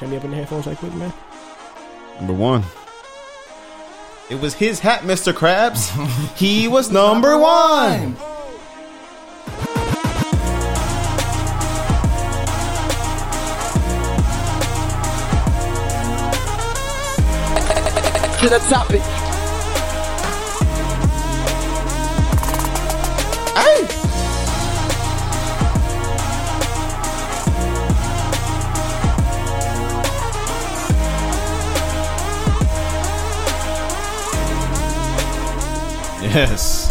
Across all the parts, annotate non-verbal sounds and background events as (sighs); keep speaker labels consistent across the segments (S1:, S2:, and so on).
S1: Hit me up in the headphones right quick, man.
S2: Number one. It was his hat, Mr. Krabs. he was number one.
S3: to the topic.
S2: Hey! Yes.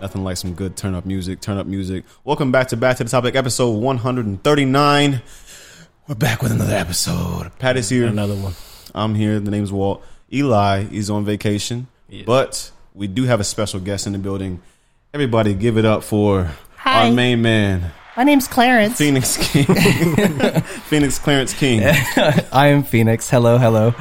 S2: Nothing like some good turn up music. Turn up music. Welcome back to Back to the Topic, episode 139. We're back with another episode. Pat is here.
S1: Another one.
S2: I'm here. The name's Walt. Eli is on vacation, but we do have a special guest in the building. Everybody, give it up for
S4: Hi.
S2: our main man,
S4: My name's Clarence.
S2: Phoenix King. Phoenix Clarence
S1: (laughs)
S2: King.
S5: I am Phoenix. Hello, hello.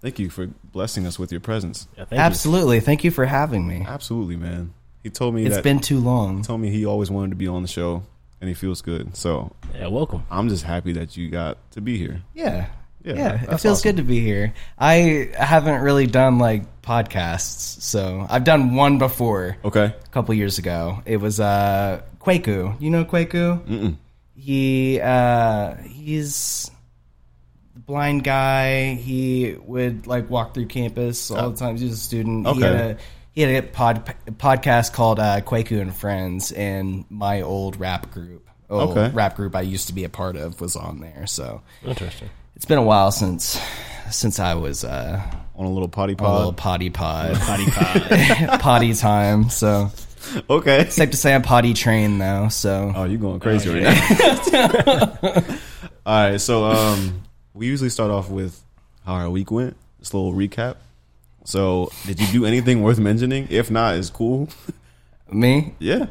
S2: Thank you for blessing us with your presence.
S1: Yeah, thank
S5: Absolutely. Thank you for having me.
S2: Absolutely, man. He told me
S5: It's
S2: that.
S5: been too long.
S2: told me he always wanted to be on the show, and he feels good. So
S1: you. Yeah, welcome.
S2: I'm just happy that you got to be here.
S5: Yeah.
S2: Yeah,
S5: Yeah.
S2: that-
S5: it
S2: that's
S5: feels
S2: awesome.
S5: good to be here. I haven't really done like podcasts, so I've done one before
S2: Okay.
S5: a couple years ago. It was uh Quaku. You know Quaku? Mm-mm. He uh he's the blind guy. He would like walk through campus all the time. He was a student. He had
S2: Okay.
S5: a he had a pod, podcast called uh, Quaku and Friends, and my old rap group, old
S2: Okay.
S5: rap group I used to be a part of, was on there. So
S1: Interesting.
S5: it's been a while since since I was uh,
S2: On a little potty
S5: a little
S2: pod.
S5: potty pod, potty pod, (laughs) potty time. So
S2: (laughs) Okay.
S5: it's safe to say I'm potty trained though. So
S2: Oh, you're going crazy right now.
S1: (laughs)
S2: (laughs) All right, so um, we usually start off with how our week went. Just a little recap. So, did you do anything worth mentioning? If not, it's cool.
S5: me,
S2: Yeah,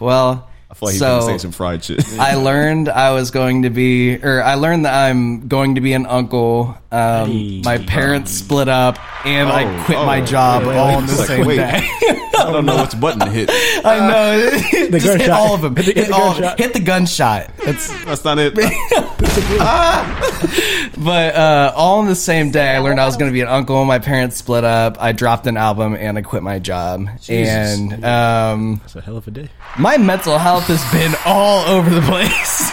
S5: well,
S2: I feel like he's
S5: so
S2: gonna say some fried shit.
S5: I learned I was going to be, or I learned that I'm going to be an uncle. Um, my parents split up, and
S2: Oh,
S5: I quit
S2: oh,
S5: my job
S2: wait, wait,
S5: all
S2: wait.
S5: on the
S2: It's like,
S5: same
S2: wait.
S5: day.
S2: (laughs) I don't know which button to
S5: (laughs)
S2: hit.
S5: I know. It, (laughs) just
S1: gunshot.
S5: hit all of them.
S1: Hit the-
S5: Hit,
S1: hit the
S5: all.
S1: gunshot.
S5: Hit the gunshot. That's
S2: That's not
S5: (laughs)
S2: it.
S5: But uh, all on the same day, I learned I was going to be an uncle. My parents split up. I dropped an album and I quit my job. And um,
S1: That's a hell of a day.
S5: my mental health has been all over the place.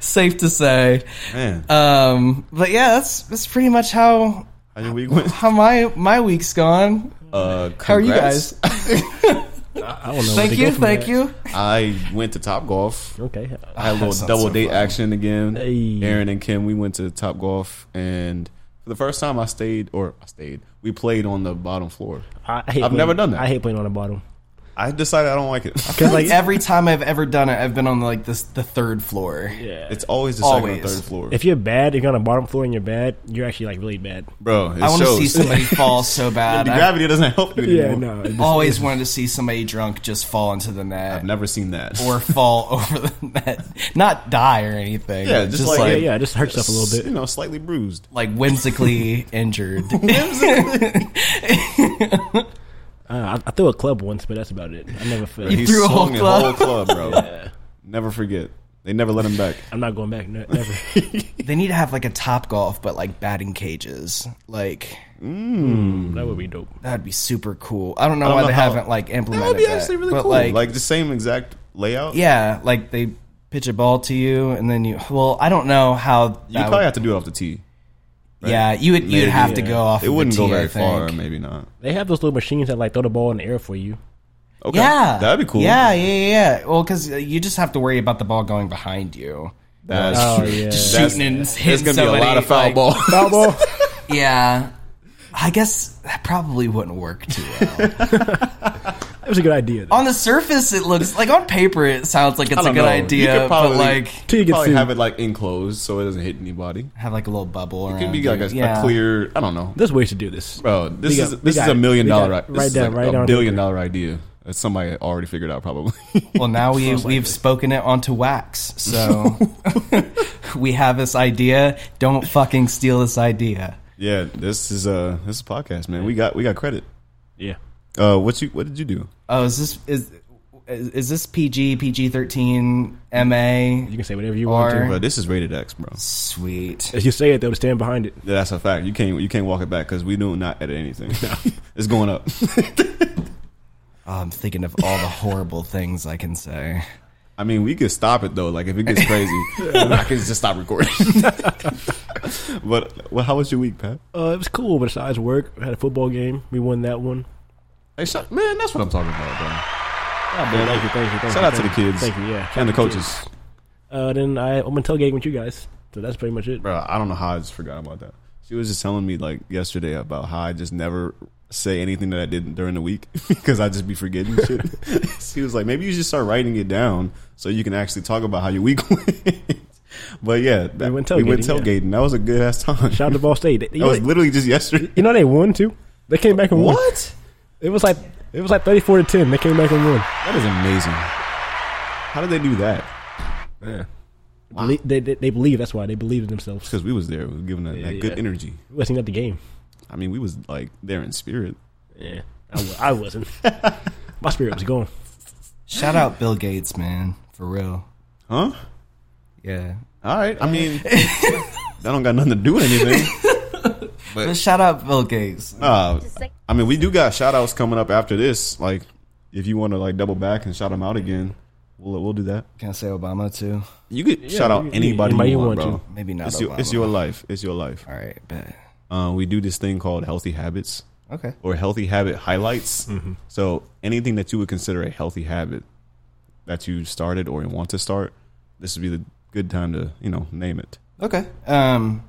S5: (laughs) Safe to say.
S2: Man,
S5: Um, but yeah, that's that's pretty much how
S2: how your week went?
S5: how my my week's gone.
S2: Uh,
S5: How are you
S2: congrats.
S5: guys?
S1: I don't know. where to
S5: Thank
S1: go
S5: you,
S1: from
S5: thank
S1: that.
S5: you.
S2: I went to Top Golf.
S1: Okay.
S2: I had a little
S5: sounds
S2: double
S5: so
S2: date
S5: fun.
S2: action again.
S1: Hey.
S2: Aaron and Kim, we went to Top Golf, and for the first time, I stayed or I stayed. We played on the bottom floor.
S1: I, I hate
S2: I've
S1: playing-
S2: never done that.
S1: I hate playing on the bottom.
S2: I decided I don't (laughs) like it.
S1: Because
S2: (laughs)
S1: like,
S5: Every time I've ever done it, I've been on like this the third floor.
S1: yeah.
S2: It's always the second or
S5: Always.
S2: third floor,
S1: if you're bad, if you're on the bottom floor and you're bad, you're actually like really bad.
S2: bro. It
S5: I want to
S2: shows. (laughs)
S5: see somebody fall so
S2: the
S5: bad. I-
S2: gravity doesn't help you.
S1: Yeah,
S2: anymore.
S1: no. it's-
S5: always wanted to see somebody drunk just fall into the net
S2: I've never seen that. (laughs)
S5: or fall over the net, not die or anything.
S2: Yeah, just like-
S1: (laughs) Yeah, yeah, it just hurts up a little
S2: you
S1: bit.
S2: know, slightly bruised.
S5: like whimsically injured.
S1: Uh, I, I threw a club once, but that's about it. I never fell.
S2: He
S5: threw a whole
S2: swung
S5: club.
S2: whole club,
S5: (laughs)
S2: bro. Never forget. They never let him back.
S1: I'm not going back. Ne- never.
S5: they need to have like a top golf, but like batting cages. Like
S1: (laughs) that would be dope.
S5: that'd be super cool. I don't know
S2: don't
S5: why
S2: know
S5: they
S2: how-
S5: haven't like implemented
S2: That would be
S5: that,
S2: actually really
S5: but,
S2: cool. Like,
S5: Like,
S2: the same exact layout.
S5: yeah, like they pitch a ball to you and then you. Well, I don't know how.
S2: you probably have to do it off the tee.
S5: yeah, you would you'd
S2: Maybe, uh,
S5: have to
S1: yeah.
S5: go off.
S2: It
S5: of the
S2: wouldn't go
S5: tee, I
S2: very
S5: think.
S2: far. Maybe not.
S1: They have those little machines that like throw the ball in the air for you.
S2: Okay,
S5: Yeah,
S2: that'd be cool.
S5: Yeah, yeah, yeah. yeah. Well, because you just have to worry about the ball going behind you.
S2: that's
S1: Oh,
S2: true.
S5: (laughs)
S1: yeah. Just
S2: That's-
S5: shooting and
S2: There's
S5: hitting
S2: gonna be a
S5: somebody,
S2: lot of foul
S5: like-
S2: ball.
S1: Foul ball.
S5: (laughs) Yeah, I guess that probably wouldn't work too well.
S1: It was a good idea. Though.
S5: on the surface, it looks like on paper it sounds like it's
S2: I
S5: a
S2: don't
S5: good
S2: know. You
S5: idea,
S2: could probably,
S5: but like
S1: Till you get
S2: you could probably
S1: sued.
S2: have it like enclosed so it doesn't hit anybody.
S5: have like a little bubble
S2: It
S5: around.
S2: could be like
S5: you.
S2: a, a
S5: Yeah.
S2: clear. I don't know.
S1: There's ways to do this.
S2: Bro, this
S1: We
S2: is
S1: got-
S2: this
S1: we
S2: is
S1: got-
S2: a million
S1: we
S2: dollar
S1: got-
S2: this
S1: write
S2: is
S1: that
S2: like
S1: right
S2: a
S1: down
S2: billion
S1: here.
S2: dollar idea that somebody already figured out probably. (laughs)
S5: Well, now we we've spoken it onto wax, so
S2: (laughs)
S5: (laughs) we have this idea. Don't fucking steal this idea.
S2: yeah, this is uh this is a podcast, man. We got we got credit.
S1: Yeah.
S2: Uh, what you what did you do?
S5: Oh, is this is is, is this PG, PG thirteen, MA?
S1: You can say whatever you want
S5: Or-
S1: to.
S2: Bro, this is rated X, bro.
S5: Sweet.
S1: If you say it, they'll stand behind it.
S2: Yeah, That's a fact. You can't you can't walk it back because we do not edit (laughs) anything. it's going up.
S5: Oh, I'm thinking of all the
S2: (laughs)
S5: horrible things I can say.
S2: I mean, we could stop it though. Like if it gets (laughs) crazy, I can just stop recording. (laughs) but well, how was your week, Pat?
S1: Uh, it was cool, but besides work, I had a football game. We won that one.
S2: Hey, shut, man, that's what I'm talking about, bro.
S1: Yeah, thank you, thank you, thank
S2: Shout
S1: you,
S2: out to the
S1: thank you.
S2: kids.
S1: Thank you, yeah.
S2: and the
S1: Shout out to
S2: coaches,
S1: Uh, then I, I'm gonna tailgating with you guys. So that's pretty much it.
S2: bro. I don't know how I just forgot about that. She was just telling me like yesterday about how I just never say anything that I did during the week (laughs) because I just be forgetting shit. (laughs) she was like, maybe you should start writing it down so you can actually talk about how your week (laughs) went. but yeah, that,
S1: went
S2: we went
S1: tailgating, yeah.
S2: tailgating. That was a good ass time. (laughs)
S1: Shout out to Ball State. They- you,
S2: that
S1: know,
S2: was literally
S1: (laughs)
S2: just yesterday.
S1: you know they won too. They came back and won.
S2: What?
S1: It was like it was like 34 to 10. They came back and won.
S2: That is amazing. How did they do that?
S1: Belie- They, they, they believe that's why they believe in themselves.
S2: Because we was there, we was giving that, that
S1: yeah.
S2: good energy.
S1: It wasn't at the game.
S2: I mean, we was like there in spirit.
S1: Yeah, I, w- I
S2: (laughs)
S1: wasn't. My spirit was gone.
S5: Shout out Bill Gates, man, for real.
S2: Huh?
S5: Yeah.
S2: All right. I
S1: (laughs)
S2: mean, that don't got nothing to do with anything.
S5: But shout out Bill Gates.
S2: Uh, I mean, we do got shout outs coming up after this. Like, if you want to like double back and shout them out again, we'll we'll do that.
S5: Can I say Obama too?
S2: You could shout out
S1: you-
S2: anybody
S1: anybody
S2: you
S1: you
S2: want,
S1: want
S2: bro.
S1: to.
S5: Maybe not
S2: It's your,
S5: Obama.
S2: it's your life. It's your life.
S5: All right, bet.
S2: Uh, we do this thing called healthy habits.
S5: Okay.
S2: or healthy habit highlights. So anything that you would consider a healthy habit that you started or want to start, this would be the good time to you know name it.
S5: Okay. Um,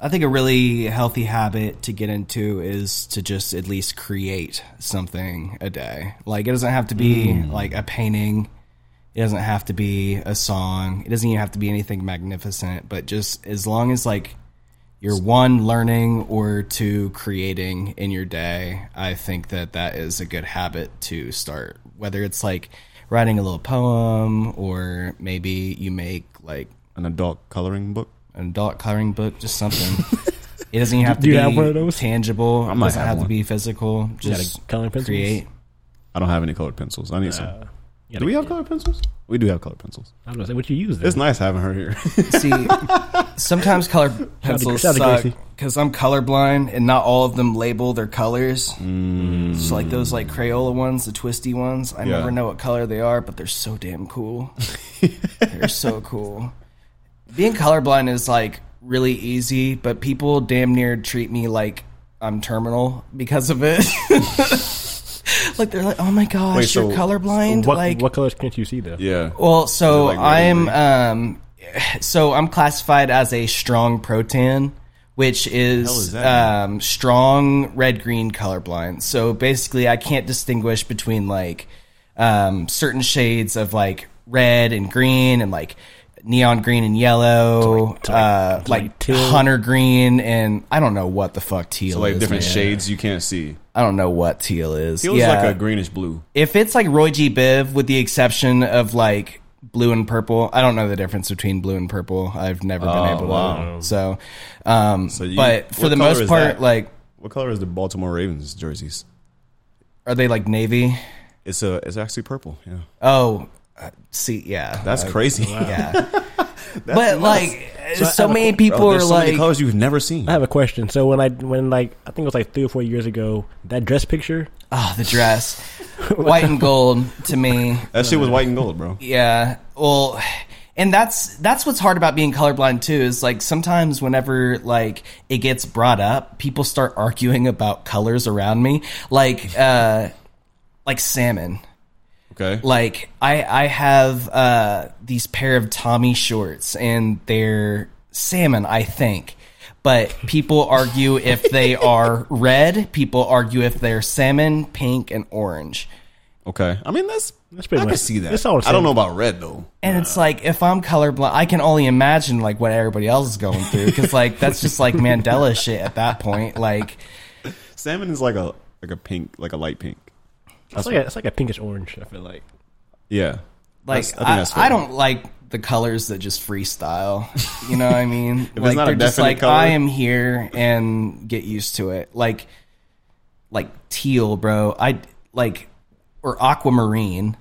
S5: I think a really healthy habit to get into is to just at least create something a day. Like it doesn't have to be like a painting. It doesn't have to be a song. It doesn't even have to be anything magnificent, but just as long as like you're one learning or two creating in your day, I think that that is a good habit to start. Whether it's like writing a little poem or maybe you make like
S2: An adult coloring book.
S5: an adult coloring book,
S1: (laughs)
S5: just something. it doesn't even have to
S1: Do you
S5: be
S1: have one of those?
S5: tangible.
S2: might
S5: it doesn't
S2: have
S5: have,
S2: one.
S5: to be physical.
S1: got
S5: Just
S1: a coloring pencils?
S5: create.
S2: I don't have any colored pencils. I need some.
S1: Yeah,
S2: Do we have colored pencils? We do have colored pencils.
S1: I don't know what you use. Then.
S2: It's nice having her here. (laughs)
S5: See, sometimes color pencils
S1: shout out to
S5: suck
S1: Gracie.
S5: because I'm colorblind and not all of them label their colors. It's like those like Crayola ones, the twisty ones. I
S2: Mm. Yeah.
S5: never know what color they are, but they're so
S2: (laughs)
S5: damn cool. they're so cool. Being colorblind is like really easy, but people damn near treat me like I'm terminal because of it. (laughs) like they're like, "Oh my gosh,
S2: Wait,
S5: you're
S2: so
S5: colorblind!"
S1: What,
S5: like
S1: what colors can't you see though?
S2: yeah.
S5: well, so
S2: They're like
S5: I'm
S2: really
S5: um, so I'm classified as a strong protan, which is,
S2: is that?
S5: um, strong red green colorblind. So basically, I can't distinguish between like um, certain shades of like red and green and like neon green and yellow, uh,
S1: like
S5: like
S1: teal.
S5: hunter green and I don't know what the fuck teal
S2: So like
S5: is.
S2: different
S5: man.
S2: shades you can't see.
S5: I don't know what teal is.
S2: It was
S5: yeah
S2: like a greenish blue.
S5: if it's like Roy G. Biv, with the exception of like blue and purple, I don't know the difference between blue and purple. I've never been
S2: Oh,
S5: able
S2: wow.
S5: to. So, um,
S2: you-
S5: but for
S2: what
S5: the
S2: color
S5: most
S2: is
S5: part,
S2: that?
S5: like,
S2: What color is the Baltimore Ravens jerseys?
S5: are they like navy?
S2: It's a. It's actually purple. Yeah.
S5: Oh, uh, see, yeah,
S2: That's crazy. (laughs)
S5: yeah. but like, so,
S1: I have a-
S5: many people
S2: Bro, Oh,
S5: are
S2: there's so many
S5: like,
S2: colors you've never seen.
S1: I have a question. So when I when like I think it was like three or four years ago, that dress picture.
S5: oh,
S2: (laughs)
S5: the dress, white and gold to me.
S2: That shit was white and gold,
S5: (laughs)
S2: bro.
S5: Yeah. Well, and that's that's what's hard about being colorblind too is like sometimes whenever like it gets brought up, people start arguing about colors around me, like uh like salmon.
S2: Okay.
S5: Like I I have uh these pair of Tommy shorts and they're salmon, I think. But people argue if they are red, people argue if they're salmon, pink and orange.
S2: Okay. I mean, that's
S1: That's pretty
S2: I
S1: much-
S2: can see that.
S1: it's all the
S2: I don't
S1: same.
S2: know about red though.
S5: And it's like if I'm colorblind, I can only imagine like what everybody else is going through because like that's just like Mandela shit at that point. Like
S2: Salmon is like a like a pink, like a light pink.
S1: It's like, a, it's like a pinkish orange. I feel like.
S2: Yeah. (laughs)
S5: like
S2: That's-
S5: I,
S2: that's fair.
S5: I, don't like the colors that just freestyle. You know what I
S2: (laughs)
S5: mean? like
S2: not a
S5: they're just
S2: definite
S5: like
S2: color.
S5: I am here and get used to it. Like like teal, bro. I like or aquamarine.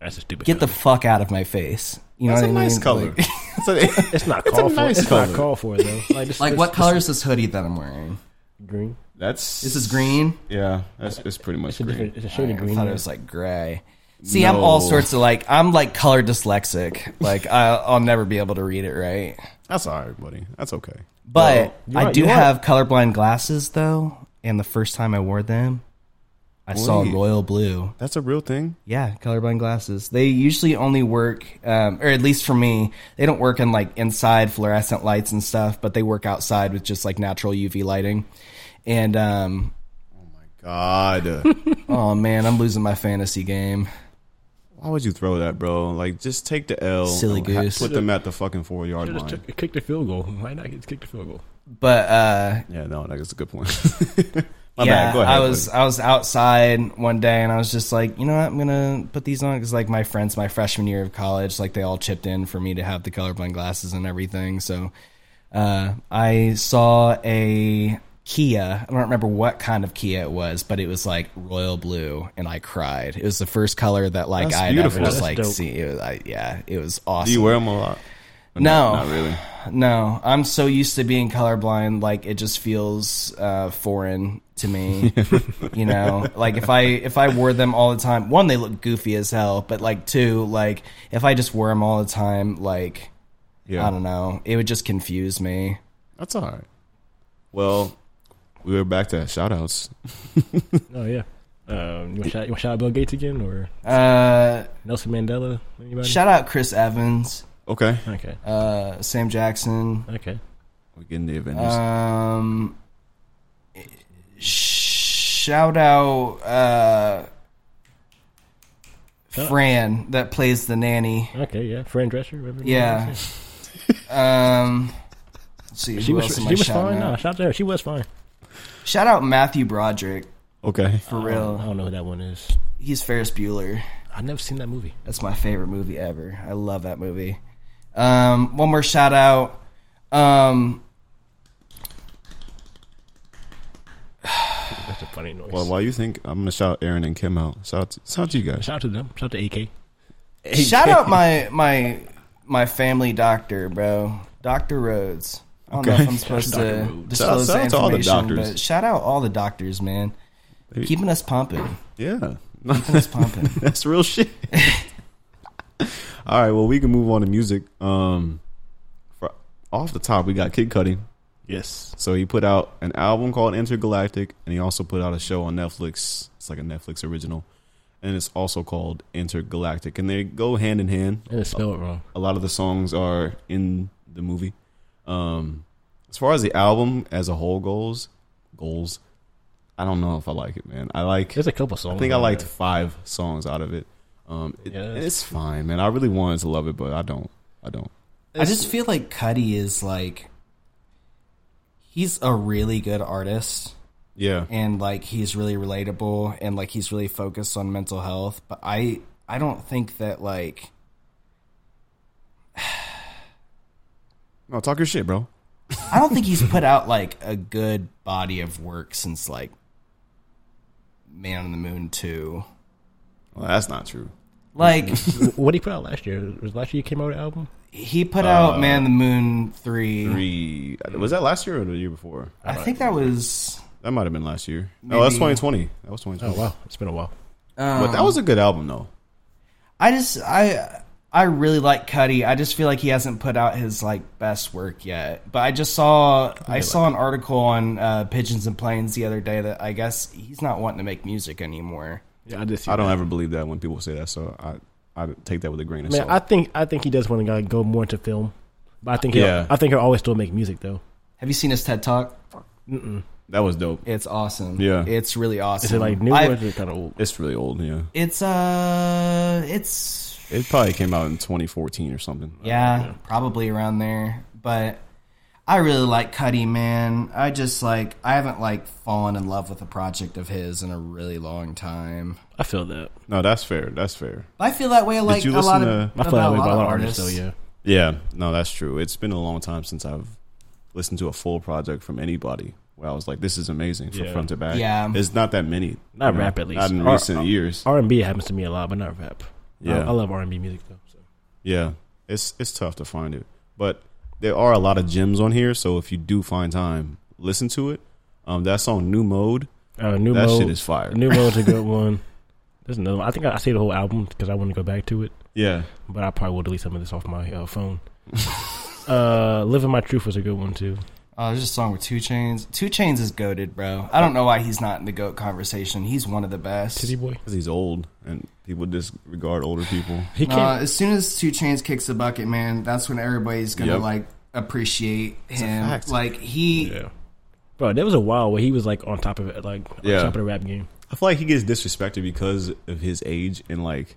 S1: That's a stupid.
S5: Get the fuck out of my face. You
S2: That's
S5: know
S2: a
S5: what I mean?
S2: nice color.
S5: (laughs) Like,
S2: it's, a,
S1: It's not
S2: It's a
S1: called for.
S2: nice
S1: It's
S2: color.
S1: not called for though. Like, this,
S5: like
S1: this-
S5: what color is this hoodie that I'm wearing?
S1: this Green.
S2: that's
S5: (laughs) This is green.
S2: Yeah, that's it's pretty much
S1: It's a
S2: green.
S1: different. It's a shade of
S5: I
S1: green.
S5: thought it was like gray. See, I'm all
S2: No.
S5: sorts of like I'm like color dyslexic. Like I, I'll never be able to read it right.
S2: That's all right, buddy. That's okay.
S5: But
S1: Well, you're
S5: I
S1: right,
S5: do
S1: you're right.
S5: have colorblind glasses though, and the first time I wore them, I saw
S2: Wait.
S5: royal blue.
S2: That's a real thing.
S5: Yeah, colorblind glasses. They usually only work, um, or at least for me, they don't work in like inside fluorescent lights and stuff, but they work outside with just like natural UV lighting. And um,
S2: God,
S5: (laughs) oh man, I'm losing my fantasy game.
S2: why would you throw that, bro? Like, just take the L.
S5: Silly
S2: and ha-
S5: goose.
S2: Put them at the fucking four yard
S1: Just
S2: line.
S1: took, kicked the field goal. Why not just kick the field goal?
S5: But uh,
S2: Yeah, no, that's a good point. (laughs) My
S5: yeah,
S2: bad. Go ahead.
S5: I was I was outside one day and I was just like, you know what, I'm gonna put these on because like my friends, my freshman year of college, like they all chipped in for me to have the colorblind glasses and everything. So uh, I saw a Kia. I don't remember what kind of Kia it was, but it was like royal blue, and I cried. It was the first color that like
S2: That's
S5: I had ever
S2: beautiful.
S5: just
S1: That's
S5: like
S1: dope.
S5: see. It was, I, yeah, it was
S2: Do you
S5: awesome.
S2: wear them a lot? Or
S5: No.
S2: not, not really.
S5: No, I'm so used to being colorblind, like it just feels uh, foreign to me. you know, like if I if I wore them all the time, one they look goofy as hell, but like two, like if I just wore them all the time, like
S2: Yeah,
S5: I don't know, it would just confuse me.
S2: that's all right. Well, we were back to shoutouts.
S1: Oh yeah. Um, you want shout, you want shout out Bill Gates again or
S5: Uh,
S1: Nelson Mandela? Anybody?
S5: shout out Chris Evans,
S2: Okay,
S1: okay.
S5: uh, Sam Jackson.
S1: Okay.
S2: we're getting the Avengers.
S5: Um, shout out uh, Fran that plays the nanny.
S1: Okay. Yeah. Fran Drescher. Remember
S5: Yeah. um, let's see,
S1: She
S5: who
S1: was
S5: else
S1: she
S5: am I
S1: was
S5: shouting
S1: fine. No,
S5: out?
S1: shout out to her. She was fine.
S5: Shout out Matthew Broderick
S2: okay,
S5: for
S1: I
S5: real.
S1: don't know who that one is.
S5: He's Ferris Bueller.
S1: I've never seen that movie.
S5: That's my favorite movie ever. I love that movie. Um, one more shout out. Um,
S1: That's a funny noise.
S2: well, while you think I'm gonna shout Aaron and Kim out, shout out to, shout out to you guys.
S1: shout out to them. Shout out to AK.
S5: shout out my my my family doctor, bro, Doctor Rhodes. I don't know
S2: Okay.
S5: if I'm supposed
S1: Shout out to
S5: to
S1: Dr. Rhodes.
S5: disclose
S2: Shout out- shout out to
S5: that
S2: all the
S5: information,
S2: doctors.
S5: but shout out all the doctors, man,
S2: Maybe-
S5: keeping us pumping,
S2: Yeah,
S5: keeping us pumping.
S2: (laughs) That's real shit. All right, well, we can move on to music. Um, for, off the top, we got Kid Cudi.
S1: Yes.
S2: So he put out an album called Intergalactic, and he also put out a show on Netflix. It's like a Netflix original, and it's also called Intergalactic, and they go hand in hand.
S1: I didn't spell it wrong.
S2: A lot of the songs are in the movie. Um, as far as the album as a whole goes, goals, I don't know if I like it, man. I like
S1: There's a couple songs.
S2: I think I
S1: on
S2: liked
S1: there.
S2: five songs out of it. Um, it-
S1: Yeah.
S2: It's fine, man. I really wanted to love it, but I don't. I don't.
S5: I just feel like Cuddy is like he's a really good artist
S2: Yeah.
S5: and like he's really relatable and like he's really focused on mental health, but I I don't think that like
S2: No, talk your shit, bro.
S5: I don't think he's put out like a good body of work since like Man on the Moon 2.
S2: Well, that's not true.
S5: Like
S1: What did he put out last year? Was last year he came out with an album?
S5: he put
S1: Uh,
S5: out Man on the Moon 3.
S2: Three. Was that last year or the year before?
S5: I think that was
S2: That might have been last year. No, that's
S5: Maybe.
S2: 2020. That was 2020.
S1: Oh wow, it's been a while.
S2: But that was a good album, though.
S5: I just I I really like Cuddy. I just feel like he hasn't put out his like best work yet. But I just saw I, saw an article on uh, Pigeons and Planes the other day that I guess he's not wanting to make music anymore.
S1: Yeah, I just.
S2: I don't ever believe that when people say that, so I I take that with a grain of
S1: Man,
S2: salt.
S1: I think I think he does want to like, go more into film, but I think he'll,
S2: Yeah.
S1: I think he'll always still make music though.
S5: Have you seen his TED Talk?
S2: that was dope.
S5: It's awesome.
S2: Yeah.
S5: it's really awesome.
S1: Is it like new
S5: I-
S1: or is it kind of old?
S2: It's really old. Yeah,
S5: It's uh, it's
S2: it probably came out in 2014 or something.
S5: Yeah, probably around there. But I really like Cuddy, man. I just like I haven't like fallen in love with a project of his in a really long time.
S1: I feel that.
S2: No, that's fair. That's fair.
S5: But I feel that way like
S2: you
S5: a lot
S2: listen
S5: of
S2: to-
S1: I feel
S5: about
S1: that way about a lot of
S5: artists.
S1: artists though. Yeah.
S2: Yeah, no, that's true. It's been a long time since I've listened to a full project from anybody where I was like, "This is amazing from
S1: Yeah.
S2: front to back."
S5: Yeah.
S2: it's not that many.
S1: Not
S2: you know,
S1: rap, at least.
S2: Not in
S1: Or-
S2: recent years.
S1: R and B happens to me a lot, but not rap. I,
S2: Yeah.
S1: I love R and B music though. So.
S2: Yeah, it's it's tough to find it, but there are a lot of gems on here. So if you do find time, listen to it. Um, that song "New Mode"
S1: Uh, new
S2: that
S1: mode,
S2: shit is fire.
S1: new mode's a good one. There's another. One. I think I, I saved the whole album because I want to go back to it,
S2: yeah,
S1: but I probably will delete some of this off my uh, phone. uh, Living my truth was a good one too.
S5: Oh, there's a song with Two Chains. Two Chains is goaded, bro. I don't know why he's not in the goat conversation. He's one of the best.
S1: Titty boy.
S2: because he's old and people disregard older people.
S1: He
S5: Nah,
S1: can't.
S5: as soon as Two Chains kicks the bucket, man, that's when everybody's gonna
S2: Yep.
S5: like appreciate him.
S2: fact.
S5: Like he,
S2: Yeah,
S1: Bro, there was a while where he was like on top of it, like
S2: Yeah.
S1: on top of the rap game. (laughs)
S2: I feel like he gets disrespected because of his age and like.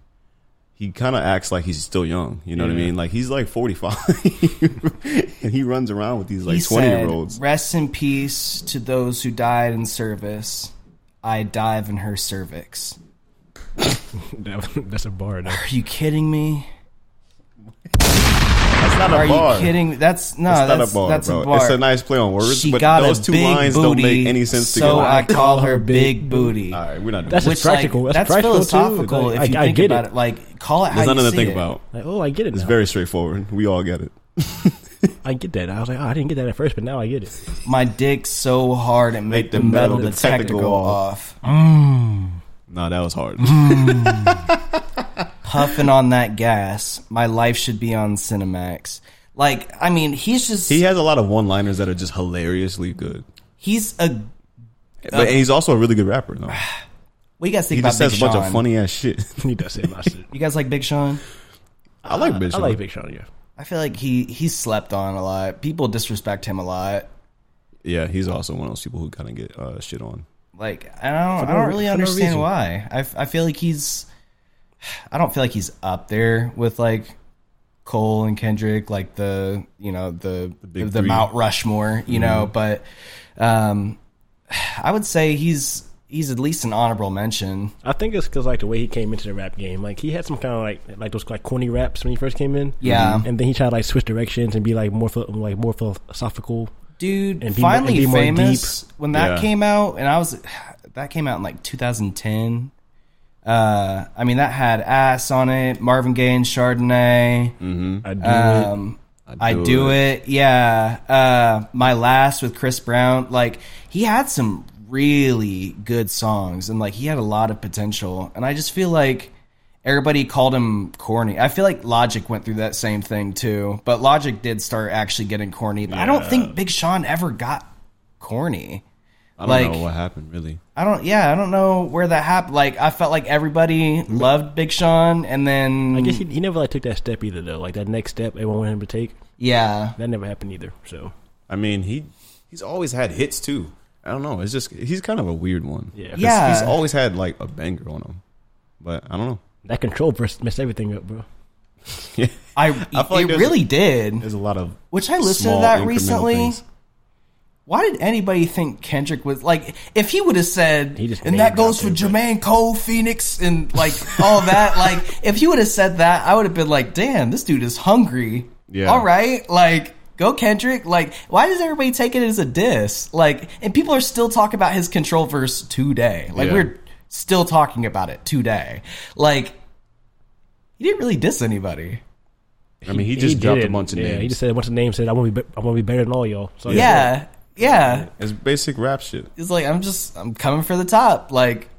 S2: He kind of acts like he's still young. You know what I
S1: Yeah.
S2: mean? Like he's like forty five, (laughs) and he runs around with these
S5: he
S2: like twenty
S5: said,
S2: year olds.
S5: "Rest in peace to those who died in service. I dive in her cervix."
S1: That- That's a bar. Though.
S5: Are you kidding me?
S2: That's not a
S5: Are
S2: bar.
S5: you kidding? That's no,
S2: It's
S5: that's
S2: not a bar,
S5: that's
S2: bro.
S5: a bar.
S2: It's a nice play on words,
S5: she
S2: but
S5: got
S2: those
S5: a
S2: two
S5: big
S2: lines don't
S5: booty,
S2: make any sense
S5: so
S2: together. (laughs)
S5: I call her Big Booty.
S2: All right, we're not.
S1: That's
S2: Doing
S1: It's practical. That's practical, too.
S5: philosophical
S1: Like,
S5: if you
S1: I- I
S5: think
S1: get
S5: about
S1: it.
S5: it. Like, call it how
S2: There's
S5: you
S2: nothing to
S5: see
S2: think
S5: it.
S2: about.
S1: Like, oh, I get it.
S2: It's
S1: now.
S2: very straightforward. We all get it.
S1: I get that. I was like, oh, I didn't get that at first, but now I get it.
S5: My dick's so hard it make, the metal detector
S2: detector go
S5: go off.
S2: Nah, that was
S5: (laughs)
S2: hard.
S5: Puffing on that gas. My life should be on Cinemax. Like, I mean, he's just
S2: he has a lot of one-liners that are just hilariously good,
S5: he's a.
S2: but and he's also a really good rapper.
S5: (sighs)
S2: Though
S5: What you guys Uh, think
S2: he
S5: about
S2: just
S5: Big
S2: says a bunch
S5: Sean?
S2: of funny ass shit. (laughs)
S1: he does (laughs) say my shit.
S5: You guys like Big Sean?
S2: I like bitch.
S1: I like Big Sean. Yeah,
S5: I feel like he he's slept on a lot. People disrespect him a lot.
S2: Yeah, he's also one of those people who kind of get uh, shit on.
S5: Like I don't, I
S1: no
S5: don't
S1: re-
S5: really
S1: for no
S5: understand
S1: reason.
S5: why. I, f- I feel like he's, I don't feel like he's up there with like Cole and Kendrick, like the you know the the,
S2: big three. Mm-hmm.
S5: Mount Rushmore, you know. But um, I would say he's he's at least an honorable mention.
S1: I think it's because like the way he came into the rap game, like he had some kind of like like those like corny raps when he first came in.
S5: Yeah.
S2: Mm-hmm.
S1: and then he tried to like switch directions and be like more phil- like more philosophical.
S5: Dude,
S1: And be more- and
S5: finally
S1: be more
S5: famous when that
S2: Yeah.
S5: came out, and I was that came out in like 2010. Uh, I mean that had ass on it, Marvin Gaye and Chardonnay.
S1: I do.
S5: Um, I do, it. Yeah. Uh, my last with Chris Brown, like he had some really good songs and like he had a lot of potential. And I just feel like everybody called him corny. I feel like Logic went through that same thing too, but Logic did start actually getting corny. But I don't think Big Sean ever got corny.
S2: I don't
S5: like-
S2: know what happened really.
S5: I don't. Yeah, I don't know where that happened. Like I felt like everybody loved Big Sean, and then
S1: I guess he, he never like took that step either though. Like that next step everyone wanted him to take,
S5: yeah.
S1: that never happened either. So
S2: I mean, he he's always had hits too. I don't know. It's just he's kind of a weird one.
S1: Yeah.
S2: 'Cause
S5: Yeah.
S2: He's always had like a banger on him, but I don't know. (laughs)
S1: that control verse messed everything up, bro.
S5: I,
S2: like
S5: it
S2: there's a-
S5: really did.
S2: There's a lot of
S5: Which I listened to
S2: small
S5: that
S2: incremental
S5: recently.
S2: things.
S5: Why did anybody think Kendrick was like? If he would have said,
S1: He just
S5: and that
S1: named
S5: goes for
S1: out
S5: Jermaine Cole, Phoenix, and like all that. (laughs) Like, if he would have said that, I would have been like, "Damn, this dude is hungry."
S2: Yeah.
S5: All right, like go Kendrick. Like, why does everybody take it as a diss? Like, and people are still talking about his control verse today. Like,
S2: Yeah.
S5: we're still talking about it today. Like, he didn't really diss anybody.
S2: I mean, he just
S1: did
S2: dropped a
S1: it.
S2: bunch of
S1: yeah,
S2: names.
S1: He just said a bunch of names. Said I want to be, be- I want to be better than all y'all. So
S5: Yeah, yeah.
S2: it's basic rap shit.
S5: It's like I'm just I'm coming for the top. Like,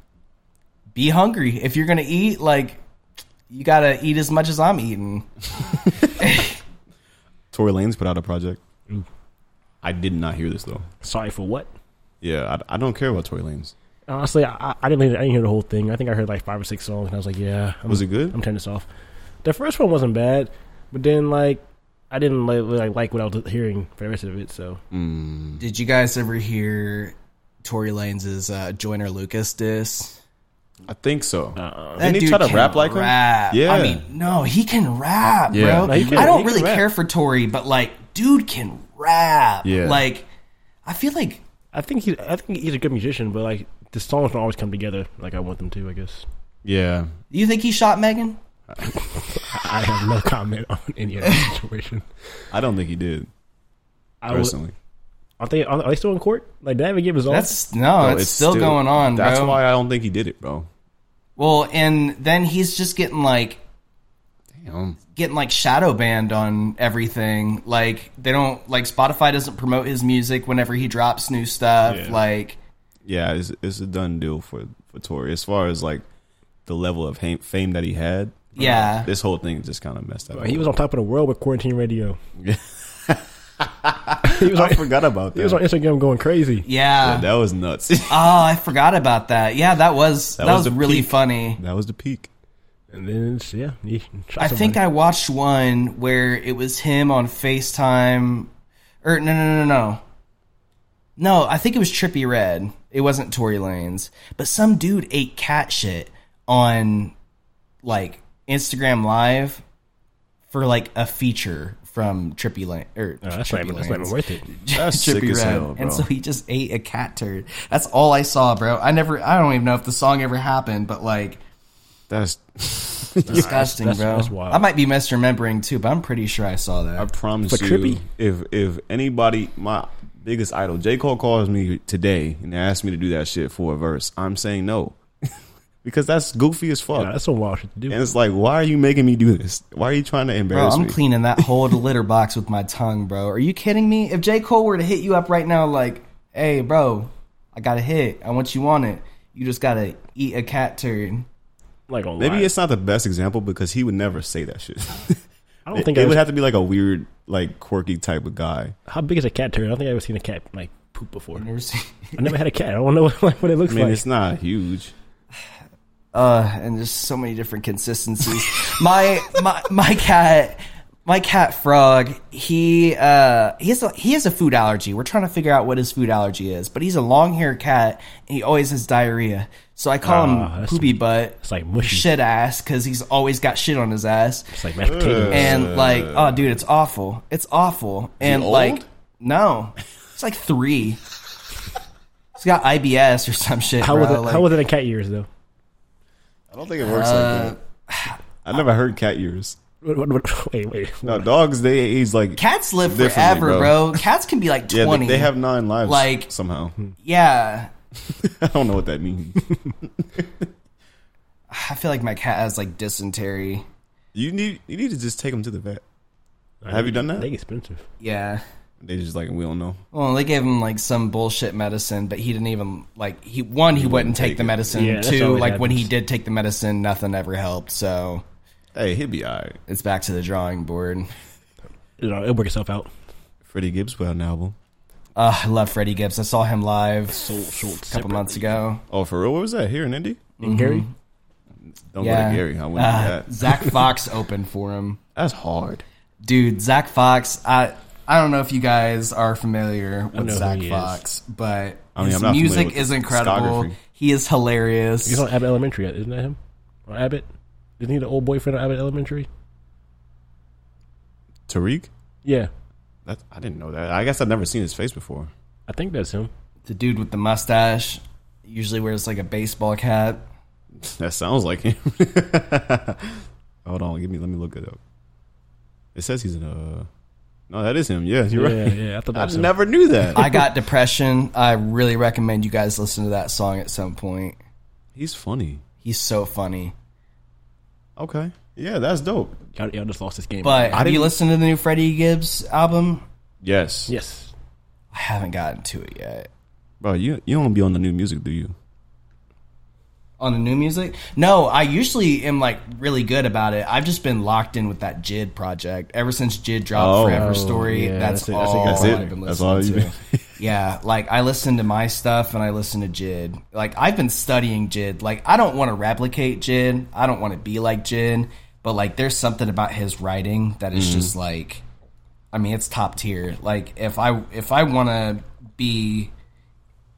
S5: be hungry. If you're gonna eat, like, you gotta eat as much as I'm eating.
S2: Mm-hmm. Tory Lanez put out a project. I did not hear this though.
S1: sorry for what?
S2: Yeah, I, I don't care about Tory Lanez.
S1: Honestly, I, I- I didn't. hear- I didn't hear the whole thing. I think I heard like five or six songs, and I was like, "Yeah, I'm,
S2: Was it good?
S1: I'm turning this off." The first one wasn't bad, but then like I didn't like, like, like what I was hearing for the rest of it. So
S5: Did you guys ever hear Tory Lanez's uh, Joyner Lucas diss?
S2: I think so.
S5: That
S2: Didn't he
S5: dude
S2: try to
S5: can
S2: rap like
S5: rap.
S2: him? Yeah,
S5: I mean, no, he can rap,
S2: Yeah.
S5: bro.
S2: No, he can-
S5: I
S2: he
S5: don't
S2: can
S5: really
S2: rap.
S5: care for Tory, but like, dude can rap.
S2: Yeah.
S5: Like, I feel like
S1: I think he, I think he's a good musician, but like the songs don't always come together like I want them to. I guess
S2: yeah.
S5: do you think he shot Megan?
S1: I have no comment on any of that situation.
S2: I don't think he did
S1: I would-
S2: personally.
S1: are they are they still in court? Like did I ever give his all?
S5: That's no,
S2: No,
S5: it's, still, going on,
S2: That's
S5: bro.
S2: why I don't think he did it, bro.
S5: Well, and then he's just getting like
S2: Damn.
S5: getting like shadow banned on everything. Like they don't like Spotify doesn't promote his music whenever he drops new stuff.
S2: Yeah.
S5: Like
S2: Yeah, it's, it's a done deal for for Tory as far as like the level of ha- fame that he had. uh,
S5: yeah.
S2: This whole thing just kind of messed up.
S1: He was on top of the world with quarantine radio.
S2: he was (laughs) I forgot about that.
S1: He was on Instagram going crazy.
S5: yeah.
S2: that was nuts. (laughs) that
S5: Oh, (laughs) I forgot about that. Yeah, that was that,
S2: was
S5: was,
S2: the
S5: really
S2: peak.
S5: funny.
S2: was the peak.
S1: And then it's, yeah, he shot
S5: I think I watched one where it was him on FaceTime or no no no no no. No, I think it was Trippy Red. It wasn't Tory Lanez. But some dude ate cat shit on like Instagram Live for like a feature from Trippy Lane or
S1: Oh, that's, not
S5: Trippy
S1: even, that's not even
S5: Lanez.
S1: worth it.
S5: (laughs)
S2: That's
S5: Trippy
S2: sick as
S5: Red.
S2: hell, bro.
S5: And so he just ate a cat turd. That's all I saw, bro. I never I don't even know if the song ever happened, but like
S2: That's
S5: disgusting,
S1: that's-
S5: bro.
S1: that's wild.
S5: I might be misremembering too, but I'm pretty sure I saw that.
S2: I promise
S1: For
S2: you.
S1: Trippy?
S2: If if anybody, my biggest idol, J Cole calls me today and asks me to do that shit for a verse, I'm saying no (laughs) because that's goofy as fuck.
S1: Nah, that's some wild shit to do.
S2: and it's like, why are you making me do this? Why are you trying to
S5: Bro,
S2: embarrass
S5: I'm
S2: me?
S5: cleaning
S1: (laughs)
S5: that whole litter box with my tongue, bro. Are you kidding me? If J. Cole were to hit you up right now, like, hey, bro, I got a hit. I want you on it. You just gotta eat a cat turd.
S1: like online.
S2: Maybe it's not the best example because he would never say that shit.
S1: I
S2: I
S1: don't
S2: (laughs) it,
S1: think
S2: it
S1: I was,
S2: would have to be like a weird, like quirky type of guy.
S1: how big is a cat turd? I don't think I've ever seen a cat like poop
S5: (laughs)
S1: before.
S5: Never seen-
S1: I never had a cat. I don't know (laughs) what, what it looks
S2: I mean,
S1: like.
S2: it's not huge.
S5: Uh, and there's so many different consistencies. my my my cat, my cat Frog. He uh he has a, he has a food allergy. We're trying to figure out what his food allergy is, but he's a long haired cat and he always has diarrhea. So I call
S1: Ah,
S5: him
S1: that's-
S5: poopy butt.
S1: It's like mushy.
S5: shit ass because he's always got shit on his ass.
S1: It's like uh, mashed potatoes.
S5: And like, oh dude, it's awful. It's awful. And
S2: old?
S5: like, no, it's like three. He's got IBS or some shit.
S1: how
S5: bro.
S1: was it?
S5: Like,
S1: how was it in cat years though?
S2: I don't think it works like that. (sighs) I never heard cat ears.
S1: What, what, what, (laughs) wait, wait.
S2: No, dogs. They age like
S5: Cats live
S2: Differently,
S5: forever,
S2: bro.
S5: bro. Cats can be like
S2: (laughs) yeah.
S5: twenty.
S2: They, they have nine lives.
S5: Like-
S2: somehow, (laughs)
S5: Yeah,
S2: I don't know what that means. (laughs)
S5: I feel like my cat has like dysentery.
S2: You need you need to just take them to the vet. Have you done that?
S1: They expensive.
S5: Yeah.
S2: They just like we don't know.
S5: Well, they gave him like some bullshit medicine, but he didn't even like he one he, wouldn't take,
S2: take
S5: the
S2: it.
S5: medicine.
S1: Yeah, that's
S5: Two,
S1: always
S5: like when he
S1: happens.
S5: did take the medicine, nothing ever helped. So
S2: Hey, he'd be alright.
S5: it's back to the drawing board.
S1: You know, it'll work itself out.
S2: Freddie Gibbs put out an album.
S5: Uh, I love Freddie Gibbs. I saw him live
S1: short,
S5: a couple months ago.
S2: Oh, for real? What was that here in Indy?
S5: Mm-hmm.
S1: And Gary,
S2: Don't go
S5: Yeah,
S2: to Gary. I wouldn't do
S5: uh,
S2: that.
S5: Zach Fox opened for him.
S2: That's hard.
S5: dude zach fox i i don't know if you guys are familiar with
S1: know who
S5: zach
S1: he is.
S5: fox but
S2: I mean,
S5: his
S2: I'm not familiar
S5: music
S2: with
S5: is
S2: his
S5: incredible
S2: discography.
S5: he is hilarious
S1: he's on Abbott Elementary, isn't that him? Or Abbott? Isn't he the old boyfriend of Abbott Elementary?
S2: Tariq?
S1: Yeah,
S2: That I didn't know that. I guess I've never seen his face before. (laughs)
S1: I think that's him.
S5: the dude with the mustache usually wears like a baseball cap
S2: That sounds like him. (laughs) Hold on, give me let me look it up. It says he's in a No, that is him. Yeah, you're
S1: Yeah,
S2: (laughs) right.
S1: yeah, I thought
S2: (laughs) I
S1: that was him.
S2: never knew that.
S5: i
S2: (laughs)
S5: got depression i really recommend you guys listen to that song at some point
S2: he's funny.
S5: he's so funny
S2: Okay. Yeah, that's dope.
S1: Y'all, y'all just lost this game.
S5: but have you
S2: didn't-
S5: listened to the new freddie gibbs album
S2: Yes.
S1: yes,
S5: i haven't gotten to it yet
S2: Bro, you you don't be on the new music, do you?
S5: on the new music no i usually am like really good about it i've just been locked in with that jid project ever since jid dropped
S2: Oh.
S5: forever
S1: Oh,
S5: story
S1: yeah,
S5: that's,
S1: that's it. I think
S5: all
S1: that's
S2: it.
S5: i've been listening
S2: That's all
S5: to
S2: you've
S5: (laughs) yeah like i listen to my stuff and i listen to jid like i've been studying jid like i don't want to replicate jid i don't want to be like jid but like there's something about his writing that is just like i mean it's top tier like if i if i want to be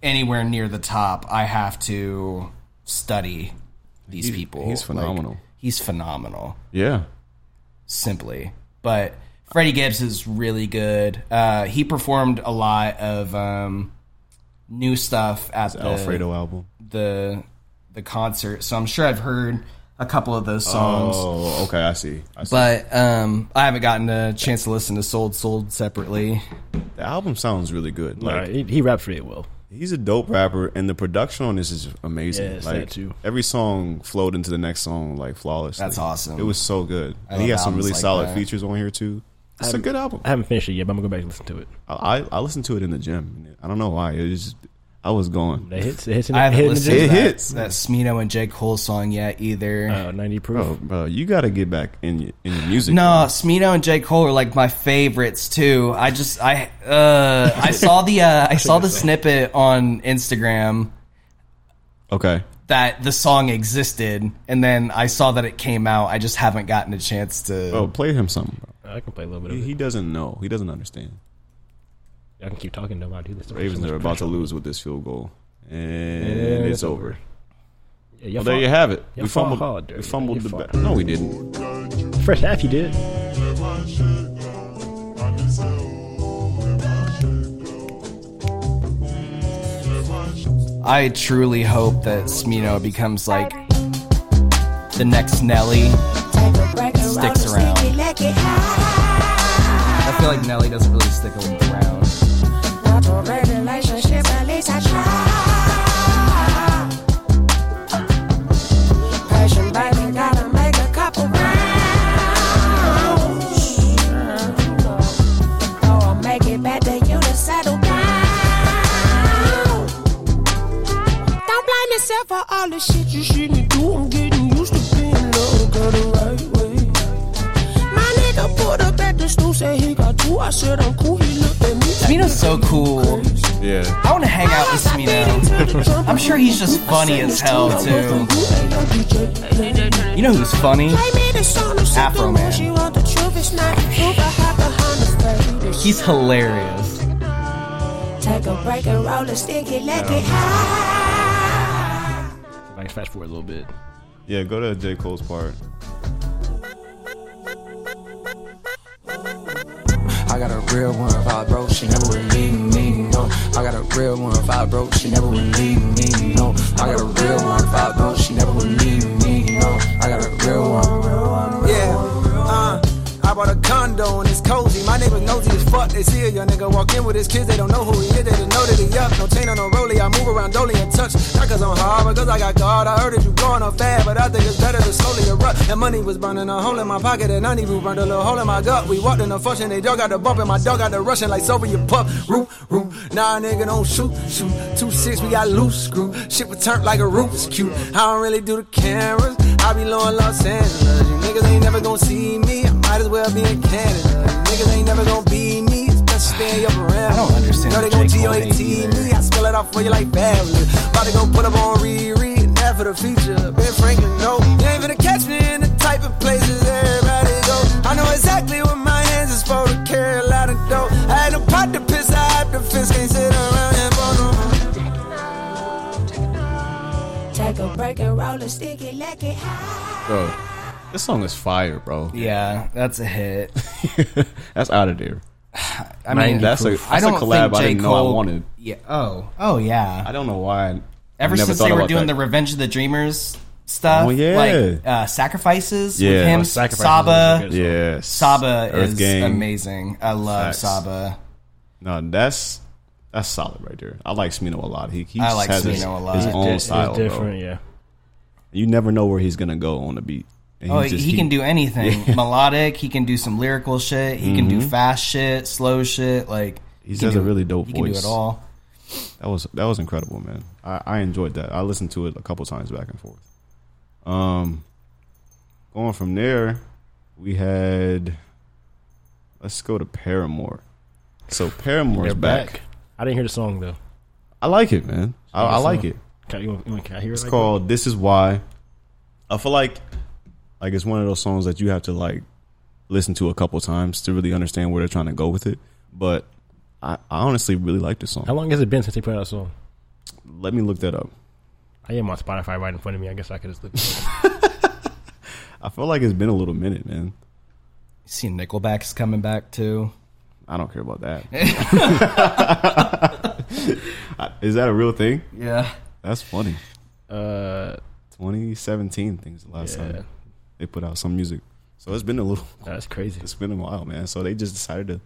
S5: anywhere near the top, I have to study these people.
S2: he's phenomenal.
S5: Like, he's phenomenal,
S2: Yeah.
S5: simply. But Freddie Gibbs is really good. Uh, he performed a lot of um, new stuff at the,
S2: Alfredo album.
S5: the the concert, so I'm sure I've heard a couple of those songs.
S2: Oh, okay, I see. I see.
S5: But um, I haven't gotten a chance to listen to Sold Sold separately.
S2: the album sounds really good. Like
S1: Nah, he, he raps really well.
S2: He's a dope rapper, and the production on this is amazing.
S1: Yes, that
S2: like
S1: too.
S2: every song flowed into the next song like flawlessly.
S5: That's awesome.
S2: It was so good.
S5: I
S2: And he
S5: love
S2: has some
S5: albums
S2: really
S5: like
S2: solid
S5: that.
S2: features on here too. It's a good album.
S1: I haven't finished it yet, but I'm gonna go back and listen to it.
S2: I, I I listened to it in the gym. I don't know why. It was just, I was going.
S1: That hits, it hits in
S5: I
S1: the,
S5: haven't
S1: hit in the
S5: listened to
S1: gym.
S2: It
S5: that,
S2: hits.
S5: that Smino and J. Cole song yet either.
S1: Oh, 90 proof.
S2: Bro, bro, you got to get back in your, in your music.
S5: no, Smino and J. Cole are like my favorites too. I just I uh I saw the uh
S2: (laughs)
S5: I saw the snippet on Instagram
S2: Okay.
S5: that the song existed and then I saw that it came out. I just haven't gotten a chance to
S2: Bro, play him something. Bro.
S1: I can play a little bit
S2: He,
S1: of it.
S2: he doesn't know. He doesn't understand.
S1: I can keep talking to him. I'll do this.
S2: Ravens are about to lose with this field goal, and it's over.
S1: Yeah, y'all
S2: Well, there
S1: fought-
S2: you have it.
S1: y'all
S2: We
S1: fought
S2: fumbled.
S1: hard,
S2: we
S1: Dirty.
S2: fumbled
S1: You
S2: the
S1: fought.
S2: ba- No, we didn't.
S1: First half, you did.
S5: I truly hope that Smino becomes like the next Nelly.
S3: sticks
S5: around.
S3: around.
S5: I feel like Nelly doesn't really stick around.
S3: For all the shit you shouldn't do, I'm getting used to being loved girl, the right way. My nigga put up at the stool, said he got two. I said I'm cool. He looked at me. like-
S5: Smino's so cool.
S2: Yeah.
S5: I want to hang out with Smino.
S3: (laughs)
S5: I'm sure he's just funny as hell too. You know who's funny? Afro Man. He's hilarious.
S3: Take a break and roll a sticky, let it high.
S1: I can fast forward a little bit.
S2: Yeah. Go to J Cole's part.
S6: I got a real one if I broke, she never would leave me, no. I got a real one if I broke, she never would leave me, no. I got a real one if I broke, she never would leave me, no. I got a real one. Yeah, uh. I bought a condo and it's cozy. My neighbors nosy as fuck. They see a young nigga walk in with his kids. They don't know who he is. They just know that he up. No chain on no rollie. I move around dolly and touch. Not cause I'm hard, but cause I got God. I heard that you growing up fast, but I think it's better to slowly erupt. That money was burning a hole in my pocket and I need you burned a little hole in my gut. We walked in the function. They dog got the bump and my dog got the rushing like Soviet pup. Root, root. Nah, nigga, don't shoot, shoot. Two six, we got loose screw. Shit was turned like a Rubik's cube. I don't really do the cameras. I be low in Los Angeles. You niggas ain't never gonna see me. I might as well be in Canada. You niggas ain't never gonna be me. It's best to stay in your parameters.
S5: I don't understand
S6: You know they
S5: the
S6: gon'
S5: J. Cole
S6: G-O-A-T
S5: hate either.
S6: me. I spell it out for you like fabulous. About to go put up on Riri. and That for the feature. Ben Franklin, no. You ain't finna catch me in the type of places everybody go. I know exactly what my hands is for to carry a lot of dough. I had to pot the piss. I had to fist. Can't sit around and bone no more.
S3: Take a break and roll a sticky, let it high.
S2: Bro, this song is fire, bro.
S5: Yeah, that's a hit.
S2: (laughs) that's out of there.
S5: I
S2: Man,
S5: mean,
S2: that's a- that's
S5: I
S2: a
S5: don't
S2: collab
S5: think
S2: I
S5: J.
S2: didn't know I
S5: Cole,
S2: wanted.
S5: Yeah. Oh. Oh yeah.
S2: I don't know why. I
S5: ever
S2: never
S5: since
S2: thought
S5: they were
S2: about
S5: doing
S2: that.
S5: the Revenge of the Dreamers stuff,
S2: Oh, yeah.
S5: like uh, sacrifices
S2: Yeah.
S5: with him,
S2: Oh,
S1: Sacrifice
S5: Saba.
S1: is really good.
S2: Yes.
S5: Saba
S2: Earth
S5: is
S2: Gang.
S5: amazing. I love
S2: Facts.
S5: Saba.
S2: No, that's that's solid right there. I like Smino a lot. He, he
S5: I
S2: just
S5: like
S2: has his,
S5: Smino a lot.
S2: his
S5: He's
S2: own
S1: Di- it's
S2: style, bro.
S1: different, yeah.
S2: You never know where he's gonna go on the beat. And
S5: Oh,
S2: just-
S5: he, can do
S2: (laughs)
S5: anything. Melodic. He can do some lyrical shit. He can do fast shit, slow shit. Like
S2: Mm-hmm. He
S5: can
S2: has a
S5: do-
S2: really dope
S5: He can do
S2: voice.
S5: it all.
S2: That was that was incredible, man. I, I enjoyed that. I listened to it a couple times back and forth. Um, going from there, we had. Let's go to Paramore. So Paramore's
S1: They're
S2: back.
S1: back. I didn't hear the song though.
S2: I like it, man. I, I
S1: Good
S2: like
S1: song.
S2: it.
S1: Can, you, want- you want- can I hear it?
S2: It's
S1: right
S2: called "This Is Why." I feel like, like it's one of those songs that you have to like listen to a couple times to really understand where they're trying to go with it. But I, I honestly really like this
S1: now? How
S2: song.
S1: long has it been since they put out a song?
S2: Let me look that up.
S1: I am on Spotify right in front of me. I guess I could just look. it up.
S2: I feel like it's been a little minute, man.
S5: You see, Nickelback's coming back too.
S2: I don't care about that. I- Is that a real thing?
S5: Yeah.
S2: That's funny.
S1: uh,
S2: 2017 things the last
S1: Yeah.
S2: time they put out some music. So it's been a little, (laughs)
S1: that's crazy.
S2: it's been a while, man. So they just decided to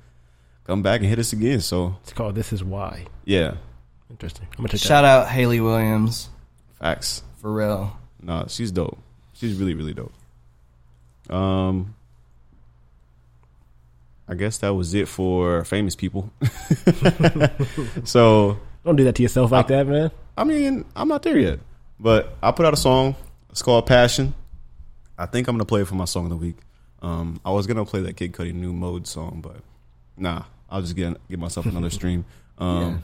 S2: come back and hit us again. So
S1: It's called "This Is Why."
S2: yeah,
S1: Interesting. I'm gonna check that.
S5: Shout out Haley Williams
S2: Facts.
S5: for real.
S2: Nah, she's dope. She's really, really dope. Um, I guess that was it for famous people. (laughs) so,
S1: Don't do that to yourself like that, man.
S2: I mean, I'm not there yet, but I put out a song. It's called Passion. I think I'm gonna play it for my song of the week. Um, I was gonna play that Kid Cudi new mode song, but nah, I'll just get get myself another stream. Um,
S5: Yeah.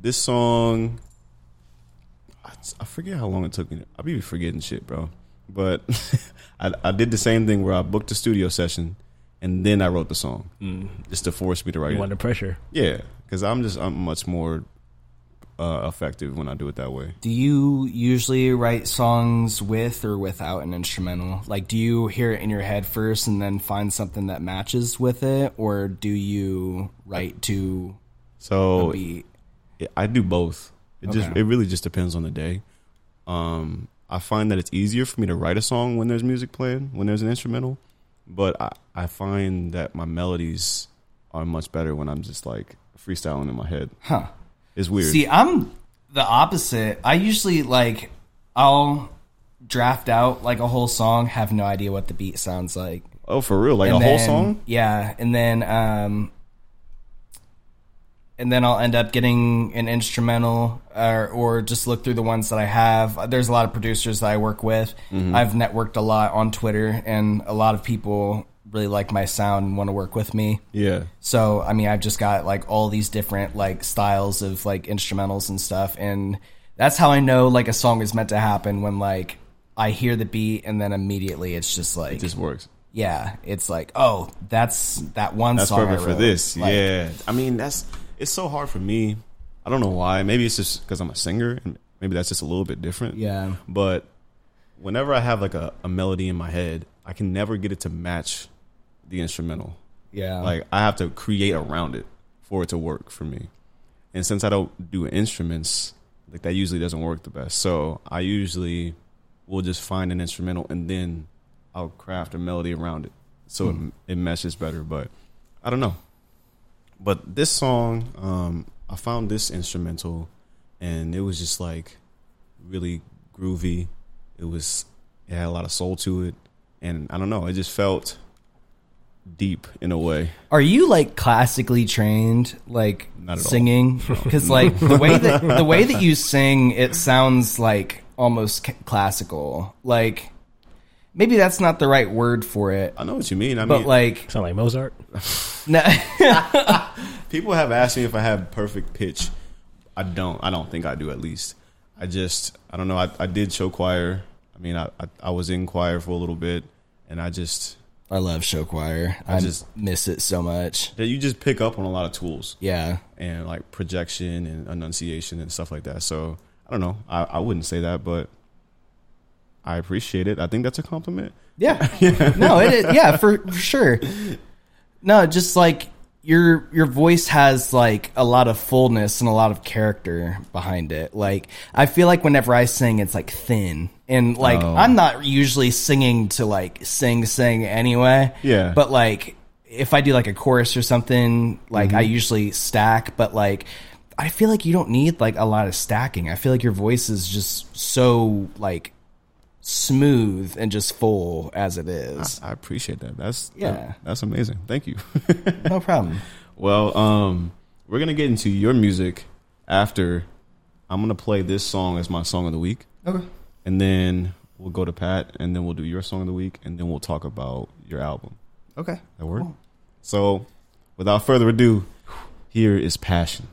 S2: This song, I, I forget how long it took me. to- I be forgetting shit, bro. But (laughs) I, I did the same thing where I booked a studio session and then I wrote the song just to force me to write
S1: I'm
S2: it.
S1: under pressure.
S2: Yeah, because I'm just I'm much more uh, effective when I do it that way.
S5: Do you usually write songs with or without an instrumental? Like, do you hear it in your head first and then find something that matches with it, or do you write to
S2: So
S5: beat?
S2: it, I do both. It just
S5: Okay.
S2: it really just depends on the day. Um, I find that it's easier for me to write a song when there's music playing, when there's an instrumental, but I, I find that my melodies are much better when I'm just like freestyling in my head.
S5: Huh.
S2: It's weird.
S5: See, I'm the opposite. I usually like I'll draft out like a whole song, have no idea what the beat sounds like.
S2: oh, for real? Like a
S5: And
S2: whole
S5: then-
S2: song?
S5: Yeah, and then um and then I'll end up getting an instrumental or or just look through the ones that I have. There's a lot of producers that I work with.
S2: Mm-hmm.
S5: I've networked a lot on Twitter and a lot of people really like my sound and want to work with me.
S2: Yeah.
S5: So I mean, I've just got like all these different like styles of like instrumentals and stuff, and that's how I know like a song is meant to happen when like I hear the beat and then immediately it's just like
S2: This works.
S5: yeah, it's like oh that's that one
S2: That's
S5: song I
S2: perfect for
S5: wrote.
S2: this.
S5: Like,
S2: yeah. I mean, that's it's so hard for me. I don't know why. Maybe it's just because I'm a singer, and maybe that's just a little bit different.
S5: Yeah.
S2: But whenever I have like a, a melody in my head, I can never get it to match the instrumental.
S5: yeah,
S2: Uh-huh. Like I have to create around it for it to work for me. And since I don't do instruments, like that usually doesn't work the best. So I usually will just find an instrumental and then I'll craft a melody around it so it, it meshes better. But I don't know. But this song, um, I found this instrumental and it was just like really groovy. It was it had a lot of soul to it, and I don't know. It just felt deep in a way.
S5: Are you like classically trained, like
S2: Not at all.
S5: singing? (laughs) Because like the
S2: (laughs)
S5: way that the way that you sing, it sounds like almost c- classical. Like maybe that's not the right word for it,
S2: I know what you mean. I
S5: but
S2: mean,
S5: like
S1: Sound like Mozart.
S5: no.
S2: people have asked me if I have perfect pitch. I don't. I don't think I do. At least I just. I don't know. I, I did show choir. I mean, I, I I was in choir for a little bit, and I just
S5: I love show choir. I,
S2: just-
S5: just miss it so much.
S2: that you just pick up on a lot of tools.
S5: Yeah.
S2: and like projection and enunciation and stuff like that. So I don't know. I, I wouldn't say that, but I appreciate it. I think that's a compliment. (laughs)
S5: Yeah. no, it is. Yeah, for, for sure. No, just like your your voice has like a lot of fullness and a lot of character behind it. Like I feel like whenever I sing it's like thin. And like
S2: Oh.
S5: I'm not usually singing to like sing sing anyway.
S2: Yeah.
S5: But like if I do like a chorus or something, like I
S2: Mm-hmm.
S5: usually stack, but like I feel like you don't need like a lot of stacking. I feel like your voice is just so like smooth and just full as it is.
S2: I appreciate that. That's
S5: Yeah.
S2: that's amazing. Thank you.
S5: (laughs) No problem.
S2: well, um, we're gonna get into your music after. I'm gonna play this song as my song of the week,
S5: Okay.
S2: and then we'll go to Pat, and then we'll do your song of the week, and then we'll talk about your album.
S5: Okay.
S2: That work? So, without further ado, here is passion.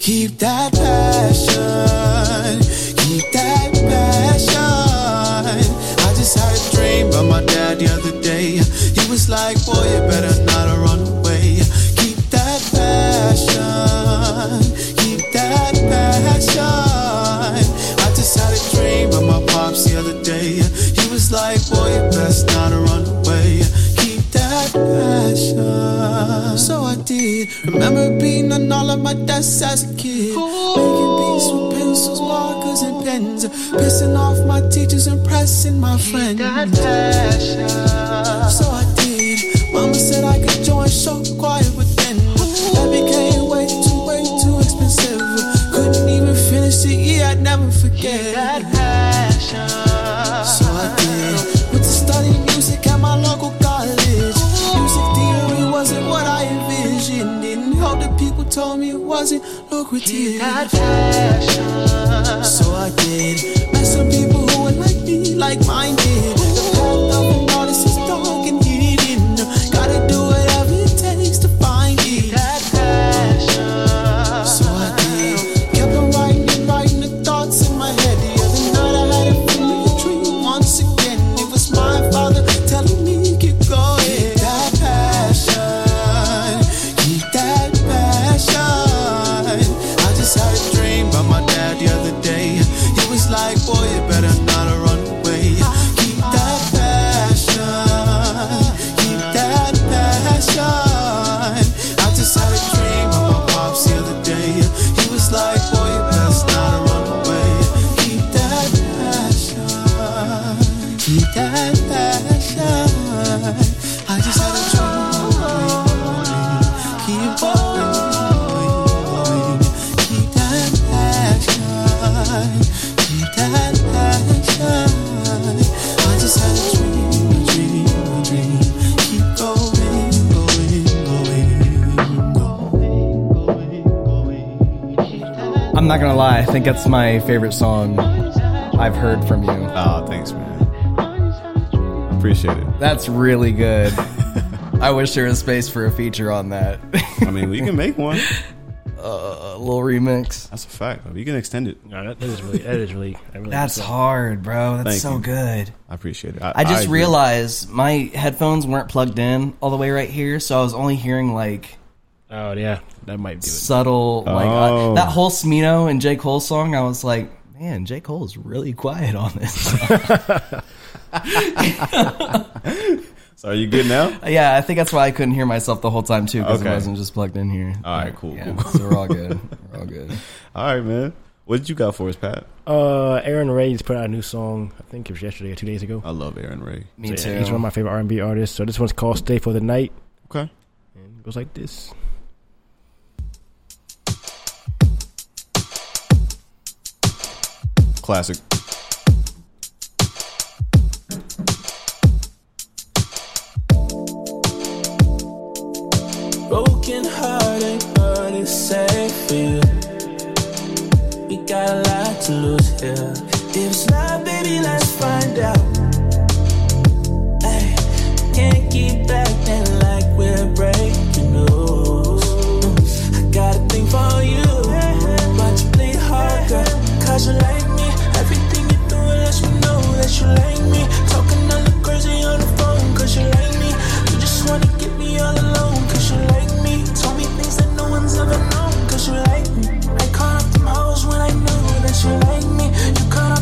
S6: Keep that passion. Keep that passion. I just had a dream about my dad the other day. It's like, boy, you better not run away. Keep that passion, keep that passion. I just had a dream of my pops the other day. He was like, boy, you best not run away. Keep that passion. So I did. Remember being on all of my desks as a kid. Making beats with pencils, markers, and pens. Pissing off my teachers and pressing my friends. So I did. Mama said I could join so quiet within. That became way too, way too expensive. Couldn't even finish the year, I'd never forget. So I did. Went to study music at my local college. Music theory wasn't what I envisioned. And all the people told me it wasn't lucrative. So I did. Met some people who were like me, like mine did. The path of an artist is dark and hidden. Gotta do whatever it takes to find it. So I did. Kept on writing and writing the thoughts in my head. The other night I had a familiar dream once again. It was my father telling me, keep going. Keep that passion. Keep that passion. I just had a dream about my dad the other day. He was like, boy, you better not run away. Keep that passion. Keep that passion. I just had a dream of my pops the other day. He was like, boy, you best not run away. Keep that passion. Keep that passion. I just had a dream. Keep going, going, keep that passion, keep that passion. I just had a dream, a dream, a dream. Keep going, going, going, going, going, going. Keep that.
S5: I'm not gonna lie, I think that's my favorite song I've heard from you.
S2: Ah, thanks, man. Appreciate it.
S5: That's really (laughs) good. I wish there was space for a feature on that. (laughs)
S2: I mean, we can make one.
S5: a little remix.
S2: That's a fact. though. We can extend it.
S1: No, that, that is really, that is really, I really
S5: That's
S1: like
S5: hard, bro. That's
S2: Thank
S5: so
S2: you.
S5: good.
S2: I appreciate it.
S5: I just
S2: agree.
S5: realized my headphones weren't plugged in all the way right here, so I was only hearing like
S1: that. Oh yeah, that might do it.
S5: subtle, like uh,
S2: Oh.
S5: that whole Smino and J Cole song. I was like, man, J Cole is really quiet on this. (laughs)
S2: So are you good now?
S5: yeah, I think that's why I couldn't hear myself the whole time too because
S2: Okay.
S5: I wasn't just plugged in here.
S2: All right, cool.
S5: Yeah,
S2: cool.
S5: so we're all good.
S2: (laughs)
S5: We're all good.
S2: All right, man. What did you got for us, Pat?
S1: Uh, Aaron Ray's put out a new song. I think it was yesterday or two days ago.
S2: I love Aaron Ray.
S5: Me
S1: So,
S5: Oh, too.
S1: yeah, he's one of my favorite R and B artists. So this one's called "Stay for the Night."
S2: Okay.
S1: And it goes like this.
S2: Classic.
S6: Broken heart ain't hard to save for you. We got a lot to lose here. If it's love, baby, let's find out. Ay, can't keep acting like we're breaking news. Mm, I got a thing for you, but you play hard, girl. Cause you like me. Everything you do, unless you know that you like me. Talking all the crazy on the phone, cause you like me. You just wanna get me all alone, cause you like me. Told me things that no one's ever known, cause you like me. I caught up them hoes when I knew that you like me. You caught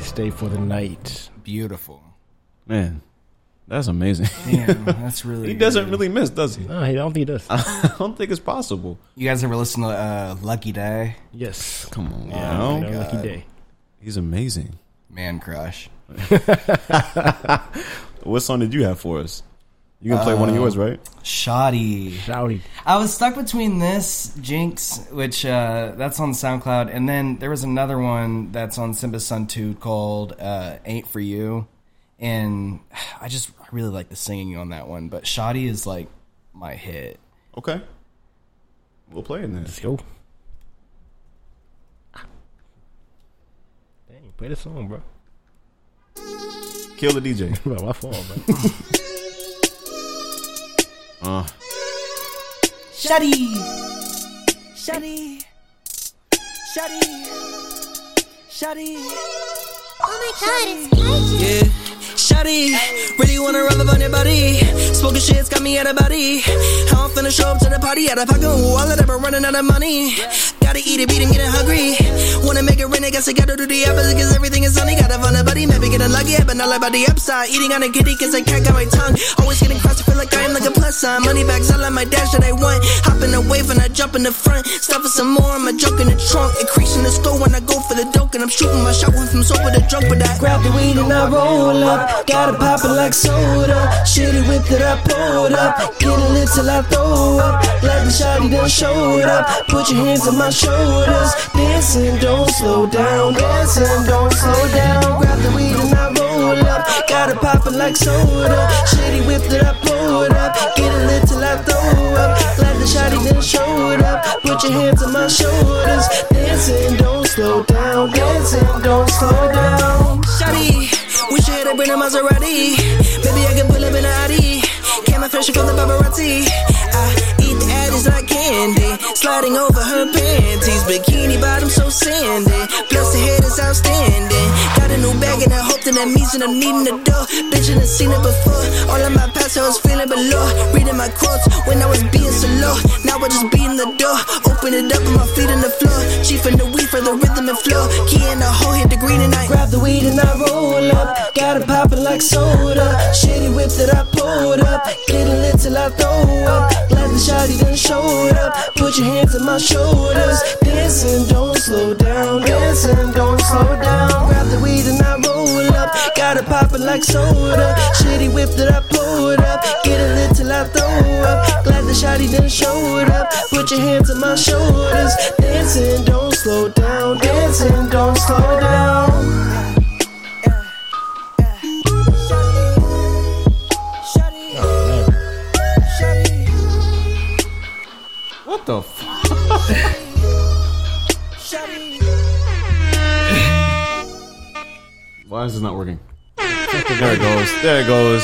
S1: stay for the night.
S5: Beautiful.
S2: Man, that's amazing.
S5: Damn, that's
S2: (laughs)
S5: really.
S2: he doesn't really miss, does he?
S1: No, I don't think he does.
S2: I don't think it's possible.
S5: You guys ever listen to uh, Lucky Day?
S1: yes.
S2: Come on,
S1: Oh,
S2: you know?
S1: lucky day.
S2: he's amazing.
S5: Man crush.
S2: What song did you have for us? You gonna play one of yours, right?
S5: Shoddy.
S1: Shouty.
S5: I was stuck between this Jinx, which uh, that's on SoundCloud, and then there was another one that's on Simba Sun Two called uh, "Ain't for You," and (sighs) I just I really like the singing on that one. But Shoddy is like my hit.
S2: Okay, we'll play it then.
S1: Let's go. Dang, play the song, bro.
S2: Kill the DJ.
S1: bro my fault, bro.
S2: (laughs) Uh,
S5: Shoddy.
S7: Shuddy. Shuddy. Shuddy. Oh my god, it's Yeah. Shuddy. Really wanna rub up on your body. Smoking shit's got me out of body. How I'm finna show up to the party out of pocket. Ooh, all of that, but running out of money. Gotta eat it, beat him, getting hungry. Wanna make it rain, I guess I gotta do the opposite, cause everything is sunny. Gotta find a buddy, maybe getting lucky, but not about the upside. Eating on a kitty, cause I can't got my tongue. Always getting crossed, I feel like I am like a plus sign. Money bags, all of my dash that I want. Hopping a wave and I jump in the front. Stuffing some more, I'm a joke in the trunk. Increasing the score when I go for the dope, and I'm shooting my shot, went from sober to drunk, but I grab the weed and I roll up. Gotta pop it like soda. Shitty whip that I pulled up. Get a lit till I throw up. Like the shotty done showed up. Put your hands on my shoulders. Dancing, don't slow down. Dancing, don't slow down. Grab the weed and I roll up. Gotta pop it like soda. Shitty whip that I pulled up. Get a lit till I throw up. Like the shotty done showed up. Put your hands on my shoulders. Dancing, don't slow down. Dancing, don't slow down. Shotty, wish I had a brand of Maserati. Maybe I could pull up in a Audi. Camera fishing from the paparazzi. I eat the Addies like candy. Sliding over her panties. Bikini bottom so sandy. Plus the head is outstanding. Got a new bag and I hope that that means that I'm needing a door. Bitch, I done seen it before. All of my past, I was feeling below. Reading my quotes when I was being so low. Now I just beating the door. Open it up and my feet on the floor. Chief in the weed for the rhythm and flow. Key in the hole, hit the green and I grab the weed and I roll up. Gotta pop it like soda. Shitty whip that I pulled up. Get a lit till I throw up. Glad the shawty done showed up. Put your hands on my shoulders. Dancing, don't slow down. Dancing, don't slow down. Grab the weed and I roll up. Gotta pop it like soda. Shitty whip that I pulled up. Get a lit till I throw up. Glad the shawty done showed up. Put your hands on my shoulders. Dancing, don't slow down. Dancing, don't slow down.
S2: what the? F- Why is this not working? there it goes. There it goes.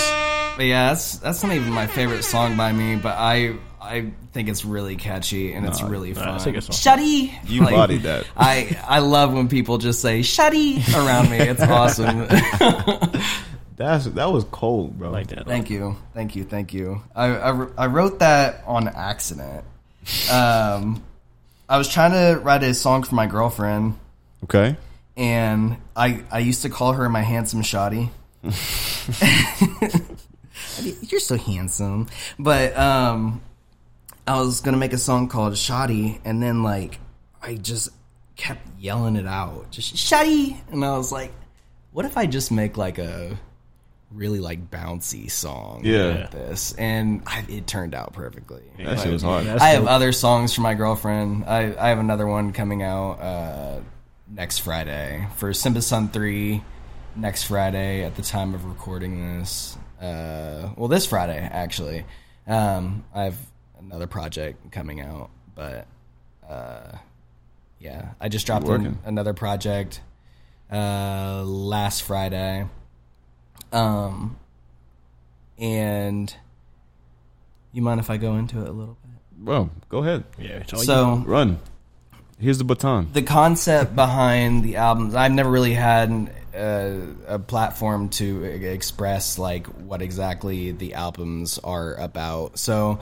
S5: But yeah, that's that's not even my favorite song by me, but I I think it's really catchy and it's really fun.
S1: it's a good song.
S5: Shuddy,
S2: You bodied that.
S5: I I love when people just say shuddy around
S2: (laughs)
S5: me. It's awesome. (laughs)
S2: That's that was cold, bro.
S1: like that.
S5: thank you, thank you, thank you. I I, wr- I wrote that on accident. Um, I was trying to write a song for my girlfriend,
S2: Okay.
S5: and I I used to call her my handsome shoddy. You're so handsome, but um, I was gonna make a song called Shoddy, and then like I just kept yelling it out, just Shoddy, and I was like, what if I just make like a really like bouncy song
S2: Yeah.
S5: with this and I, it turned out perfectly
S2: That shit was
S1: (laughs)
S2: hard.
S1: That's
S5: I have
S1: dope.
S5: other songs for my girlfriend. I, I have another one coming out uh, next Friday for Simba Sun 3 next Friday at the time of recording this. Uh, well, this Friday, actually. Um, I have another project coming out, but uh, yeah, I just dropped in
S2: Working.
S5: another project uh, last Friday. Um, and you mind if I go into it a little bit?
S2: Bro, go ahead.
S1: Yeah, it's all you.
S5: So
S2: Run. Here's the baton.
S5: the concept behind the albums, I've never really had uh, a platform to e- express like what exactly the albums are about. So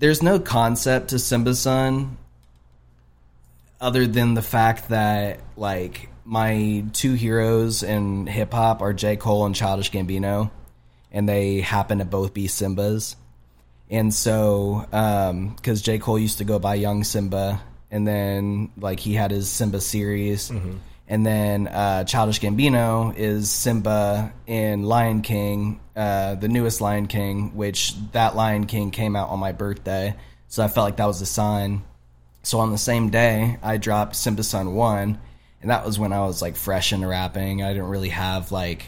S5: there's no concept to Simba Sun. other than the fact that like my two heroes in hip hop are J Cole and Childish Gambino, and they happen to both be Simba's. And so, because J Cole used to go by Young Simba, and then like he had his Simba series, and then uh, Childish Gambino is Simba in Lion King, uh, the newest Lion King, which that Lion King came out on my birthday, so I felt like that was a sign. So on the same day, I dropped Simba Sun 1, and that was when I was like fresh into rapping. I didn't really have like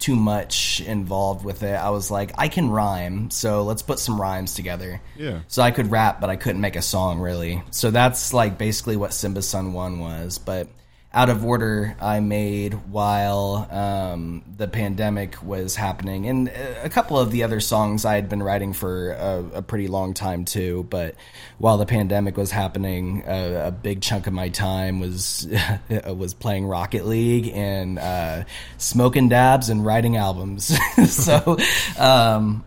S5: too much involved with it. I was like, I can rhyme, so let's put some rhymes together.
S2: Yeah.
S5: So I could rap, but I couldn't make a song really. So that's like basically what Simba Sun 1 was. But out of order, I made while um, the pandemic was happening. And uh, a couple of the other songs I had been writing for a, a pretty long time too. But while the pandemic was happening, uh, a big chunk of my time was, (laughs) was playing Rocket League and uh, smoking dabs and writing albums. (laughs) so. Um,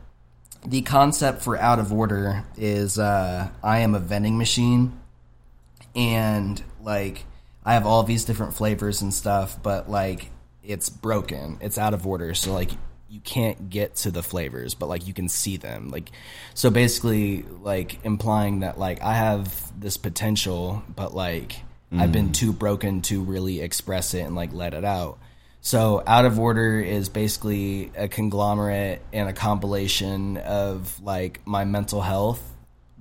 S5: the concept for out of order is uh, I am a vending machine, and like I have all these different flavors and stuff, but like it's broken, it's out of order, so like you can't get to the flavors, but like you can see them, like so basically like implying that like I have this potential, but like I've been too broken to really express it and like let it out. So, Out of Order is basically a conglomerate and a compilation of like my mental health,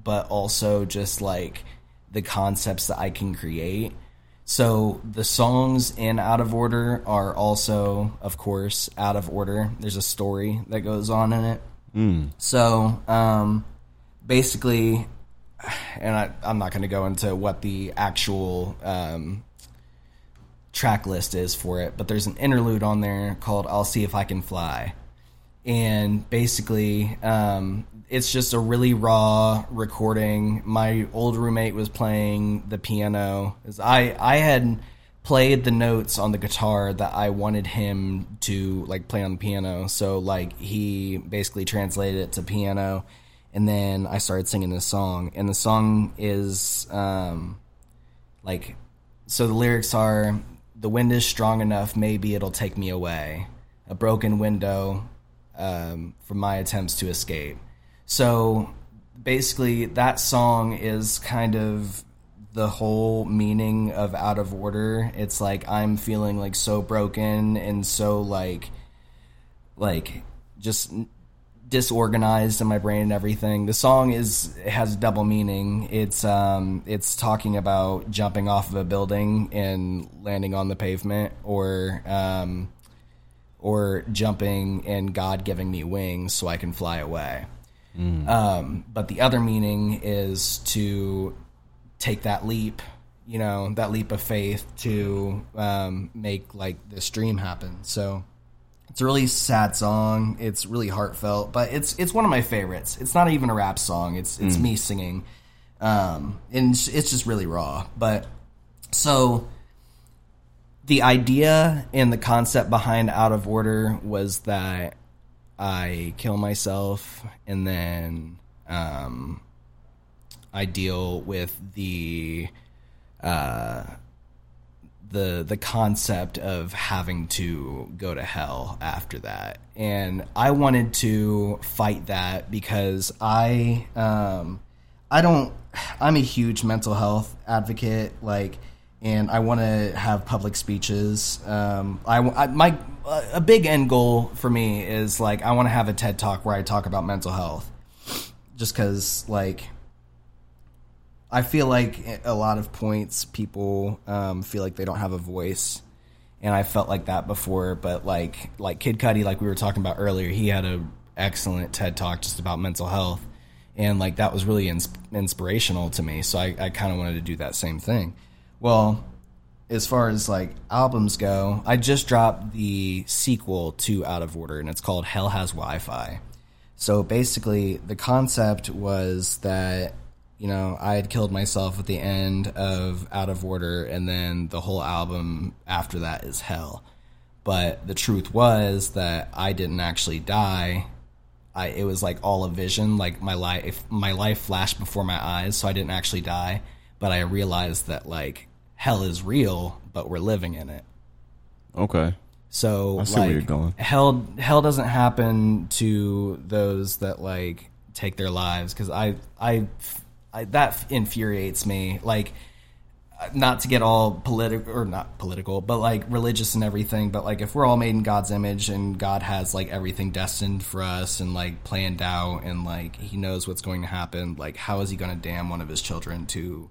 S5: but also just like the concepts that I can create. So, the songs in Out of Order are also, of course, out of order. There's a story that goes on in it. So, um, basically, and I, I'm not going to go into what the actual um, track list is for it, but there's an interlude on there called I'll See If I Can Fly. And basically, um, it's just a really raw recording. My old roommate was playing the piano. 'Cause I, I had played the notes on the guitar that I wanted him to like play on the piano. So like he basically translated it to piano and then I started singing this song. And the song is um like so the lyrics are the wind is strong enough maybe it'll take me away a broken window um, from my attempts to escape so basically that song is kind of the whole meaning of out of order it's like i'm feeling like so broken and so like like just disorganized in my brain and everything. The song is has double meaning. It's um it's talking about jumping off of a building and landing on the pavement or um or jumping and God giving me wings so I can fly away. Um, but the other meaning is to take that leap, you know, that leap of faith to um, make like this dream happen. So it's a really sad song. It's really heartfelt, but it's it's one of my favorites. It's not even a rap song. It's it's me singing, um, and it's, it's just really raw. But so the idea and the concept behind Out of Order was that I kill myself and then um, I deal with the uh, the the concept of having to go to hell after that and i wanted to fight that because i um i don't i'm a huge mental health advocate like and i want to have public speeches um i, I my a big end goal for me is like i want to have a ted talk where i talk about mental health just because like I feel like a lot of points people um, feel like they don't have a voice, and I felt like that before. But like like Kid Cudi, like we were talking about earlier, he had a excellent TED talk just about mental health, and like that was really ins- inspirational to me. So I, I kind of wanted to do that same thing. Well, as far as like albums go, I just dropped the sequel to Out of Order, and it's called Hell Has Wi-Fi. So basically, the concept was that you know I had killed myself at the end of Out of Order, and then the whole album after that is hell. But the truth was that I didn't actually die. I, it was like all a vision, like my life, my life flashed before my eyes, so I didn't actually die. but I realized that like hell is real, but we're living in it.
S2: Okay.
S5: So
S2: I see where
S5: like,
S2: you're going.
S5: Hell, hell doesn't happen to those that like take their lives because I, I, I, that infuriates me. Like, uh, not to get all political or not political, but like religious and everything. But like, if we're all made in God's image and God has like everything destined for us and like planned out and like He knows what's going to happen, like how is He going to damn one of His children to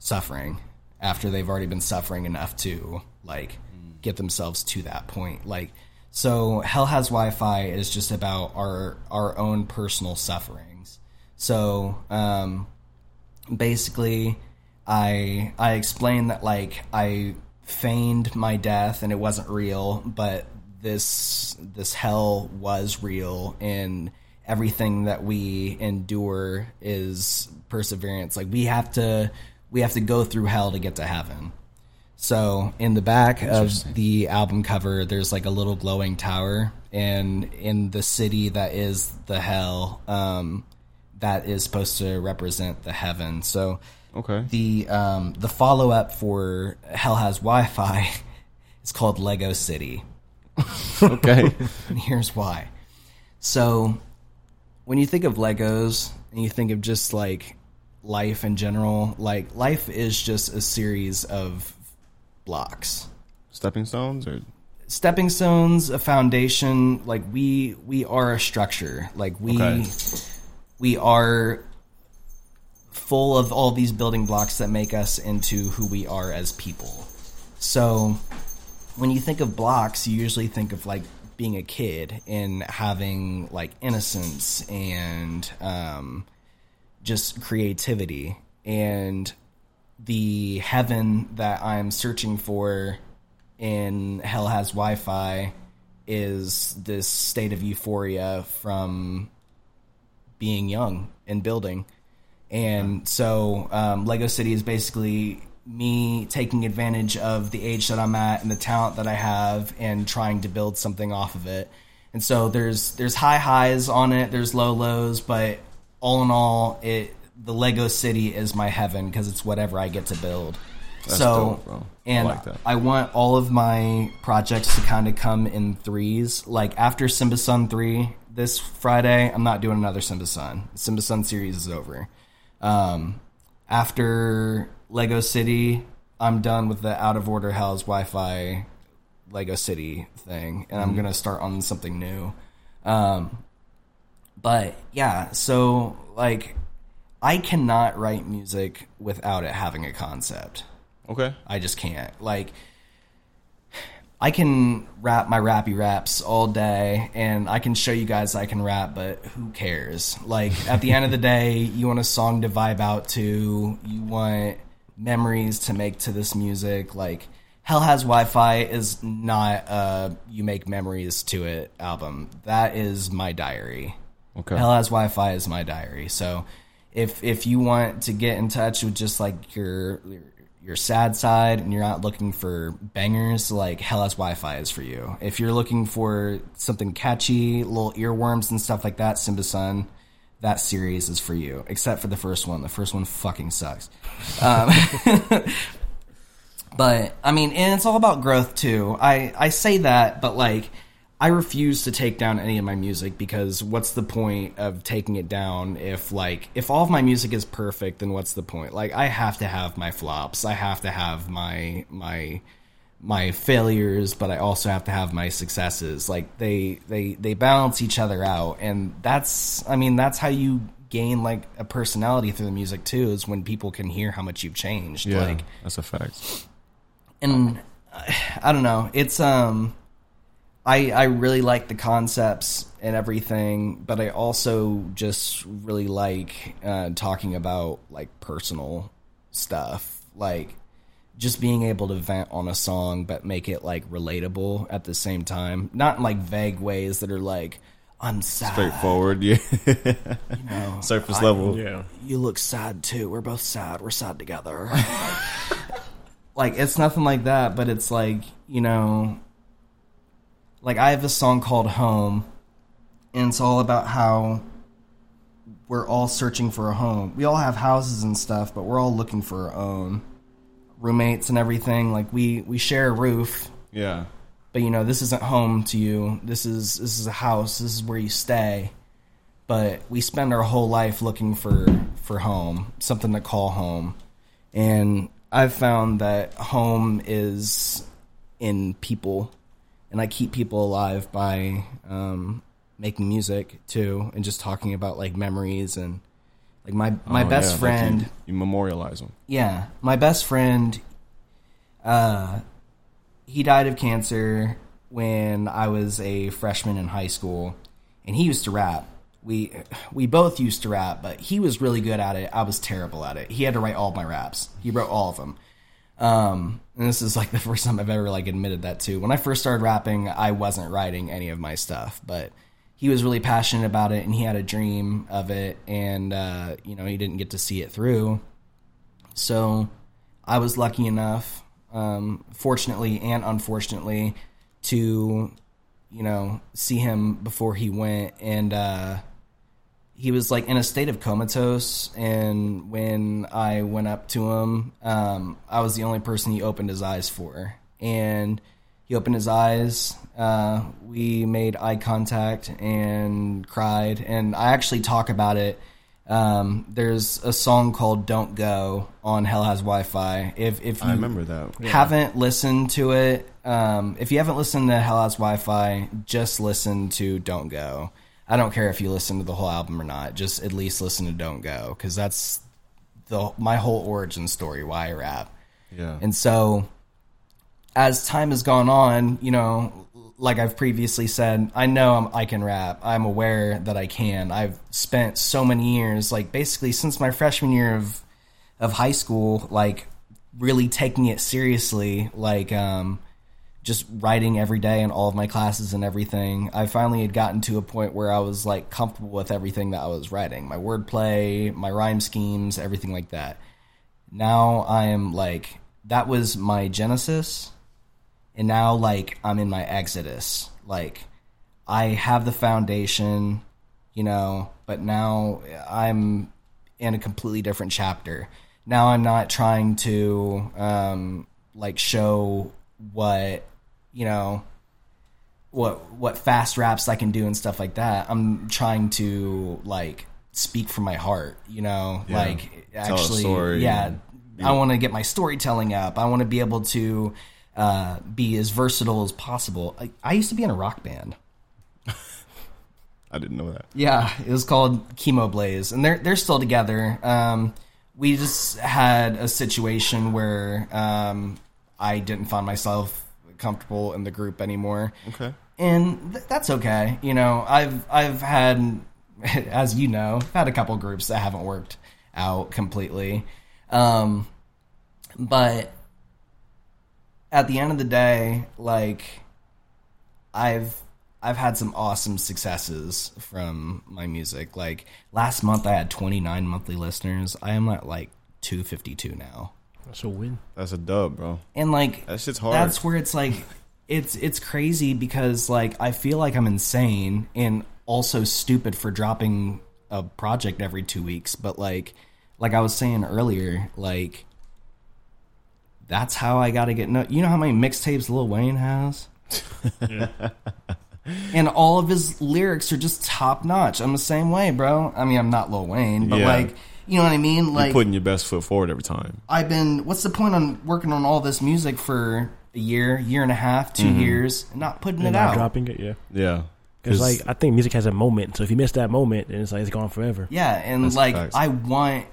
S5: suffering after they've already been suffering enough to like get themselves to that point like so hell has wi-fi is just about our our own personal sufferings so um basically i i explained that like i feigned my death and it wasn't real but this this hell was real and everything that we endure is perseverance like we have to we have to go through hell to get to heaven so in the back of the album cover, there's like a little glowing tower, and in the city that is the hell, um, that is supposed to represent the heaven. So
S2: Okay.
S5: the um, the follow up for Hell Has Wi-Fi (laughs) is called Lego City.
S2: Okay. (laughs)
S5: And here's why. So, when you think of Legos and you think of just like life in general, like life is just a series of blocks,
S2: Stepping stones or
S5: stepping stones, a foundation. Like we we are a structure. Like we
S2: Okay.
S5: we are full of all these building blocks that make us into who we are as people. So when you think of blocks, you usually think of like being a kid and having like innocence and um, just creativity. And the heaven that I'm searching for in Hell Has Wi Fi is this state of euphoria from being young and building. And so, um, Lego City is basically me taking advantage of the age that I'm at and the talent that I have, and trying to build something off of it. And so, there's there's high highs on it, there's low lows, but all in all, it the Lego City is my heaven because it's whatever I get to build. so,
S2: dope, bro. I
S5: and
S2: like that.
S5: I want all of my projects to kind of come in threes. Like after Simba Sun 3 this Friday, I'm not doing another Simba Sun. Simba Sun series is over. Um, after Lego City, I'm done with the out of order hell's Wi Fi Lego City thing, and I'm going to start on something new. Um, but yeah, so like I cannot write music without it having a concept.
S2: Okay.
S5: I just can't. Like, I can rap my rappy raps all day, and I can show you guys I can rap, but who cares? Like, at the end of the day, you want a song to vibe out to, you want memories to make to this music. Like, Hell Has Wi Fi is not a you make memories to it album. That is my diary.
S2: Okay.
S5: Hell has Wi-Fi is my diary. So if if you want to get in touch with just like your your sad side and you're not looking for bangers, like Hell has Wi-Fi is for you. If you're looking for something catchy, little earworms and stuff like that, Simba Sun, that series is for you. Except for the first one. The first one fucking sucks. Um, (laughs) But I mean, and it's all about growth too. I I say that, but like I refuse to take down any of my music because what's the point of taking it down if like if all of my music is perfect, then what's the point? Like I have to have my flops. I have to have my my my failures, but I also have to have my successes. Like they they they balance each other out, and that's I mean that's how you gain like a personality through the music too is when people can hear how much you've changed.
S2: Yeah.
S5: Like
S2: that's a fact.
S5: and uh, I don't know. It's um, I I really like the concepts and everything, but I also just really like uh, talking about like personal stuff, like just being able to vent on a song, but make it like relatable at the same time, not in like vague ways that are like I'm sad.
S2: Straightforward. Yeah. (laughs) Surface level.
S1: Yeah.
S5: you look sad too. We're both sad. We're sad together. like it's nothing like that, but it's like, you know, like I have a song called Home and it's all about how we're all searching for a home. We all have houses and stuff, but we're all looking for our own roommates and everything. Like we we share a roof,
S2: Yeah.
S5: but you know this isn't home to you. This is this is a house. This is where you stay. But we spend our whole life looking for for home, something to call home. And I've found that home is in people, and I keep people alive by um, making music too, and just talking about like memories and like my my
S2: Oh,
S5: best
S2: yeah, like
S5: friend
S2: you, you memorialize them.
S5: yeah, my best friend, uh, he died of cancer when I was a freshman in high school, and he used to rap. We we both used to rap, but he was really good at it. I was terrible at it. He had to write all my raps. He wrote all of them. Um, and this is like the first time I've ever like admitted that too. When I first started rapping, I wasn't writing any of my stuff, but he was really passionate about it, and he had a dream of it, and uh, you know he didn't get to see it through. So I was lucky enough, um, fortunately and unfortunately, to you know see him before he went, and uh, he was like in a state of comatose. And when I went up to him, um, I was the only person he opened his eyes for, and he opened his eyes. Uh, we made eye contact and cried, and I actually talk about it um, there's a song called "Don't Go" on Hell Has Wi-Fi. If if you
S2: I remember that.
S5: haven't listened to it, um, if you haven't listened to Hell Has Wi-Fi, just listen to "Don't Go." I don't care if you listen to the whole album or not. Just at least listen to "Don't Go" because that's the my whole origin story why I rap.
S2: Yeah.
S5: And so, as time has gone on, you know, like I've previously said, I know I'm, I can rap. I'm aware that I can. I've spent so many years, like basically since my freshman year of of high school, like really taking it seriously, like um, just writing every day in all of my classes and everything. I finally had gotten to a point where I was like comfortable with everything that I was writing, my wordplay, my rhyme schemes, everything like that now I am like that was my genesis and now like I'm in my exodus like I have the foundation you know but now I'm in a completely different chapter now I'm not trying to um like show what you know what what fast raps I can do and stuff like that I'm trying to like speak from my heart you know like
S2: a
S5: actually
S2: story
S5: yeah
S2: and-
S5: I want to get my storytelling up. I want to be able to uh, be as versatile as possible. I, I used to be in a rock band.
S2: I didn't know that.
S5: Yeah, it was called Chemo Blaze, and they're they're still together. Um, we just had a situation where um, I didn't find myself comfortable in the group anymore.
S2: Okay.
S5: and th- that's okay. You know, I've I've had, (laughs) as you know, I've had a couple groups that haven't worked out completely, um, but at the end of the day, like I've I've had some awesome successes from my music. Like last month, I had 29 monthly listeners. I am at like 252 now,
S1: That's a win.
S2: That's a dub, bro.
S5: and like
S2: That shit's hard.
S5: that's where it's like it's it's crazy because like I feel like I'm insane and also stupid for dropping a project every 2 weeks but like like I was saying earlier like that's how I got to get no you know how many mixtapes Lil Wayne has and all of his lyrics are just top notch I'm the same way bro I mean I'm not Lil Wayne but
S2: Yeah.
S5: like you know what I mean like
S2: You're putting your best foot forward every time.
S5: I've been. What's the point on working on all this music for a year, year and a half, 2
S2: Mm-hmm.
S5: years, and not putting it
S1: And
S5: out?
S1: not dropping it, yeah.
S2: Yeah.
S1: Because like I think music has a moment, so if you miss that moment, then it's like it's gone forever.
S5: Yeah, and
S2: That's
S5: like
S2: facts.
S5: I want,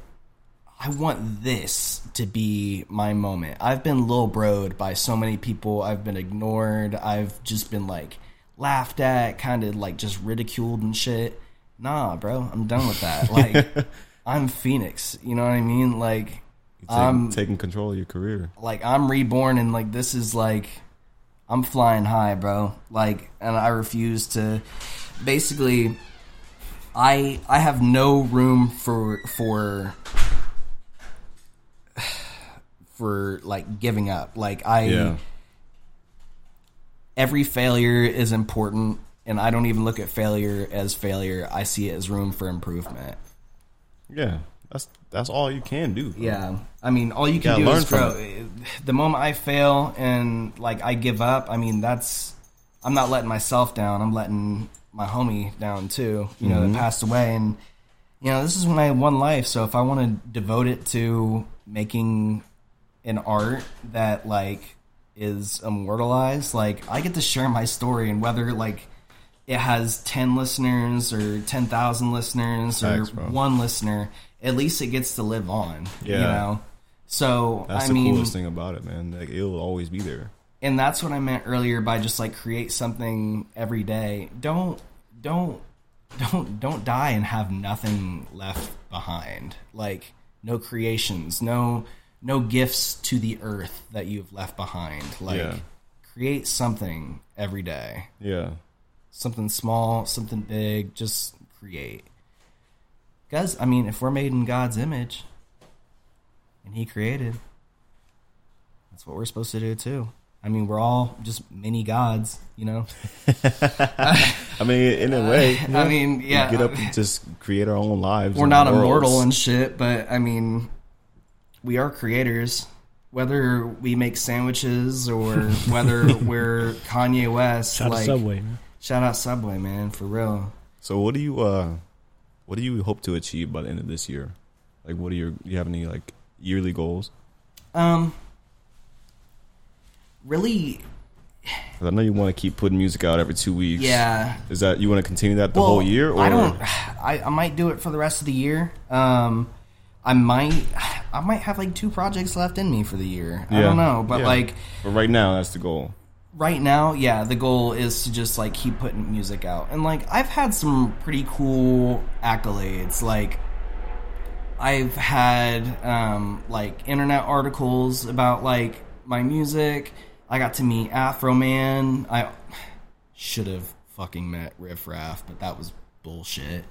S5: I want this to be my moment. I've been low broed by so many people. I've been ignored. I've just been like laughed at, kind of like just ridiculed and shit. Nah, bro, I'm done with that.
S2: (laughs)
S5: Like, I'm Phoenix. You know what I mean? Like,
S2: Take-
S5: I'm
S2: taking control of your career.
S5: like I'm reborn and like this is like I'm flying high, bro. Like and I refuse to basically I I have no room for for (sighs) for like giving up. Like I
S2: Yeah.
S5: every failure is important and I don't even look at failure as failure. I see it as room for improvement.
S2: Yeah, that's that's all you can do. bro.
S5: Yeah, I mean, all you
S2: gotta
S5: can do
S2: learn
S5: is
S2: from
S5: grow. (sighs) The moment I fail and like I give up, I mean, that's I'm not letting myself down. I'm letting my homie down too. You know,
S2: Mm-hmm.
S5: that passed away, and you know, this is when I had one life. So if I want to devote it to making an art that like is immortalized, like I get to share my story, and whether like it has 10 listeners or 10,000 listeners or
S2: Facts, bro.
S5: one listener, at least it gets to live on, you
S2: Yeah.
S5: know? So,
S2: That's
S5: I
S2: the
S5: mean,
S2: coolest thing about it, man. Like it'll always be there.
S5: and that's what I meant earlier by just like create something every day. Don't, don't, don't, don't die and have nothing left behind. Like, no creations, no, no gifts to the earth that you've left behind. Like,
S2: Yeah.
S5: create something every day
S2: Yeah.
S5: something small, something big, just create. Because, I mean, if we're made in God's image and He created, that's what we're supposed to do too. I mean, we're all just mini gods, you know? (laughs)
S2: I mean, in
S5: Uh,
S2: a way,
S5: I mean,
S2: we
S5: yeah. uh,
S2: get up and just create our own lives.
S5: we're
S2: and
S5: not
S2: worlds.
S5: immortal and shit, but I mean, we are creators. Whether we make sandwiches or
S2: (laughs)
S5: whether we're Kanye West,
S1: Shout out
S5: like,
S1: to Subway. man.
S5: Shout out Subway, man, for real.
S2: so, what do you uh, what do you hope to achieve by the end of this year? Like, what are your? Do you have any like yearly goals?
S5: Um, really,
S2: 'Cause I know you want to keep putting music out every two weeks.
S5: yeah.
S2: Is that you want to continue that the
S5: Well,
S2: whole year? Or
S5: I don't. (sighs) I, I might do it for the rest of the year. Um, I might. (sighs) I might have like two projects left in me for the year. I
S2: Yeah.
S5: don't know, but
S2: Yeah.
S5: like
S2: But right now, that's the goal.
S5: right now, yeah, the goal is to just like keep putting music out. And like I've had some pretty cool accolades. Like I've had um like internet articles about like my music. I got to meet Afro Man. I should have fucking met Riff Raff, but that was bullshit.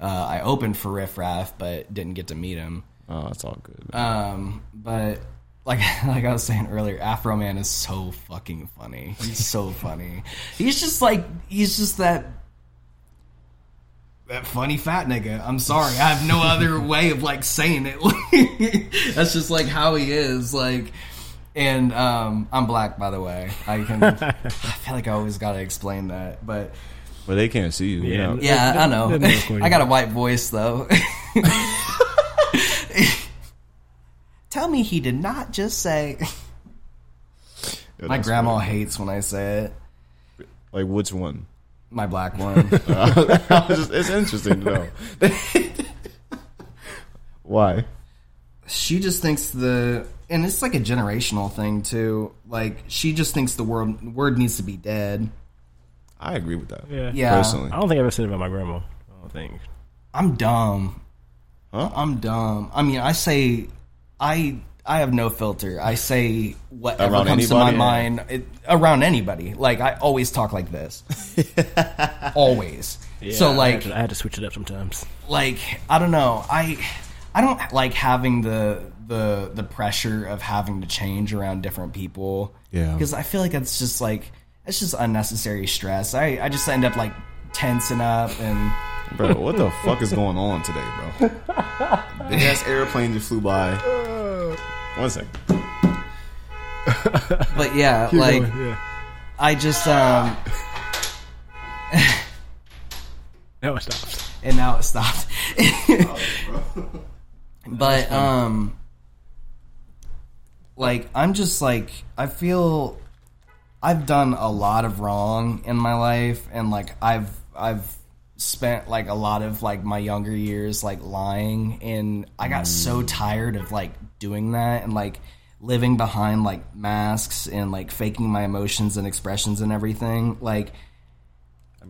S5: Uh, I opened for Riff Raff, but didn't get to meet him.
S2: Oh, that's all good. man.
S5: Um, but like (laughs) like I was saying earlier, Afro Man is so fucking funny. He's so funny. He's just like he's just that that funny fat nigga. I'm sorry, I have no other way of like saying it. (laughs) That's just like how he is. Like, and um, I'm black, by the way. I can. I feel like I always gotta explain that, but
S2: but they can't see you.
S1: Yeah.
S2: Yeah.
S5: yeah, I know.
S1: That milk one.
S5: (laughs) I got a white voice though. (laughs) Tell me he did not just say. My grandma hates when I say it.
S2: Like which one?
S5: My black one.
S2: It's- it's interesting though. Why?
S5: she just thinks the and it's like a generational thing too. Like she just thinks the word word needs to be dead.
S2: I agree with that.
S1: Yeah.
S5: Yeah.
S2: Personally.
S1: I don't think I ever said it about my grandma. I don't think.
S5: I'm dumb.
S2: Huh?
S5: I'm dumb. I mean, I say, I I have no filter. I say whatever
S2: Around
S5: comes to my
S2: anybody?
S5: mind it, around anybody. Like I always talk
S2: (laughs)
S5: like this, always. so
S1: I had,
S5: like
S1: to, I had to switch it up sometimes.
S5: like I don't know. I I don't like having the the the pressure of having to change around different people.
S2: Yeah.
S5: because I feel like it's just like it's just unnecessary stress. I I just end up like tensing up and.
S2: Bro, what the fuck is going on today, bro? Big ass airplane just flew by. One second.
S5: But yeah, like
S1: yeah.
S5: I just um
S1: Now it stops.
S5: and now it stopped. but um like I'm just like I feel I've done a lot of wrong in my life and like I've I've spent like a lot of like my younger years like lying and I got so tired of like doing that and like living behind like masks and like faking my emotions and expressions and everything like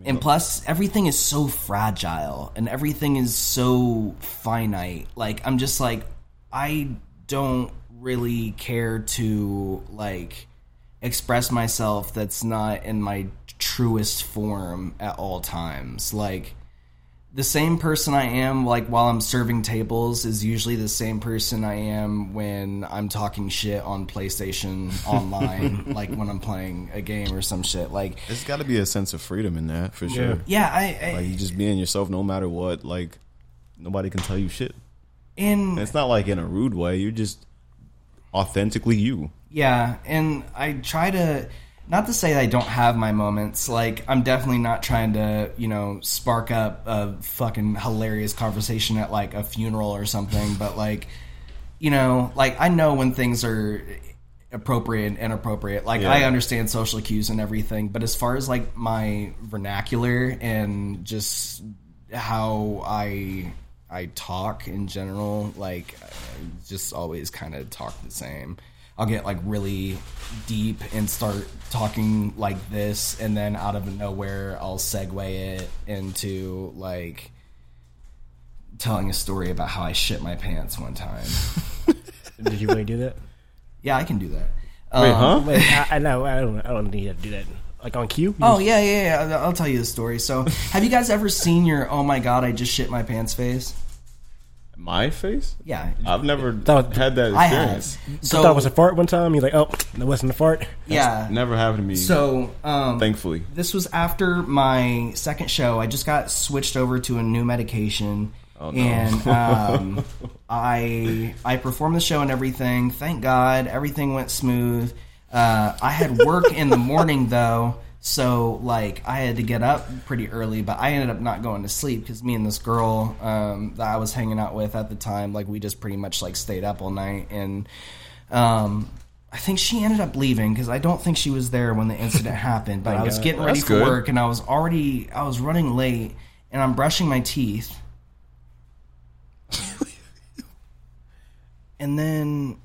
S5: and plus everything is so fragile and everything is so finite like i'm just like i don't really care to like express myself that's not in my truest form at all times like the same person I am like while I'm serving tables is usually the same person I am when I'm talking shit on PlayStation online like when I'm playing a game or some shit like
S2: There's gotta be a sense of freedom in that for sure.
S5: yeah I, I
S2: Like you just being yourself no matter what, like nobody can tell you shit.
S5: And
S2: It's not like in a rude way. You're just authentically you.
S5: Yeah, and I try to not to say that I don't have my moments. Like I'm definitely not trying to, you know, spark up a fucking hilarious conversation at like a funeral or something, but like you know, like I know when things are appropriate and inappropriate. Like
S2: Yeah.
S5: I understand social cues and everything, but as far as like my vernacular and just how I I talk in general, like I just always kind of talk the same. I'll get like really deep and start talking like this, and then out of nowhere, I'll segue it into like telling a story about how I shit my pants one time.
S1: (laughs) Did you really do that?
S5: Yeah, I can do that.
S2: Wait,
S5: Um,
S2: huh?
S1: Wait, I, I know. I don't. I don't need to do that. Like on cue. You
S5: Oh
S1: just-
S5: yeah, yeah, yeah. I'll- I'll tell you the story. So, have you guys ever seen your "Oh my god, I just shit my pants" face?
S2: My face?
S5: Yeah,
S2: I've never
S1: Thought-
S2: had that
S5: I have.
S2: experience.
S1: I
S5: So
S1: thought it was a fart one time. You're like, oh, that wasn't a fart.
S5: yeah.
S2: Never happened to me.
S5: So um,
S2: thankfully.
S5: this was after my second show. I just got switched over to a new medication. And um, I I performed the show and everything. Thank God, everything went smooth. Uh, I had work in the morning though, so like I had to get up pretty early. But I ended up not going to sleep because me and this girl um, that I was hanging out with at the time, like we just pretty much like stayed up all night. And um, I think she ended up leaving because I don't think she was there when the incident happened. But I was getting ready
S2: That's
S5: for
S2: good.
S5: work and I was already I was running late and I'm brushing
S2: (laughs)
S5: my teeth. and then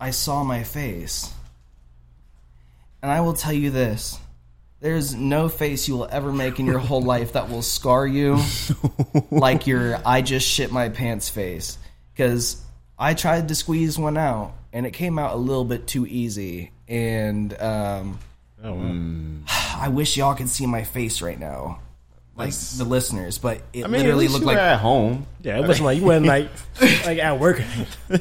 S5: I saw my face. And I will tell you this. There's no face you will ever make in your whole life that will
S2: (laughs)
S5: scar you like your I just shit my pants face. Because I tried to squeeze one out and it came out a little bit too easy. And um,
S2: Oh,
S5: (sighs) I wish y'all could see my face right now. Like the listeners, but it
S2: I mean,
S5: literally
S2: at least
S5: looked
S2: you
S5: like
S2: were at home.
S1: Yeah, it wasn't like you wasn't like like at work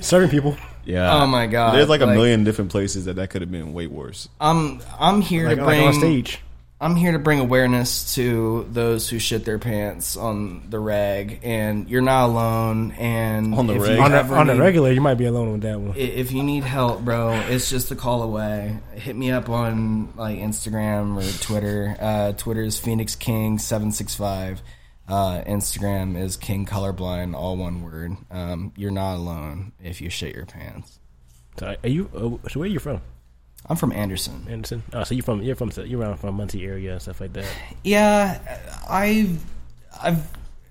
S1: serving people.
S2: Yeah.
S5: Oh my god. Um,
S2: There's like a million different places that that could have been way worse.
S5: I'm I'm here
S1: Like,
S5: to
S1: like
S5: bring
S1: on stage.
S5: I'm here to bring awareness to those who shit their pants on the rag, and you're not alone. And
S2: On the
S5: if you
S2: rag?
S1: On, a,
S5: ever
S1: on a
S5: need-
S1: regular, you might be alone with that one.
S5: i- if you need help, bro, it's just a call away. Hit me up on like Instagram or Twitter. Uh, Twitter is Phoenix King seven six five. Uh, Instagram is King Colorblind, all one word. Um, you're not alone if you shit your pants.
S1: So are you? Uh, so where are you from,
S5: I'm from Anderson.
S1: Anderson? Oh, so you from you're from you're around from Muncie area and stuff like that.
S5: Yeah, I've, I've,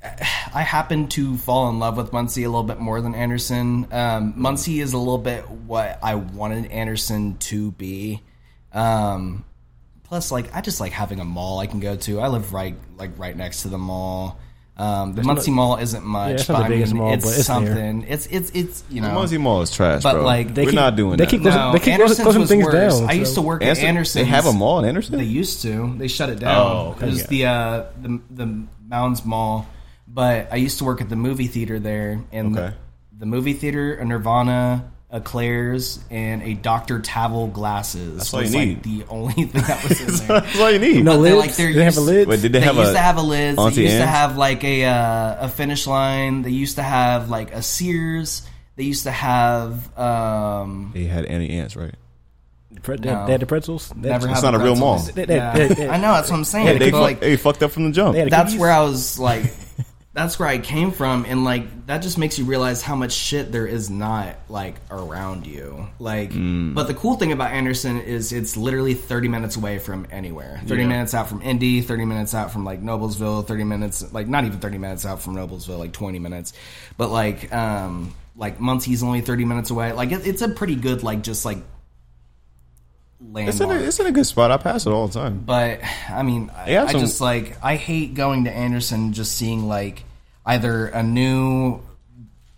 S5: I happen to fall in love with Muncie a little bit more than Anderson. Um, Muncie is a little bit what I wanted Anderson to be. Um, plus, like I just like having a mall I can go to. I live right, like right next to the mall. Um, the Muncie Mall isn't much,
S1: it's
S5: but
S1: not the
S5: I mean,
S1: biggest mall,
S5: it's,
S1: but it's there.
S5: something. It's it's it's you know.
S2: The Muncie Mall is trash,
S5: But,
S2: bro.
S5: like, they
S2: we're
S1: keep-
S2: not doing
S1: they
S2: that.
S1: keep-
S5: no,
S1: Closing- they keep
S5: Anderson's
S1: closing- closing
S5: was
S1: things
S5: worse.
S1: down,
S5: I used
S1: so-
S5: to work
S2: Anderson-
S5: at Anderson.
S2: They have a mall in Anderson. (laughs)
S5: They used to. They shut it
S2: Oh,
S5: down.
S2: okay.
S5: it was the, uh, the the Mounds Mall. But I used to work at the movie theater there, and
S2: Okay.
S5: the, the movie theater, a Nirvana, a Claire's, and a Dr. Tavel glasses. That's
S2: all you
S5: was
S2: need.
S5: Like the only (laughs) thing that was
S1: (laughs)
S5: in there.
S2: That's all you need.
S1: No
S5: But
S1: lids.
S5: they're like, they're
S1: Do they have a
S5: used-
S1: lid.
S2: Wait, did they,
S5: They,
S2: have
S5: used
S2: a?
S5: to have a Liz. They used
S2: Auntie
S5: to
S2: Anne's?
S5: have like a uh, a finish line. They used to have like a Sears. They used to have um,
S2: they had Annie Ants, right?
S1: Pre- they,
S5: No.
S1: they had the pretzels. They had-
S5: never.
S2: It's
S5: had
S2: not a real
S5: pretzels.
S2: mall.
S1: They- they-
S5: Yeah.
S1: they- they-
S5: I know that's what I'm saying.
S1: Yeah,
S2: They,
S5: but,
S2: fu-
S5: like,
S2: they fucked up from the jump.
S1: they had the
S5: that's
S1: cookies.
S5: where I was like, (laughs) that's where I came from, and like that just makes you realize how much shit there is not like around you. Like, but the cool thing about Anderson is it's literally thirty minutes away from anywhere. Thirty minutes out from Indy, thirty minutes out from like Noblesville, thirty minutes like not even thirty minutes out from Noblesville, like twenty minutes. But like, um, like Muncie's only thirty minutes away. Like, it, it's a pretty good like just like.
S2: It's in, a,
S5: Landmark
S2: it's in a good spot. I pass it all the time. (laughs)
S5: but I mean, I,
S2: have
S5: I
S2: some-
S5: just like I hate going to Anderson just seeing like either a new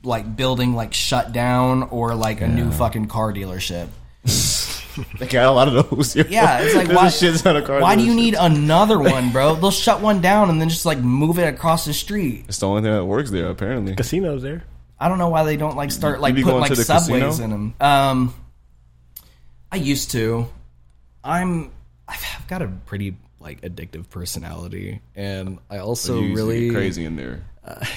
S5: like building like shut down or like a new fucking car dealership.
S2: They got a lot of those. (laughs) yo.
S5: Yeah, it's like
S2: There's
S5: why,
S2: a shit ton of car
S5: why do you
S2: dealerships.
S5: need another one, bro? They'll shut one down and then just like move it across the street.
S2: It's the only thing that works there, apparently.
S1: Casinos there.
S5: I don't know why they don't like start like
S2: be
S5: putting
S2: going
S5: like
S2: to the
S5: subways
S2: casino?
S5: in them. Um, I used to. I'm I've, I've got a pretty like addictive personality, and I also
S2: You used to get
S5: really
S2: crazy in there.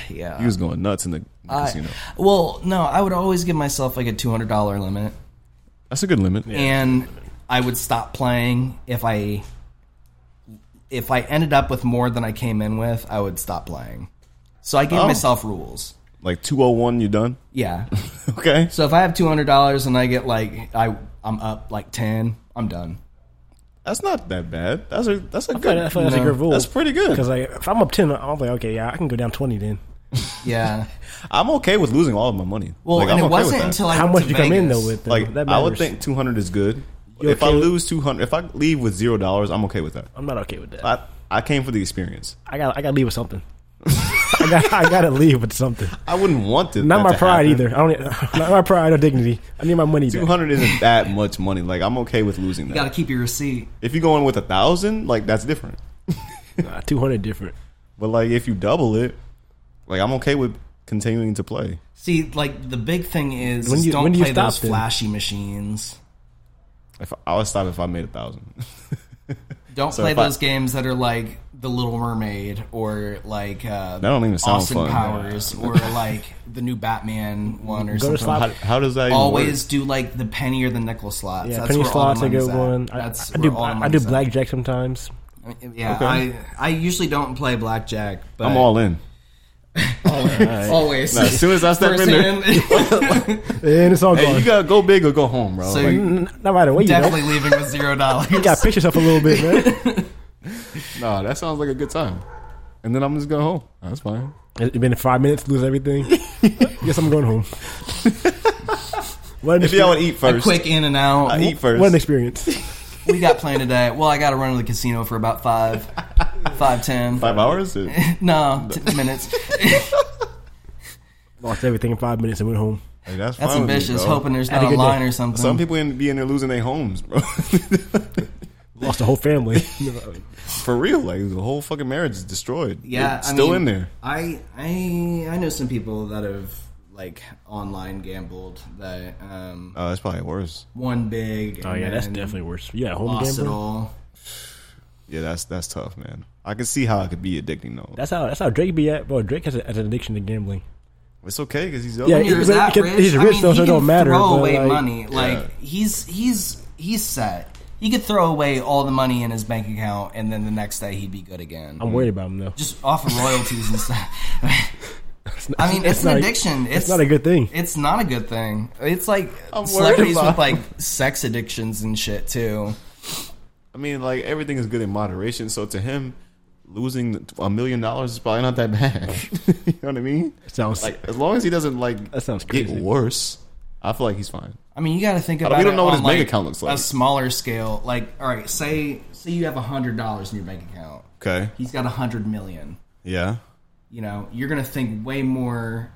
S5: Yeah,
S2: He was going nuts in the in the
S5: I-
S2: casino.
S5: Well, no, I would always give myself like a two hundred dollar limit,
S2: That's a good limit.
S5: and I would stop playing if I if I ended up with more than I came in with. I would stop playing. So I gave
S2: Oh.
S5: myself rules.
S2: Like two oh one, you done? (laughs)
S5: Yeah.
S2: Okay.
S5: so if I have two hundred dollars and I get like I I'm up like ten, I'm done.
S2: That's not that bad. That's a that's a
S1: I feel
S2: good.
S1: like- I feel like that's a
S5: No.
S1: good rule.
S2: That's pretty good.
S1: Because like, if I'm up ten, I'm like, okay, yeah, I can go down twenty then.
S2: (laughs)
S5: Yeah.
S2: I'm okay with losing all of my money.
S5: Well,
S2: like, I'm
S5: and it
S2: okay with
S5: wasn't
S2: that.
S5: until I
S1: How
S5: went
S1: much
S5: to
S1: you come in
S5: Vegas.
S1: though with? Though,
S2: like
S1: that
S2: I would
S1: matters.
S2: think two hundred is good.
S1: You
S2: if I
S1: okay with-
S2: lose two hundred, if I leave with zero dollars, I'm okay with that.
S1: I'm not okay with that. I,
S2: I I came for the experience.
S1: got I got to leave with something. I got I got to leave with something.
S2: I wouldn't want
S1: (laughs)
S2: it.
S1: Not my pride either. I don't. (laughs) Not my pride or dignity. I need my money
S2: Two
S1: back.
S2: hundred isn't that much money. Like I'm okay with losing
S5: You got to
S2: that.
S5: keep your receipt.
S2: If you go in with a thousand, like
S1: (laughs)
S2: that's different.
S1: Nah, uh, Two hundred different.
S2: But like if you double it, like I'm okay with continuing to play.
S5: See, like the big thing is,
S1: When
S5: is
S1: you-
S5: don't
S1: when do you
S5: play
S1: stop
S5: those
S1: then?
S5: flashy machines.
S2: If I, I would stop if I made a thousand. (laughs)
S5: Don't
S2: So
S5: play
S2: if I-
S5: those games that are like The Little Mermaid or like uh,
S2: That don't even sound
S5: Austin
S2: fun. (laughs)
S5: Powers or like the new Batman one or
S1: Go to
S5: something.
S1: slot.
S2: How, how does that even
S5: Always
S2: Work?
S5: do like the penny or the nickel slots.
S1: Yeah,
S5: That's
S1: penny
S5: where all
S1: slots.
S5: the
S1: I
S5: money's
S1: go
S5: at.
S1: one. I,
S5: That's
S1: I
S5: where
S1: do.
S5: all the
S1: I, I do
S5: money's at.
S1: blackjack sometimes.
S5: Yeah,
S2: Okay.
S5: I I usually don't play blackjack. But
S2: I'm all in.
S5: Always.
S2: No, as soon as I step in there, (laughs)
S5: Firsthand.
S1: And it's all
S2: hey,
S1: gone.
S2: you gotta go big or go home, bro.
S5: (laughs) So
S2: Like,
S5: you
S1: N- no matter what you
S5: definitely
S1: know.
S5: leaving
S2: (laughs)
S5: with zero dollars.
S1: You got to pitch yourself a little bit,
S5: (laughs)
S1: man.
S2: No, that sounds like a good time. And then I'm just going home. That's fine.
S1: It's been five minutes, lose everything.
S5: (laughs)
S1: Guess I'm going home. What an,
S2: If y'all
S1: experience.
S2: would eat
S5: a
S2: first,
S5: quick in and out.
S2: I eat first.
S1: what an experience.
S5: (laughs) We got planned today. Well, I got to run to the casino for about five, five ten.
S2: Five
S1: (laughs)
S2: hours? Hey,
S5: No, ten minutes.
S1: Lost everything in five minutes and went home.
S2: that's
S5: That's
S2: fine with me,
S5: ambitious.
S2: bro.
S5: hoping there's
S1: Had a
S5: not a
S1: good
S5: line
S1: day.
S5: or something.
S2: some people in, be in there losing their homes, bro. (laughs)
S1: Lost the whole
S5: (laughs)
S1: family. Oh,
S2: For real, like the whole fucking marriage is destroyed.
S5: yeah,
S2: It's
S5: I
S2: still
S5: mean,
S2: in there.
S5: I I I know some people that have like online gambled that um
S2: Oh, that's probably worse.
S5: one big.
S1: oh
S5: and
S1: yeah, that's
S5: then
S1: definitely worse. You at home
S5: lost it
S1: gambling.
S5: all.
S2: Yeah, that's that's tough, man. I can see how it could be addicting though.
S1: That's how that's how Drake be at. Bro, Drake has, a, has an addiction to gambling.
S2: it's okay because he's
S1: Yeah,
S2: yeah,
S1: it-
S5: Either
S1: but
S5: that
S1: can-
S5: rich,
S1: he's
S5: I
S1: rich,
S5: mean,
S1: though,
S5: he
S1: so it
S5: can
S1: don't matter,
S5: Throw
S1: but,
S5: away
S1: like-
S5: money. Like
S2: Yeah.
S5: he's he's he's set. He could throw away all the money in his bank account, and then the next day he'd be good again.
S1: I'm worried about him though.
S5: just off of royalties and stuff. (laughs) I mean, it's,
S1: not
S5: an
S1: a-
S5: addiction. It's,
S1: It's not a good thing.
S5: It's not a good thing. It's like
S2: worried
S5: celebrities
S2: about-
S5: with like sex addictions and shit too.
S2: I mean, like everything is good in moderation. So to him, losing a million dollars is probably not that (laughs) bad. you know what I mean?
S1: Sounds
S2: Like as long as he doesn't like
S1: That sounds
S2: get
S1: crazy.
S2: worse, I feel like he's fine.
S5: I mean, you got to think about.
S2: we don't
S5: it
S2: know what
S5: on,
S2: his bank
S5: like,
S2: account looks like.
S5: A smaller scale, like all right, say say you have a hundred dollars in your bank account.
S2: Okay.
S5: He's got a hundred million.
S2: Yeah.
S5: You know, you're gonna think way more.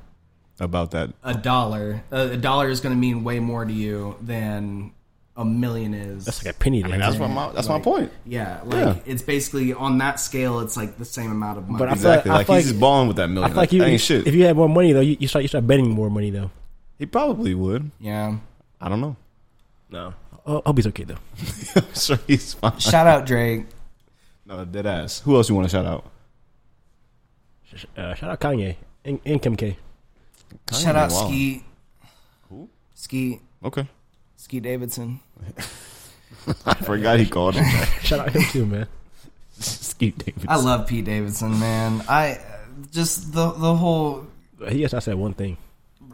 S2: About that.
S5: A dollar, a a dollar is gonna mean way more to you than a million is.
S1: that's like a penny. to him.
S2: That's my that's my point.
S5: Yeah, like it's basically on that scale, it's like the same amount of money.
S1: But I feel
S2: Exactly.
S1: I
S2: Like,
S1: feel
S2: he's
S1: like-
S2: just balling with that million.
S1: I feel like you,
S2: that ain't shit.
S1: if you had more money though, you, you start you start betting more money though.
S2: he probably would.
S5: yeah.
S2: I don't know.
S1: No, oh, hope he's okay though.
S2: I'm (laughs) sure he's fine.
S5: Shout out Drake.
S2: No, dead ass. Who else you want to shout out?
S1: Sh- Uh, shout out Kanye and, and Kim K.
S5: Shout out
S2: Wow.
S5: Skeet. Skeet.
S2: Okay.
S5: Skeet Davidson.
S2: I forgot he called him. (laughs) that.
S1: Shout out him too, man.
S2: Skeet Davidson.
S5: I love Pete Davidson, man. I uh, just the the whole
S1: He has not said one thing.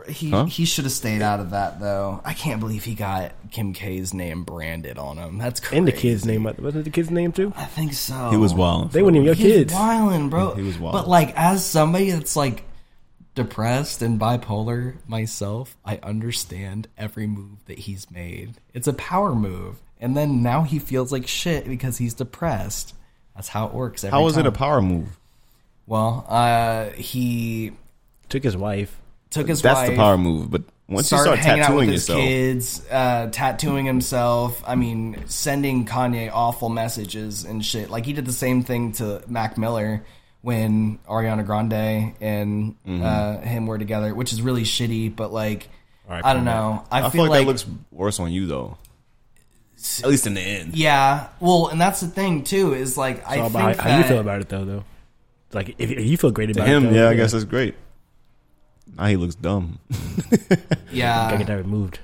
S5: he
S2: Huh?
S5: he should have stayed out of that though. I can't believe he got Kim K's name branded on him. That's crazy.
S1: And the kid's name uh, wasn't it the kid's name too?
S5: I think so.
S2: He was wild.
S1: They wouldn't even your
S5: He was
S1: kids.
S5: wildin', bro.
S2: He was wild.
S5: But like, as somebody that's like depressed and bipolar myself, I understand every move that he's made. It's a power move, and then now he feels like shit because he's depressed. That's how it works. Every
S2: How was it a
S5: time.
S2: power move?
S5: well, uh, he
S1: Took his wife.
S5: took his
S2: That's
S5: wife.
S2: the power move. But once you
S5: Start
S2: start
S5: hanging out with
S2: tattooing
S5: his
S2: yourself,
S5: kids, uh, tattooing himself. I mean, sending Kanye awful messages and shit. Like he did the same thing to Mac Miller when Ariana Grande and
S1: Mm-hmm.
S5: uh, him were together, which is really shitty. But like,
S1: All right,
S5: I don't
S1: come
S5: know. I,
S2: I
S5: feel like,
S2: that looks worse on you though. At least in the end.
S5: Yeah. Well, and that's the thing too is like I
S1: It's all
S5: think
S1: about
S5: that,
S1: how you feel about it, though. Though, It's like if, if you feel great
S2: To
S1: about it,
S2: him,
S1: though,
S2: yeah, I guess that's great. Now he looks dumb.
S1: gotta
S5: Yeah.
S1: get that removed.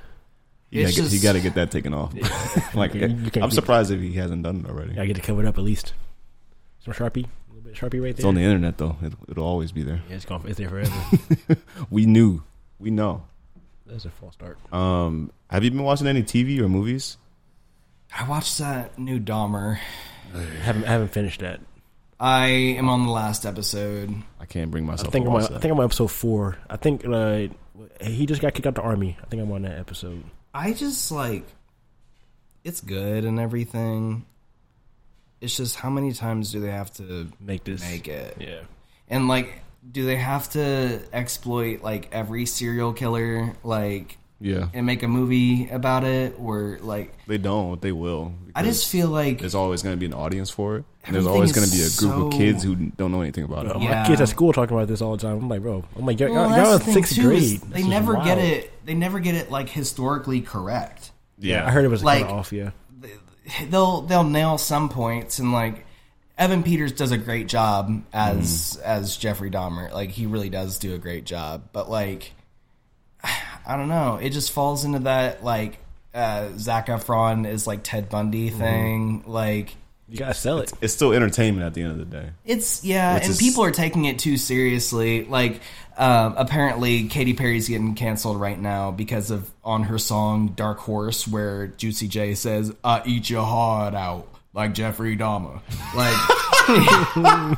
S2: You
S5: It's
S2: gotta, get, you
S5: just-
S2: gotta get that taken off. (laughs)
S5: (laughs)
S2: like,
S1: You can't
S2: I'm
S1: keep-
S2: surprised if he hasn't done it already.
S1: I get to cover it up at least. Some sharpie, a little bit of sharpie right there.
S2: It's on the internet though; it, it'll always be there.
S1: yeah, it's gone. It's there forever.
S2: We knew, we know.
S1: That's a false start.
S2: Um, have you been watching any TV or movies?
S5: I watched that new Dahmer.
S1: I haven't I haven't finished that.
S5: I am on the last episode.
S2: I can't bring
S1: I
S2: myself.
S1: think
S2: to
S1: I'm on,
S2: watch
S1: I
S2: that.
S1: think I'm on episode four. I think uh, he just got kicked out the army. I think I'm on that episode.
S5: I just like it's good and everything. It's just how many times do they have to
S1: Make this.
S5: make it?
S1: Yeah.
S5: And like do they have to exploit like every serial killer like
S2: yeah,
S5: and make a movie about it or like
S2: they don't. They will.
S5: I
S2: because
S5: just feel like
S2: there's always going to be an audience for it. And there's
S5: Everything
S2: always
S5: is
S2: going to be a group of
S5: so-
S2: kids who don't know anything about
S1: Bro,
S2: it.
S1: My
S5: Yeah.
S1: kids at school talking about this all the time. I'm like, bro. I'm like, y'all,
S5: Well,
S1: y'all
S5: that's
S1: y'all
S5: the
S1: in
S5: thing,
S1: sixth
S5: too,
S1: grade.
S5: is
S1: This
S5: They
S1: is
S5: never get
S1: wild.
S5: it. They never get it like historically correct.
S2: Yeah,
S1: I heard it was
S5: Like-
S1: kind of off. Yeah.
S5: They'll they'll nail some points and like Evan Peters does a great job as as Jeffrey Dahmer. Like he really does do a great job, but like (sighs) I don't know. It just falls into that like uh, Zac Efron is like Ted Bundy thing. Like
S1: You gotta sell it.
S2: It's still entertainment at the end of the day.
S5: It's yeah,
S2: Which
S5: and
S2: is-
S5: people are taking it too seriously. Like um, apparently, Katy Perry's getting canceled right now because of on her song "Dark Horse," where Juicy J says, "I eat your heart out like Jeffrey Dahmer." Like (laughs)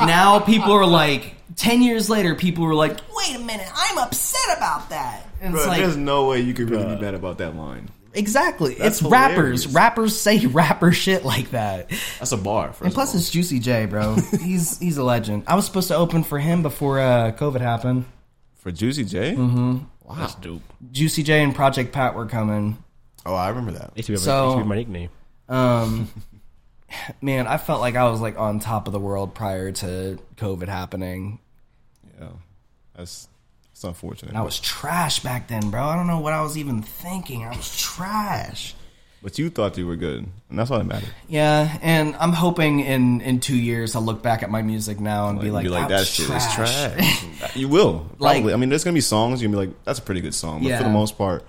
S5: now, people are like. Ten years later, people were like, "Wait a minute, I'm upset about that." And it's like,
S2: no way you could really be mad about that line.
S5: exactly, it's
S2: That's
S5: rappers.
S2: hilarious.
S5: Rappers say (laughs) rapper shit like that.
S2: That's a bar. First
S5: And plus, it's Juicy J, bro. He's (laughs) he's a legend. I was supposed to open for him before uh, COVID happened.
S2: for Juicy J. Mm-hmm. Wow,
S1: That's dope.
S5: Juicy J and Project Pat were coming.
S2: Oh, I remember that.
S1: It used to be,
S5: So-
S1: my, it used to be my nickname.
S5: Um, (laughs) man, I felt like I was like on top of the world prior to COVID happening.
S2: Yeah, that's it's unfortunate.
S5: And I was trash back then, bro. I don't know what I was even thinking. I was trash.
S2: But you thought you were good, and that's all that mattered.
S5: Yeah, and I'm hoping in in two years I'll look back at my music now and be like,
S2: You'd
S5: that, was trash. (laughs)
S2: is trash. you will
S5: Like-
S2: probably. I mean, there's gonna be songs you're gonna be like, that's a pretty good song, but
S5: Yeah.
S2: for the most part,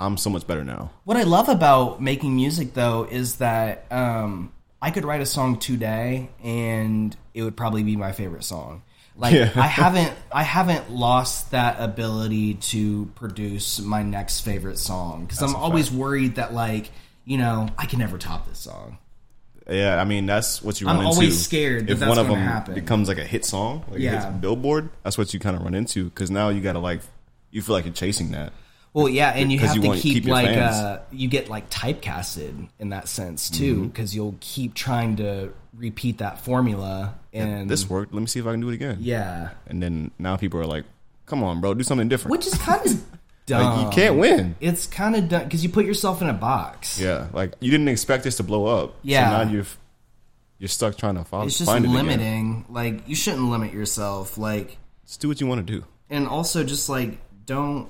S2: I'm so much better now.
S5: What I love about making music though is that um, I could write a song today and it would probably be my favorite song. Like
S2: Yeah. (laughs)
S5: I haven't I haven't lost that ability to produce my next favorite song because I'm always worried that like you know I can never top this song.
S2: Yeah, I mean, that's what you
S5: I'm
S2: run into.
S5: always scared that
S2: if
S5: that's
S2: one of
S5: gonna
S2: them
S5: happen.
S2: becomes like a hit song, like
S5: Yeah.
S2: a hit Billboard. That's what you kind of run into because now you gotta like, you feel like you're chasing that.
S5: Well, yeah, and you
S2: 'Cause
S5: have
S2: you
S5: to
S2: want-
S5: keep,
S2: keep your
S5: like
S2: fans.
S5: uh, you get like typecasted in that sense too
S2: Mm-hmm.
S5: because you'll keep trying to repeat that formula and
S2: This worked. Let me see if I can do it again.
S5: Mm-hmm. yeah,
S2: and then now people are like, "Come on, bro, do something different."
S5: which is
S2: (laughs)
S5: kind of dumb.
S2: like, you can't win.
S5: it's kind of done because you put yourself in a box.
S2: Yeah, like you didn't expect this to blow up.
S5: Yeah.
S2: so now you're you're stuck trying to follow.
S5: It's just
S2: find It again.
S5: limiting. Like you shouldn't limit yourself. Like
S2: Just do what you want to do.
S5: and also just like don't.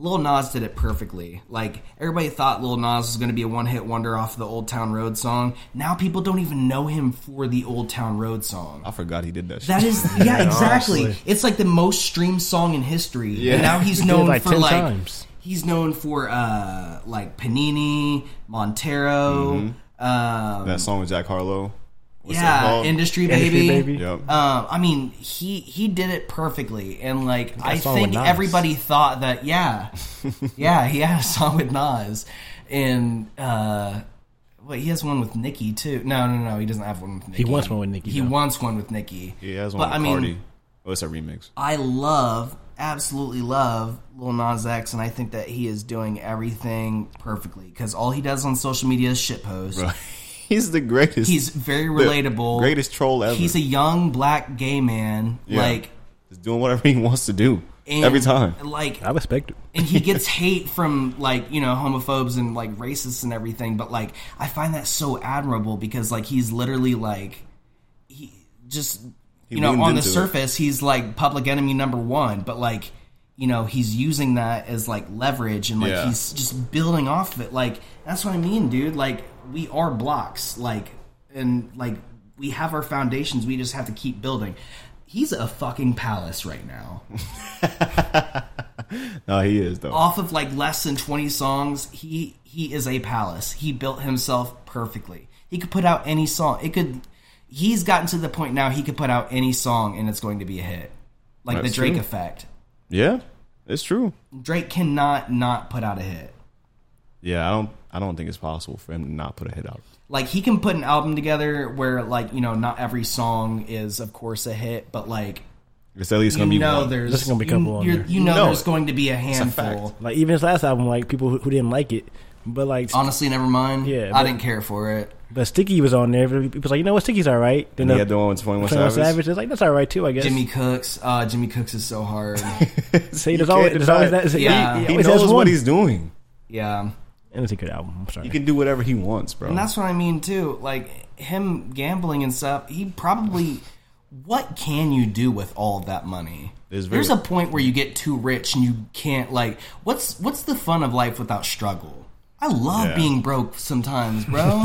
S5: Lil Nas did it perfectly. Like everybody thought Lil Nas was going to be a one-hit wonder off the Old Town Road song. Now people don't even know him for the Old Town Road song.
S2: I forgot he did that.
S5: That
S2: shit.
S1: (laughs)
S5: is, yeah, exactly.
S1: honestly.
S5: It's like the most streamed song in history, and
S1: (laughs)
S5: now he's
S1: did it
S5: known
S1: like
S5: for
S1: 10
S5: like
S1: times.
S5: he's known for uh like Panini, Montero,
S1: Mm-hmm.
S5: um,
S2: that song with Jack Harlow. What's that
S5: yeah,
S2: called?
S5: Industry Baby.
S1: Industry Baby.
S2: (laughs) Yep.
S5: Um, I mean, he he did it perfectly, and like I
S1: song
S5: think
S1: with Nas.
S5: everybody thought
S1: (laughs)
S5: that, yeah, yeah, he had a song with Nas, and uh, wait, he has one with Nicki too. No, no, no, he doesn't have one with Nicki.
S1: wants one with Nicki,
S5: He
S1: though.
S5: wants one with Nicki.
S2: he has
S5: But,
S2: one.
S5: I
S2: with
S5: mean,
S2: Cardi. Oh, it's a remix.
S5: I love, absolutely love Lil Nas X, and I think that he is doing everything perfectly because all he does on social media is shit post.
S2: Bro, he's the greatest. (laughs)
S5: He's very relatable.
S2: greatest troll ever.
S5: He's a young black gay man,
S2: Yeah.
S5: like
S2: He's doing whatever he wants to do
S5: and,
S2: every (laughs) time.
S5: like,
S1: I respect it.
S5: and he gets hate from like you know homophobes and like racists and everything. But like, I find that so admirable because like he's literally like he just you know
S2: leaned
S5: on the
S2: into it.
S5: surface he's like public enemy number one, but like you know he's using that as like leverage and like
S2: Yeah.
S5: he's just building off of it like that's what i mean dude like we are blocks like and like we have our foundations we just have to keep building he's a fucking palace right now
S2: No, he is though.
S5: off of like less than 20 songs he he is a palace he built himself perfectly he could put out any song it could he's gotten to the point now he could put out any song and it's going to be a hit like
S2: That's
S5: the drake
S2: true.
S5: effect
S2: (laughs) Yeah, it's true.
S5: drake cannot not put out a hit
S2: Yeah, I don't. I don't think it's possible for him to not put a hit out.
S5: like he can put an album together where like you know not every song is of course a hit but like
S2: It's at least
S5: you
S2: gonna be
S5: know
S2: one.
S5: there's
S1: There's gonna be a
S5: you-
S1: couple on
S5: you're-
S1: there.
S5: you know
S2: No,
S5: there's going to be a handful
S2: fact.
S1: Like even his last album, like people who, who didn't like it, but like
S5: honestly never mind
S1: Yeah,
S5: i
S1: but-
S5: didn't care for it
S1: but Sticky was on there. Everybody- People was like, you know what, Sticky's all right. Then
S2: And he had the one with Twenty One
S1: Savage.
S2: Savage.
S1: Savage is like that's all right too, I guess.
S5: jimmy cooks uh jimmy cooks is
S1: (laughs)
S5: so
S2: (laughs)
S5: hard
S1: See, there's
S2: You
S1: always,
S2: can't
S1: there's always
S2: try it.
S1: that. see,
S5: Yeah.
S1: he,
S5: He
S2: He
S1: always has
S2: knows
S1: one.
S2: what he's doing.
S5: yeah
S1: And it's a good album. I'm sorry.
S2: He can do whatever he wants, bro.
S5: And that's what I mean too. Like him gambling and stuff, he probably what can you do with all of that money?
S2: It's very-
S5: There's a point where you get too rich and you can't like what's what's the fun of life without struggle? I love
S2: Yeah.
S5: being broke sometimes, bro.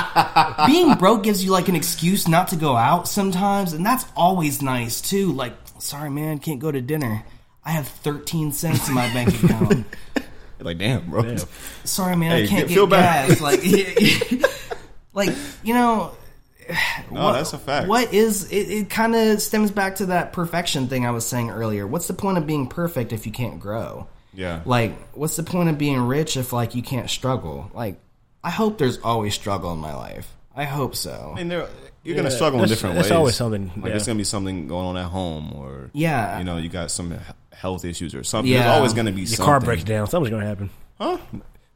S5: (laughs) being broke gives you like an excuse not to go out sometimes, and that's always nice too. Like, sorry man, can't go to dinner. I have 13 cents in my bank
S2: (laughs)
S5: account
S2: like, damn, bro.
S5: sorry man, I
S2: Hey,
S5: can't
S2: get-
S5: get,
S2: feel better. (laughs)
S5: gas. Like, (laughs) like you know. (sighs)
S2: No, that's a fact.
S5: What is it? It kind of stems back to that perfection thing I was saying earlier. What's the point of being perfect if you can't grow?
S2: (laughs) Yeah.
S5: Like, what's the point of being rich if like you can't struggle? Like, I hope there's always struggle in my life. I hope so.
S2: I mean, there- you're gonna
S1: Yeah,
S2: struggle in
S1: that's-
S2: different ways.
S1: that's always something,
S2: Like
S1: yeah.
S2: there's gonna be something going on at home, or
S5: Yeah.
S2: you know, you got some he- health issues or something.
S5: Yeah.
S2: There's always gonna be
S1: the
S2: something.
S1: car breaks down. Something's gonna happen.
S2: Huh?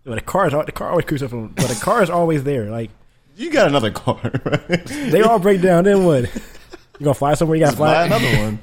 S1: But the car is al- the car always creeps up. on- But the car is always there. Like
S2: You got another (laughs) car, right?
S1: they all break down. Then what? You gonna fly somewhere? You gotta
S2: Buy
S1: fly.
S2: another one.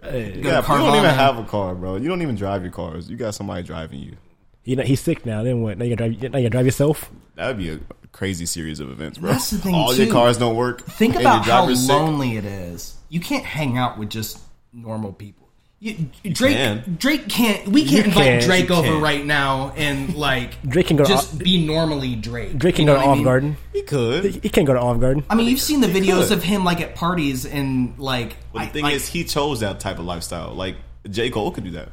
S1: Hey,
S2: Yeah,
S5: Go to
S2: you don't even
S5: Carvana.
S2: have a car, bro. You don't even drive your cars. You got somebody driving you.
S1: (laughs) you know he's sick now. Then what? Now you gonna drive? Now you gonna drive yourself?
S2: That would be a crazy series of events, bro.
S5: That's the thing,
S2: All
S5: too.
S2: your cars don't work.
S5: Think
S2: and
S5: about
S2: your
S5: how
S2: driver's sick.
S5: lonely it is. You can't hang out with just normal people. You, Drake,
S2: can.
S5: Drake can't. We can't invite
S1: can,
S5: Drake
S2: you
S5: over
S2: can.
S5: right now and like
S1: (laughs) Drake can go to
S5: just
S1: Ol-
S5: be normally Drake.
S1: Drake can
S5: You know
S1: go to
S5: what I
S1: Olive
S5: mean?
S1: Garden.
S2: He could.
S1: He can't go to Olive Garden.
S5: I mean, you've seen the videos
S2: could.
S5: of him like at parties and like.
S2: But the
S5: I-
S2: thing
S5: like,
S2: is, he chose that type of lifestyle. Like J. Cole could do that.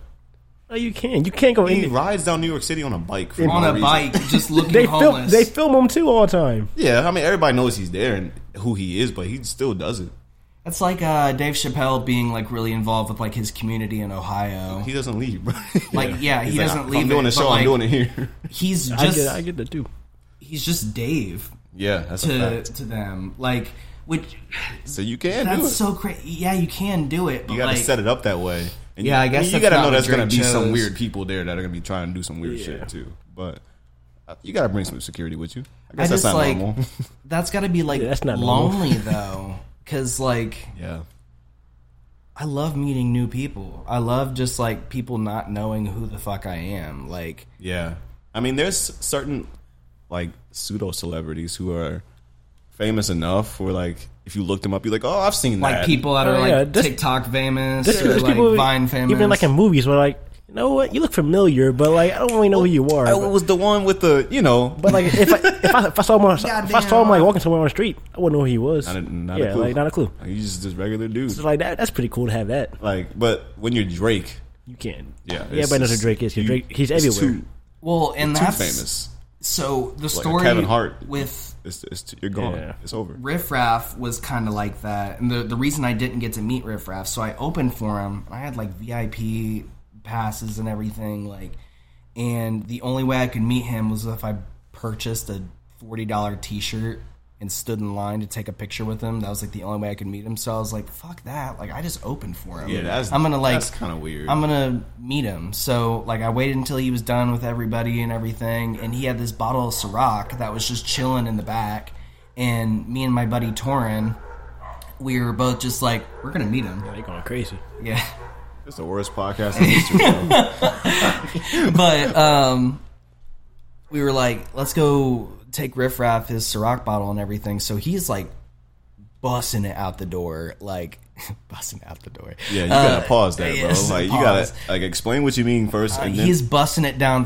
S1: No, you can. You can't go
S2: He
S1: in.
S2: rides down New York City on a bike. For
S5: on
S2: no
S5: a
S2: reason.
S5: bike,
S2: (laughs)
S5: just looking
S1: They film.
S5: homeless.
S1: They film him too all the time.
S2: Yeah, I mean everybody knows he's there and who he is, but he still does it.
S5: That's like uh, Dave Chappelle being like really involved with like his community in Ohio.
S2: He doesn't leave, bro.
S5: (laughs) Like, yeah, he doesn't
S2: if
S5: leave
S2: I'm doing
S5: it,
S2: a show.
S5: but,
S2: I'm
S5: like-
S2: doing it here. (laughs)
S5: He's
S1: I
S5: just
S1: get. I get that too.
S5: he's just Dave
S2: yeah, that's a
S5: to
S2: fact.
S5: to them. Like, which
S2: So you can do it.
S5: That's so crazy. Yeah, you can do it. But
S2: you got to
S5: like,
S2: set it up that way. And
S5: Yeah,
S2: you,
S5: I guess
S2: you
S5: that's
S2: gotta
S5: not
S2: know
S5: what
S2: there's gonna
S5: Drake
S2: be some
S5: chose.
S2: weird people there that are gonna be trying to do some weird shit too. But uh, you gotta bring some security with you. I guess
S5: I
S2: that's
S5: just,
S2: not
S5: like-
S2: normal. (laughs)
S5: That's got to be like
S1: Yeah, that's not normal. (laughs)
S5: lonely though, because like
S2: yeah,
S5: I love meeting new people. I love just like people not knowing who the fuck I am. Like,
S2: yeah. I mean, there's certain like pseudo celebrities who are famous enough where like if you look them up, you're like, oh, I've seen
S5: like
S2: that.
S5: people that
S1: Oh,
S5: are like
S1: yeah, this-
S5: TikTok famous
S1: There's,
S5: or
S1: there's
S5: like
S1: people
S5: Vine famous.
S1: even like in movies where like you know what you look familiar, but like I don't really know who you are.
S2: I
S1: but-
S2: was the one with the you know.
S1: But like, if I, if I if I saw him, on, if I saw him like walking somewhere on the street, I wouldn't know who he was.
S2: Not a, not
S1: yeah,
S2: a clue.
S1: like not a clue.
S2: He's just this regular dude.
S1: It's like that. That's pretty cool to have that.
S2: Like, but when you're Drake,
S1: You can.
S2: yeah, it's-
S1: everybody knows who
S2: it's-
S1: Drake is. 'cause
S2: you-
S1: Drake, he's
S2: it's
S1: everywhere.
S2: Too,
S5: well, and
S2: too
S5: that's
S2: famous.
S5: So
S2: Like
S5: the
S2: a
S5: story
S2: Kevin Hart.
S5: with
S2: It's, it's too, you're gone.
S1: Yeah.
S2: It's over.
S5: Riff Raff was kind of like that, and the the reason I didn't get to meet Riff Raff, so I opened for him. and I had like VIP passes and everything, like, and the only way I could meet him was if I purchased a forty dollar T shirt and stood in line to take a picture with him. That was like the only way I could meet him. So I was like, "Fuck that!" Like I just opened for him.
S2: Yeah, that's-
S5: I'm gonna like
S2: that's kinda weird.
S5: I'm gonna meet him. So like I waited until he was done with everybody and everything, and he had this bottle of Ciroc that was just chilling in the back. And me and my buddy Torin, we were both just like, we're gonna meet him.
S1: They going crazy.
S5: Yeah,
S2: It's the worst podcast in history.
S5: (laughs)
S2: bro.
S5: but um, we were like, let's go take Riff Raff his Ciroc bottle and everything. So he's like, (laughs) busting it out the door, like busting out the door.
S2: Yeah, you
S5: Uh,
S2: gotta pause
S5: (laughs)
S2: there, bro.
S5: yes,
S2: like you
S5: pause.
S2: gotta like explain what you mean first,
S5: Uh,
S2: and then
S5: he's busting it down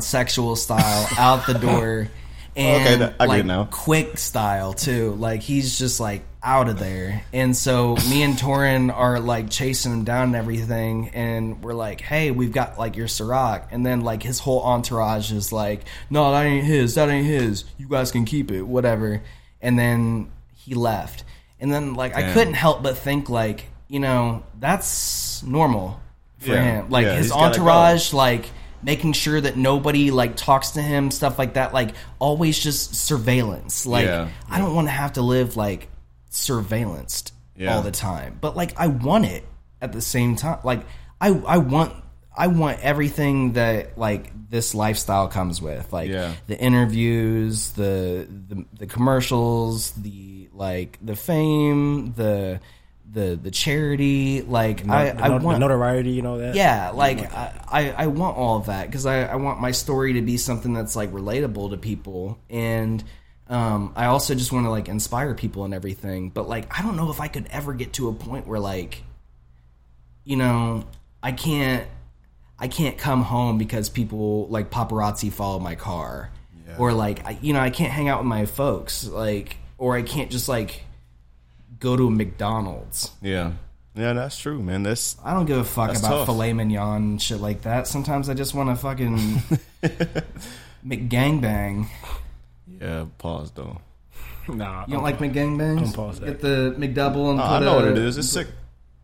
S2: (laughs)
S5: sexual style out the door and
S2: Okay, that- I get
S5: like
S2: it now.
S5: quick style too like he's just like out of there and so me and Torin are like chasing him down and everything and we're like hey we've got like your Ciroc and then like his whole entourage is like no that ain't his that ain't his you guys can keep it whatever and then he left and then like I couldn't help but think like you know that's normal for
S2: Yeah,
S5: him like
S2: yeah,
S5: his
S2: he's gotta go.
S5: entourage much, like making sure that nobody like talks to him stuff like that like always just surveillance like
S2: Yeah.
S5: i don't want to have to live like surveillanced
S2: Yeah.
S5: all the time but like i want it at the same time like i i want i want everything that like this lifestyle comes with like
S2: Yeah.
S5: the interviews the, the the commercials the like the fame the the the charity like i
S1: The
S5: i
S1: no- the
S5: want
S1: notoriety and all that.
S5: yeah, like I, I, I want all of that because I, I want my story to be something that's like relatable to people, and um, I also just want to like inspire people and everything. But like, I don't know if I could ever get to a point where like, you know, I can't I can't come home because people like paparazzi follow my car, or like I, you know I can't hang out with my folks, like, or I can't just like go to a McDonald's.
S2: yeah, yeah, that's true, man. That's
S5: I don't give a fuck
S2: That's
S5: about
S2: tough.
S5: filet mignon and shit like that. Sometimes I just want to fucking
S2: (laughs)
S5: McGangbang.
S2: yeah. Pause though.
S1: Nah.
S5: You don't like Mcgangbangs?
S1: Don't pause that.
S5: Get the McDouble and
S2: Nah, Oh,
S5: put
S2: I know what
S5: a-
S2: it is. It's sick.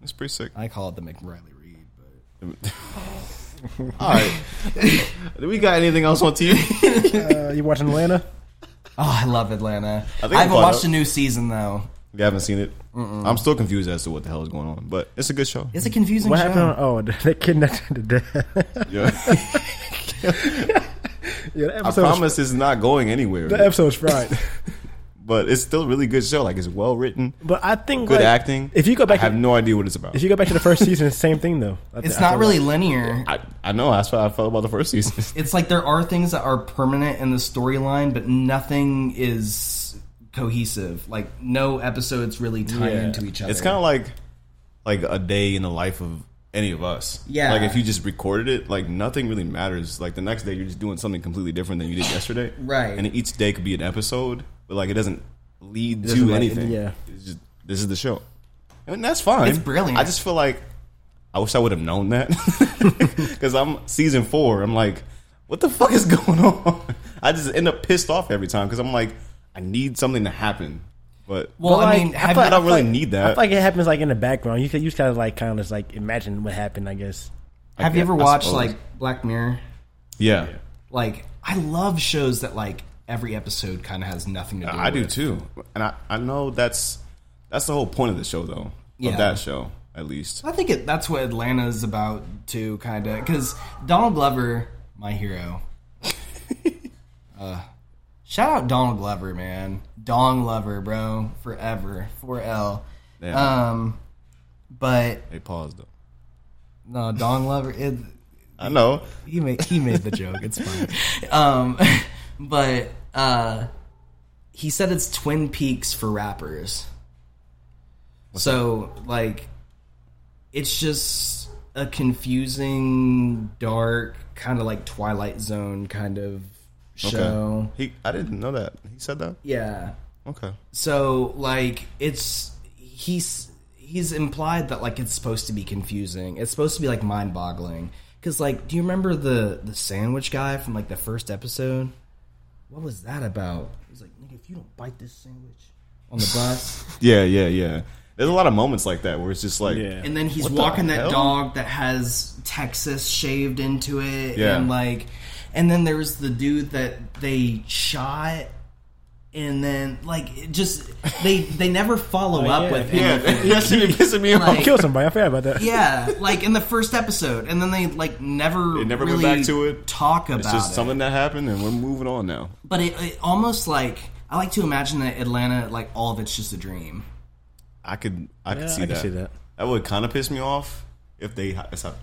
S2: It's pretty
S5: (laughs)
S2: sick.
S5: I call it the McRiley Reed. But
S2: All right. (laughs) Do we got anything else on
S5: (laughs)
S2: TV?
S1: Uh, you watching Atlanta?
S5: oh, I love Atlanta. I,
S2: think I
S5: haven't
S2: caught
S5: watched
S2: up.
S5: the new season though.
S2: you haven't seen it. I'm still confused as to what the hell is going on, but it's a good show.
S5: It's a confusing
S1: What
S5: show.
S1: happened? Oh, (laughs) they kidnapped her to death. (laughs)
S2: (laughs) Yeah.
S1: yeah, that
S2: I
S1: episode. was-
S2: promise it's not going anywhere,
S1: That episode was
S2: (laughs)
S1: fried.
S2: but it's still a really good show. Like it's well written,
S1: but I think
S2: good
S1: like,
S2: acting.
S1: If you go back,
S2: I have
S1: to,
S2: no idea what it's about.
S1: if you go back to the first season, it's the same thing though. I th-
S5: It's
S1: I
S5: not
S1: feel
S5: really
S1: like-
S5: linear.
S2: I, I know that's what I felt about the first season. (laughs)
S5: It's like there are things that are permanent in the storyline, but nothing is cohesive. Like no episodes really tie
S1: Yeah.
S5: into each other.
S2: It's kind of like like a day in the life of any of us.
S5: Yeah.
S2: Like if you just recorded it, like nothing really matters. Like the next day, you're just doing something completely different than you did yesterday.
S5: Right.
S2: And each day could be an episode, but like it doesn't lead
S1: doesn't,
S2: to
S1: like,
S2: anything.
S1: yeah.
S2: It's just, this is the show, and that's fine.
S5: It's brilliant.
S2: I just feel like I wish I would have known that (laughs) because I'm season four. I'm like, what the fuck is going on? I just end up pissed off every time because I'm like, I need something to happen. But
S5: well,
S1: But,
S5: I
S1: like,
S5: mean,
S1: I
S5: have
S2: I
S1: thought-
S5: you-
S2: don't really
S1: like-
S2: need
S1: I
S2: that.
S1: feel like it happens like in the background. You could you kind of like kind of just like imagine what happened. I guess.
S5: Have you
S2: guess-
S5: ever
S2: I
S5: watched
S2: suppose.
S5: like Black Mirror?
S2: Yeah,
S5: Like I love shows that like every episode kind of has nothing to do.
S2: I do
S5: with.
S2: too, and I, I know that's that's the whole point of the show, though.
S5: Yeah.
S2: Of that show, at least.
S5: I think it, that's what Atlanta is about too, kind of. Because Donald Glover,
S2: (laughs)
S5: my hero. uh, shout out Donald Glover, man. Don Glover, bro, forever, for L.
S2: Yeah.
S5: Um, but
S2: they paused though.
S5: no, Don Glover. It,
S2: I know.
S5: he made he made the joke. It's fine. (laughs) Um, but uh, he said it's Twin Peaks for rappers. so like, it's just a confusing, dark kind of like Twilight Zone kind of
S2: Okay.
S5: show.
S2: He, I didn't know that. He said that.
S5: Yeah.
S2: Okay.
S5: So like it's he's he's implied that like it's supposed to be confusing. It's supposed to be like mind-boggling cuz like do you remember the the sandwich guy from like the first episode? What was that about? He's like, "Nigga, if you don't bite this sandwich on the
S2: (laughs)
S5: bus."
S2: Yeah, yeah, yeah. There's a lot of moments like that where it's just like,
S1: Yeah.
S5: and then he's
S2: What the
S5: walking that
S2: hell?
S5: dog that has Texas shaved into it,
S2: Yeah.
S5: and like, and then there was the dude that they shot, and then like, it just they they never follow up
S1: yeah.
S5: with
S2: Oh, yeah,
S5: anything.
S2: (laughs) that's you pissing
S5: (laughs)
S2: me off.
S5: Like-
S1: Kill somebody. I forgot about that.
S5: Yeah, like in the first episode, and then they like never
S2: They never went
S5: really
S2: back to it.
S5: Talk about
S2: It's just
S5: it.
S2: something that happened, and we're moving on now.
S5: but it, it almost like I like to imagine that Atlanta, like all of it's just a dream.
S2: I could, I could
S1: Yeah,
S2: see
S1: I
S2: that.
S1: could see that.
S2: That would kind of piss me off if they,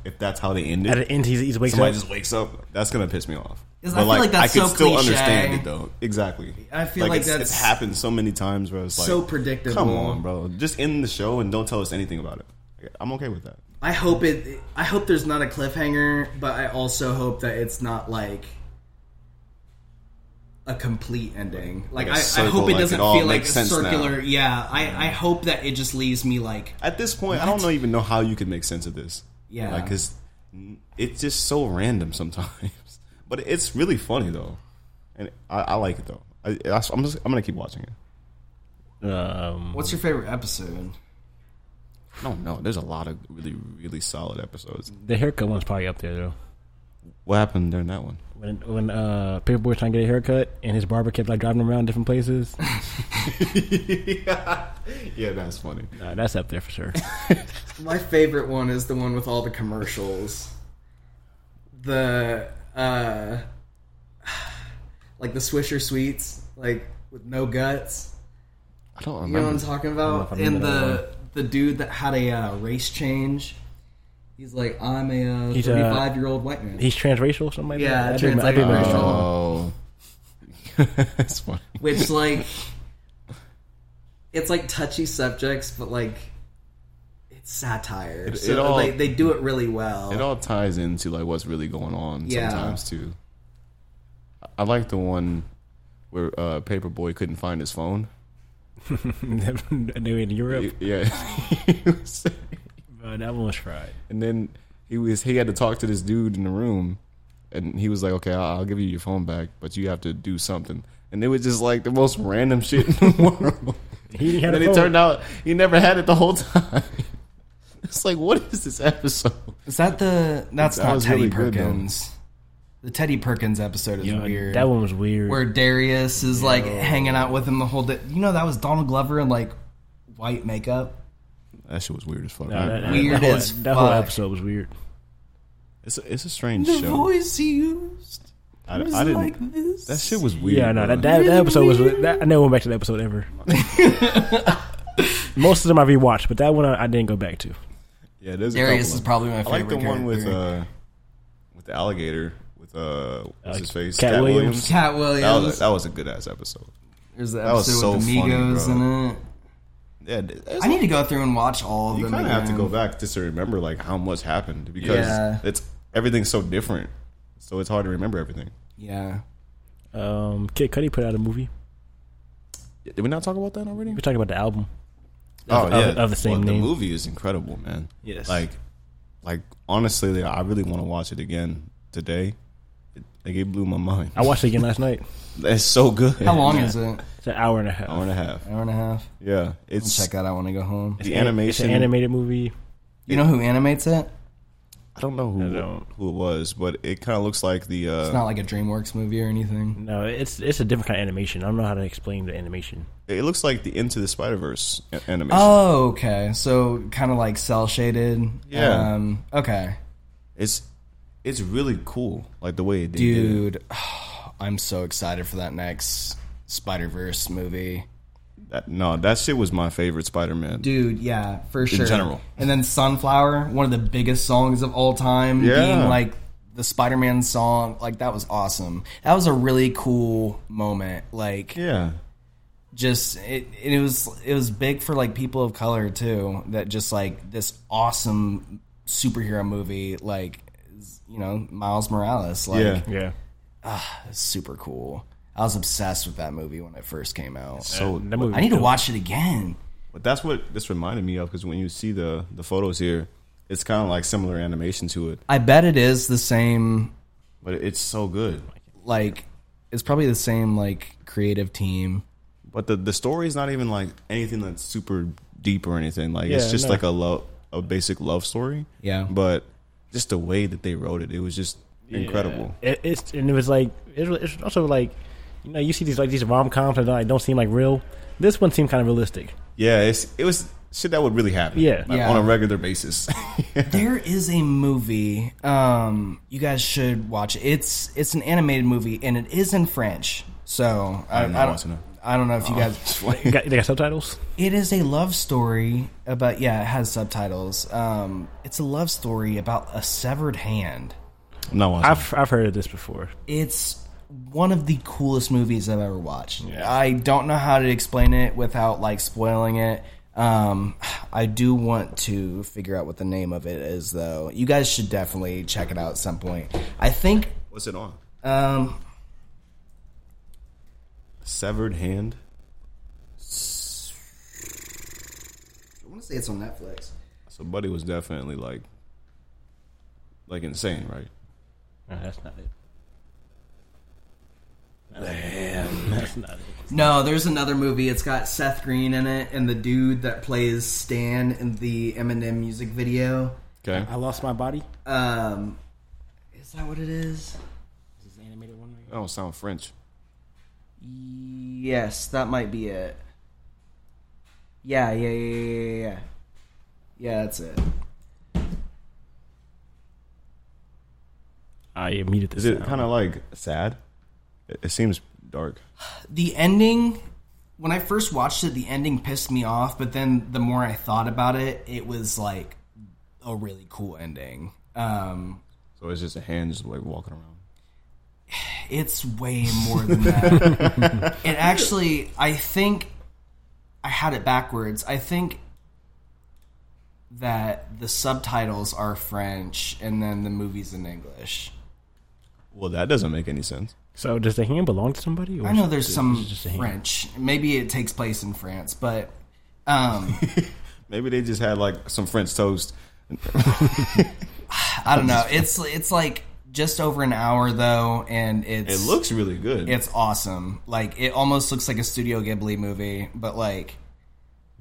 S2: if that's how they ended.
S1: At the end, he's, he's waking
S2: somebody
S1: up.
S2: just wakes up. That's gonna piss me off.
S5: 'Cause I feel like that's
S2: I could
S5: so
S2: still
S5: cliche.
S2: understand it though. Exactly.
S5: I feel like
S2: it's,
S5: that's
S2: it's happened so many times where it's like
S5: so predictable.
S2: Come on, bro. Just end the show and don't tell us anything about it.
S8: I'm okay with that.
S5: I hope it. I hope there's not a cliffhanger, but I also hope that it's not like a complete ending.
S8: Like
S5: Like,
S8: a
S5: I, I
S8: circle,
S5: hope it
S8: like,
S5: doesn't
S8: it all
S5: feel like a
S8: makes sense now.
S5: circular. Yeah, I, I hope that it just leaves me like
S8: At this point, I don't know even know how you can make sense of this.
S5: Yeah.
S8: like because it's just so random sometimes. (laughs) But it's really funny though, and I, I like it though. I, I- I'm just, I'm gonna keep watching it.
S1: Um,
S5: What's your favorite episode?
S8: No, no, there's a lot of really, really solid episodes.
S1: the haircut one's probably up there though.
S8: What happened during that one?
S1: When when uh, Paperboy's trying to get a haircut and his barber kept like driving him around different places.
S8: Yeah, that's funny.
S1: (laughs) Nah, that's up there for sure.
S5: My favorite one is the one with all the commercials. The uh (sighs) like the Swisher sweets, like with no guts.
S8: I don't
S5: You know
S8: remember.
S5: what I'm talking about?
S1: I
S5: And
S1: remember that
S5: the the dude that had a uh, race change. He's like, I'm a uh,
S1: He's, uh,
S5: 35 year old white
S1: (laughs)
S5: man.
S1: He's transracial, something like
S5: Yeah,
S1: that. I didn't- I didn't
S5: transracial.
S1: remember.
S8: oh,
S2: (laughs)
S8: that's funny.
S1: (laughs)
S5: which like it's like touchy subjects, but like it's satire.
S8: It-
S5: so
S8: it all-
S5: they, they do it really well.
S8: It all ties into like what's really going on
S5: Yeah.
S8: sometimes too. I- I like the one where uh, Paperboy couldn't find his phone.
S1: (laughs) And they were in Europe,
S8: Yeah, (laughs)
S1: but that one was fried.
S8: and then he was he had to talk to this dude in the room, and he was like, "Okay, I'll, I'll give you your phone back, but you have to do something." And it was just like the most random (laughs) shit in the world.
S1: He had
S8: and
S1: a
S8: then it
S1: phone.
S8: turned out he never had it the whole (laughs) time. it's like, what is this episode?
S5: Is that the? That's
S8: That
S5: not
S8: was
S5: Teddy
S8: really good, though.
S5: Perkins. the Teddy Perkins episode is
S1: Yeah,
S5: weird.
S1: That one was weird.
S5: where Darius is like hanging out with him the whole day. You know that was Donald Glover in like white makeup.
S8: That shit was weird as fuck.
S1: Nah, that- that-
S5: Weird
S1: that whole-
S5: as
S1: That whole
S5: fuck.
S1: episode was weird.
S8: It's a, it's a strange
S5: The
S8: show.
S5: voice he used
S8: I,
S5: was
S8: I didn't.
S5: like this.
S8: that shit was weird.
S1: yeah, no,
S8: bro.
S1: that, that, that episode was. That, I never went back to that episode
S5: (laughs)
S1: ever. Most of them I rewatched, but that one I, I didn't go back to.
S8: yeah. There's a
S5: Darius
S8: couple
S5: is
S8: of-
S5: probably my
S8: I like the
S5: favorite
S8: one with
S5: character.
S8: uh with the alligator with uh what's
S1: Uh,
S8: his face
S1: Cat Williams?
S5: Cat
S8: That
S5: Williams.
S8: was, a, that was a good ass episode.
S5: There's the
S8: was
S5: episode with
S8: so
S5: the
S8: funny,
S5: Migos
S8: bro.
S5: in it.
S8: Yeah, th- there's-
S5: I need to go through and watch all of
S8: you
S5: them.
S8: kind of have to
S5: again.
S8: go back just to remember like how much happened because
S5: Yeah.
S8: it's everything's so different, so it's hard to remember everything.
S5: Yeah.
S1: Um, Kid Cudi put out a movie.
S8: Did we not talk about that already?
S1: We're talking about the album.
S8: Oh
S1: of-
S8: yeah,
S1: of the same
S8: The
S1: name.
S8: movie is incredible, man.
S1: Yes.
S8: like, like honestly, like, I really want to watch it again today. It, like it blew my mind.
S1: I watched it again last night.
S8: It's so good.
S5: How long is it? An
S1: It's an hour and a half.
S8: Hour and a half.
S5: hour and a half.
S8: Yeah, it's
S5: Check that. out when I want to go home.
S8: the
S1: It's
S8: animation.
S1: an animated movie.
S5: You know who animates it?
S8: I don't know
S1: I
S8: who
S1: don't.
S8: who it was, but it kind of looks like the. Uh,
S5: It's not like a DreamWorks movie or anything.
S1: No, it's it's a different kind of animation. I don't know how to explain the animation.
S8: it looks like the Into the Spider Verse animation.
S5: Oh, okay. So kind of like cell shaded.
S8: Yeah.
S5: Um, okay,
S8: It's it's really cool, like the way it did. it.
S5: dude, (sighs) I'm so excited for that next Spider Verse movie.
S8: That, no, that shit was my favorite Spider Man.
S5: Dude, yeah, for sure.
S8: general.
S5: And then Sunflower, one of the biggest songs of all time,
S8: Yeah.
S5: being like the Spider Man song, like that was awesome. That was a really cool moment. Like,
S8: Yeah,
S5: just it, it was it was big for like people of color too that just like this awesome superhero movie like is, you know miles morales like
S8: yeah.
S1: Yeah,
S5: super cool i was obsessed with that movie when it first came out
S8: So
S1: that movie.
S5: i need to
S1: was dope.
S5: watch it again
S8: But that's what this reminded me of because when you see the the photos here, it's kind of like similar animation to it,
S5: i bet it is the same
S8: but it's so good.
S5: like it's probably the same like creative team
S8: But the the story is not even like anything that's super deep or anything. Like
S1: Yeah,
S8: it's just
S1: no.
S8: like a love, a basic love story.
S5: Yeah.
S8: But just the way that they wrote it, it was just incredible.
S1: It, it's and it was like it was, it's also like you know you see these like these rom coms and like don't seem like real. This one seemed kind of realistic.
S8: Yeah, it's, it was shit that would really happen.
S1: Yeah.
S8: like,
S5: Yeah.
S8: on a regular basis. (laughs)
S5: There is a movie. Um, you guys should watch it. It's it's an animated movie, and it is in French. So I, I,
S8: I'm
S5: don't,
S8: not watching it. Oh,
S5: I don't know if
S8: (laughs)
S5: you guys.
S1: You got, they got subtitles.
S5: It is a love story about. Yeah, it has subtitles. Um, it's a love story about a severed hand.
S8: I'm not watching.
S1: I've I've heard of this before.
S5: It's one of the coolest movies I've ever watched. I don't know how to explain it without like spoiling it, Um, I do want to figure out what the name of it is, though. You guys should definitely check it out at some point. I think.
S8: What's it on?
S5: Um,
S8: Severed Hand.
S5: I want to say it's on Netflix.
S8: So Buddy was definitely like, like insane, right?
S1: No, that's not it. Damn, that's not it.
S5: No, there's another movie. It's got Seth Green in it, and the dude that plays Stan in the Eminem music video.
S8: Okay.
S1: I lost my body.
S5: Um, is that what it is?
S1: Is this animated one? right?
S8: That don't sound French.
S5: Yes, that might be it. Yeah, yeah, yeah, yeah, yeah, yeah. Yeah, that's it.
S1: I muted this.
S8: Is it kind of like sad? It, it seems dark.
S5: The ending, when I first watched it, the ending pissed me off, but then the more I thought about it, it was like a really cool ending. Um,
S8: So it's just a hand just like walking around.
S5: It's way more than that. it actually, I think I had it backwards. I think that the subtitles are French and then the movie's in English.
S8: Well, that doesn't make any sense.
S1: So does the hand belong to somebody? Or
S5: I know
S1: is
S5: there's
S1: it
S5: some
S1: just a hand?
S5: French. Maybe it takes place in France, but
S1: (laughs)
S5: um,
S8: Maybe they just had like some French toast.
S5: I don't know. It's it's like just over an hour though, and
S8: It
S5: it's
S8: looks really good.
S5: it's awesome. Like it almost looks like a Studio Ghibli movie, but like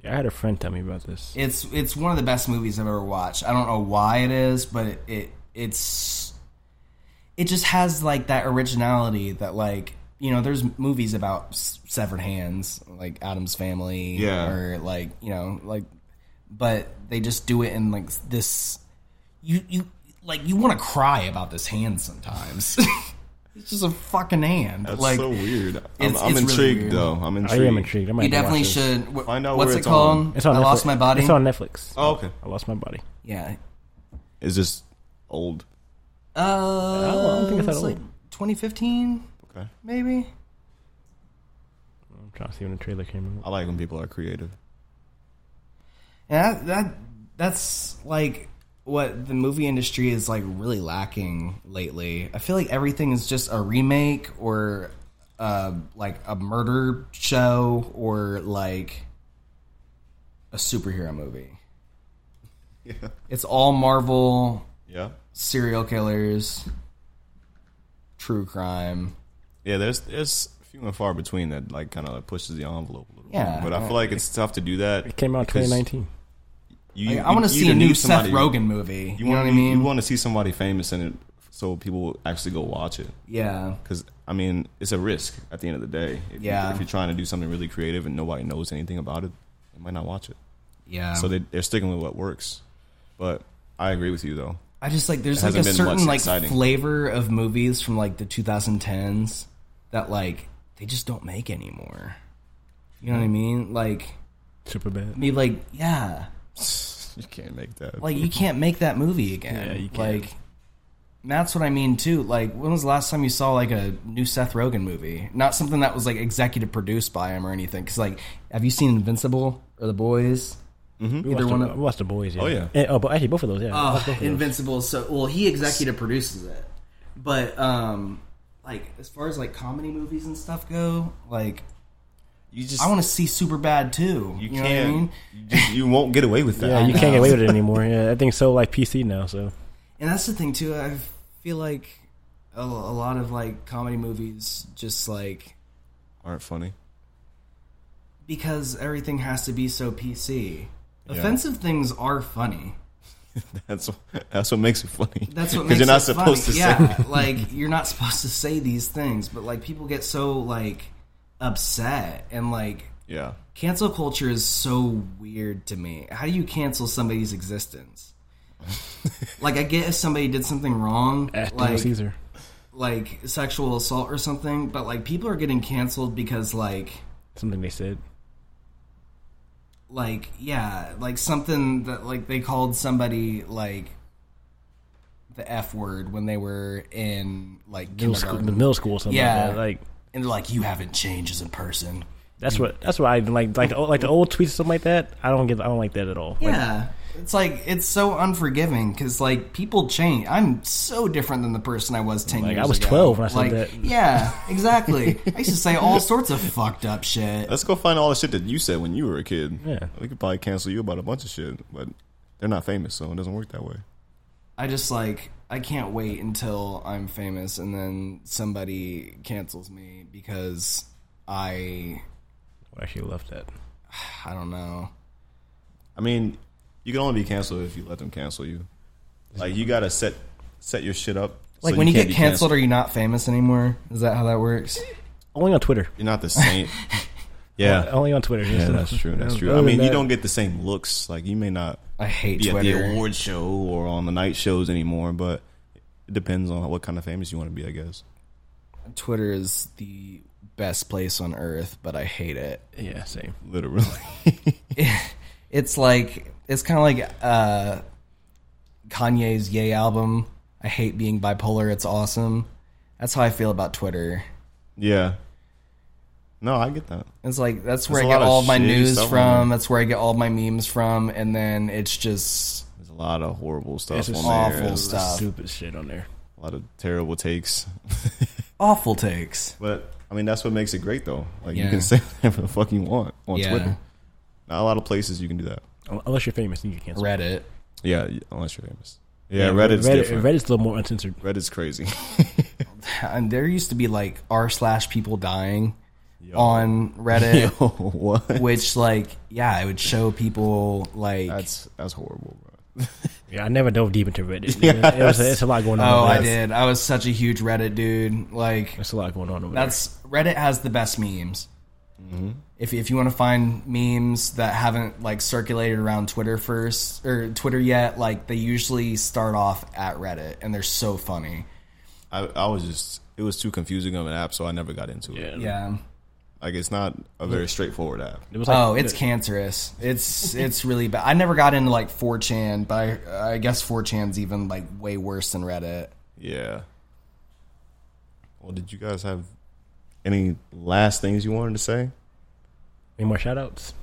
S1: Yeah, I had a friend tell me about this.
S5: it's it's one of the best movies I've ever watched. I don't know why it is, but it, it it's it just has like that originality that like you know there's movies about s- severed hands like Adam's Family
S8: Yeah.
S5: or like you know like but they just do it in like this you you like you want to cry about this hand sometimes. (laughs) it's just a fucking hand.
S8: That's
S5: like
S8: so weird. I'm,
S5: it's-
S8: I'm
S5: it's really
S8: intrigued
S5: weird.
S8: though. I'm
S1: I
S8: intrigued.
S1: am intrigued. I might
S5: you
S1: have to watch
S5: definitely
S1: this.
S5: should. wh-
S8: Find out
S5: what's
S8: where
S5: it
S8: it's
S5: called?
S8: on.
S1: It's on
S5: I
S1: Netflix.
S5: lost my body.
S1: It's on Netflix.
S8: Oh, okay.
S1: I lost my body.
S5: yeah.
S8: It's just old.
S5: Uh,
S1: I don't think it's that
S5: it's like
S1: old.
S5: 2015,
S8: Okay.
S5: maybe.
S1: I'm trying to see when the trailer came out.
S8: I like when people are creative.
S5: Yeah, that, that that's like what the movie industry is like really lacking lately. I feel like everything is just a remake or uh, like a murder show or like a superhero movie.
S8: Yeah.
S5: It's all Marvel
S8: Yeah.
S5: serial killers, true crime.
S8: Yeah. There's there's few and far between that like kind of like pushes the envelope a little.
S5: Yeah.
S8: Bit. But I feel like it's tough to do that.
S1: It came out in
S8: because
S1: 2019.
S8: You,
S5: Like, I want to see a new Seth Rogen movie.
S8: You,
S5: You, know
S8: want
S5: what I mean?
S8: You want to see somebody famous in it, so people will actually go watch it.
S5: yeah.
S8: Because I mean, it's a risk at the end of the day. If
S5: Yeah.
S8: You, if you're trying to do something really creative and nobody knows anything about it, they might not watch it.
S5: Yeah.
S8: So they, they're sticking with what works. But I agree with you though.
S5: I just like there's
S8: It
S5: like a
S8: hasn't been much
S5: certain like
S8: exciting.
S5: flavor of movies from like the 2010s that like they just don't make anymore. You know what I mean? Like
S1: Super bad.
S5: be like, yeah,
S8: You can't make that.
S5: like you can't make that movie again.
S1: Yeah, you can't.
S5: Like and that's what I mean too. Like when was the last time you saw like a new Seth Rogen movie? Not something that was like executive produced by him or anything. Cuz like have you seen Invincible or The Boys?
S1: We watched,
S5: one
S1: the,
S5: of-
S1: we watched the boys. Yeah.
S8: Oh, yeah.
S1: And- oh, but actually both of those. Yeah. I watched
S5: Oh,
S1: both of those.
S5: Invincible is so well he executive produces it. But um like as far as like comedy movies and stuff go, like
S8: you just
S5: I want to see Super Bad too.
S8: You,
S5: You, know what I
S8: can't.
S5: mean?
S8: you, just, you won't get away with that.
S1: Yeah, you
S5: Ah.
S1: can't get away with it anymore. Yeah, I think so. Like PC now, so
S5: And that's the thing too. I feel like a, a lot of like comedy movies just like
S8: Aren't funny. (laughs)
S5: because everything has to be so PC. Offensive things are funny.
S8: That's that's what makes it funny. (laughs)
S5: That's what
S8: because
S5: makes
S8: you're not
S5: it
S8: supposed
S5: funny.
S8: to
S5: yeah,
S8: say.
S5: like you're not (laughs) supposed to say these things, but like people get so like upset and like
S8: (laughs) Yeah.
S5: cancel culture is so weird to me. How do you cancel
S1: (laughs)
S5: somebody's existence? like I get if somebody did
S1: (laughs)
S5: something wrong,
S1: eh, Daniel
S5: like
S1: Caesar.
S5: like sexual assault or something, but like people are getting canceled because like
S1: Something they said.
S5: like yeah, like something that like they called somebody like the F word when they were in like
S1: Middle school,
S5: kindergarten.
S1: middle school, or something.
S5: Yeah.
S1: Like, that. like
S5: and they're like, "You haven't changed as a person."
S1: That's what that's what I even like like the old, like the old tweets or something like that. I don't get I don't like that at all. Like,
S5: Yeah. It's like it's so unforgiving because like people change. I'm so different than the person I was ten
S1: Like,
S5: years ago.
S1: I was 12 when I said
S5: Like,
S1: that.
S5: Yeah, exactly. I used to say all sorts of fucked up shit.
S8: Let's go find all the shit that you said when you were a kid.
S1: Yeah.
S8: we could probably cancel you about a bunch of shit, but they're not famous, so it doesn't work that way.
S5: I just like I can't wait until I'm famous and then somebody cancels me because I
S1: I actually love that.
S5: I don't know.
S8: I mean, you can only be canceled if you let them cancel you. Like you gotta set set your shit up.
S5: Like
S8: so
S5: when you,
S8: can't
S5: get
S8: be
S5: canceled, are you not famous anymore? Is that how that works?
S1: Only on Twitter.
S8: You're not the
S5: (laughs)
S8: same. yeah,
S1: Only on Twitter.
S8: yeah,
S1: (laughs)
S8: that's true.
S1: oh,
S8: That's true. I mean, you don't get the same looks. Like you may not
S5: I hate
S8: be at the
S5: Twitter.
S8: award show or on the night shows anymore, but it depends on what kind of famous you want to be, I guess.
S5: Twitter is the best place on earth, but I hate it.
S1: Yeah, same.
S8: Literally. (laughs)
S5: it's like it's kind of like uh, Kanye's Yay album. I hate being bipolar. It's awesome. That's how I feel about Twitter.
S8: yeah. No, I get that.
S5: It's like that's where
S8: There's
S5: I
S8: a lot
S5: get
S8: of
S5: all of my
S8: shitty
S5: news
S8: stuff on
S5: from.
S8: there.
S5: That's where I get all of my memes from, and then it's just
S8: There's a lot of horrible stuff
S1: It's
S8: on
S1: just
S8: there.
S5: awful
S8: There's
S5: stuff.
S1: Stupid shit on there.
S8: A lot of terrible takes.
S5: awful takes.
S8: But I mean, that's what makes it great, though. Like you
S5: Yeah.
S8: can say (laughs) whatever the fuck you want on
S5: Yeah.
S8: Twitter. Not a lot of places you can do that.
S1: Unless you're famous, then you can cancel.
S5: Reddit.
S8: Yeah, y- unless you're famous. Yeah, Reddit's
S1: Reddit,
S8: different.
S1: Reddit's a little more uncensored.
S8: Reddit's crazy. (laughs)
S5: And there used to be like r slash people dying on Reddit,
S8: (laughs) Yo, what?
S5: which like yeah, it would show people like
S8: That's that's horrible, bro.
S1: Yeah, I never dove deep into
S8: (laughs)
S1: Reddit. It was, it's a lot going on.
S5: oh I
S1: over there.
S5: did. I was such a huge Reddit dude. Like
S1: It's a lot going on over there.
S5: That's Reddit has the best memes.
S1: Mm-hmm.
S5: If if you want to find memes that haven't like circulated around Twitter first or Twitter yet, like they usually start off at Reddit and they're so funny.
S8: I, I was just it was too confusing of an app, so I never got into it.
S5: Yeah.
S8: Like it's not a very straightforward app.
S1: It was like,
S5: Oh, it's cancerous. It's it's really bad. I never got into like 4chan, but I, I guess 4chan's even like way worse than Reddit.
S8: Yeah. Well, did you guys have any last things you wanted to say?
S1: Any more shout outs?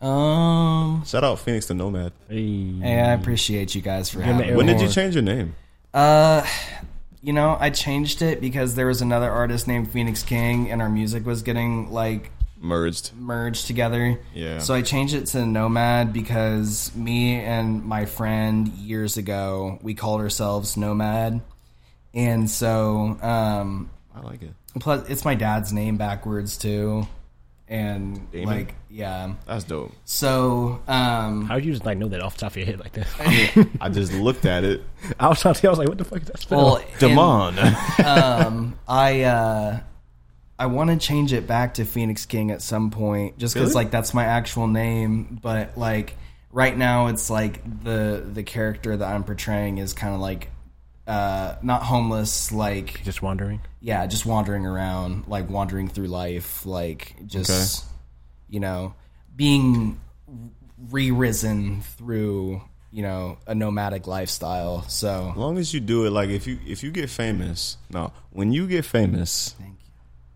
S5: Um,
S8: Shout out Phoenix the Nomad.
S1: Hey.
S5: hey, I appreciate you guys for having me.
S8: When did you
S1: Or-
S8: change your name?
S5: Uh, you know, I changed it because there was another artist named Phoenix King, and our music was getting like
S8: Merged.
S5: merged together.
S8: Yeah.
S5: So I changed it to Nomad because me and my friend years ago we called ourselves Nomad, and so um,
S8: I like it.
S5: plus it's my dad's name backwards too, and
S8: Damon?
S5: like yeah.
S8: That's dope.
S5: So um,
S1: How would you just like know that off the top of your head like that?
S5: (laughs)
S1: (laughs)
S8: I just looked at it.
S1: I was trying to. I was like, what the fuck is that spell?
S5: well, and-
S8: Demon.
S5: um, I uh, I want to change it back to Phoenix King at some point, just because
S8: Really?
S5: like that's my actual name. But like right now, it's like the the character that I'm portraying is kind of like uh, not homeless, like
S1: just wandering.
S5: yeah, just wandering around, like wandering through life, like just you know being re-risen through you know a nomadic lifestyle. So
S8: As long as you do it, like if you if you get famous, no, when you get famous,
S5: thank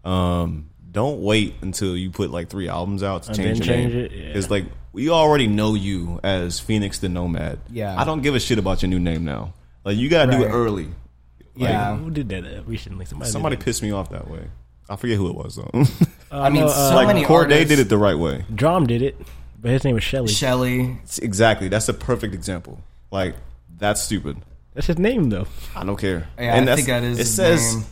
S5: you.
S8: um, don't wait until you put like three albums out to change
S1: then
S8: your
S1: change
S8: name.
S1: it, yeah.
S8: It's like we already know you as Phoenix the Nomad.
S5: Yeah.
S8: I don't give a shit about your new name now. Like you gotta do it
S5: Right.
S8: early.
S5: Yeah.
S1: Who did that uh, recently? Somebody.
S8: Somebody
S1: Did
S8: pissed me off that way. I forget who it
S1: (laughs)
S8: was though.
S1: that. Uh,
S5: I mean,
S1: know,
S5: so
S8: like
S5: many
S8: Corday
S5: artists-
S8: did it the right way.
S1: Drum did it, but his name was Shelly.
S5: Shelly,
S8: It's- exactly. That's a perfect example. Like that's stupid.
S1: That's his name though.
S8: I don't care.
S5: Yeah, I
S8: that's-
S5: think that is.
S8: It
S5: his
S8: says
S5: name.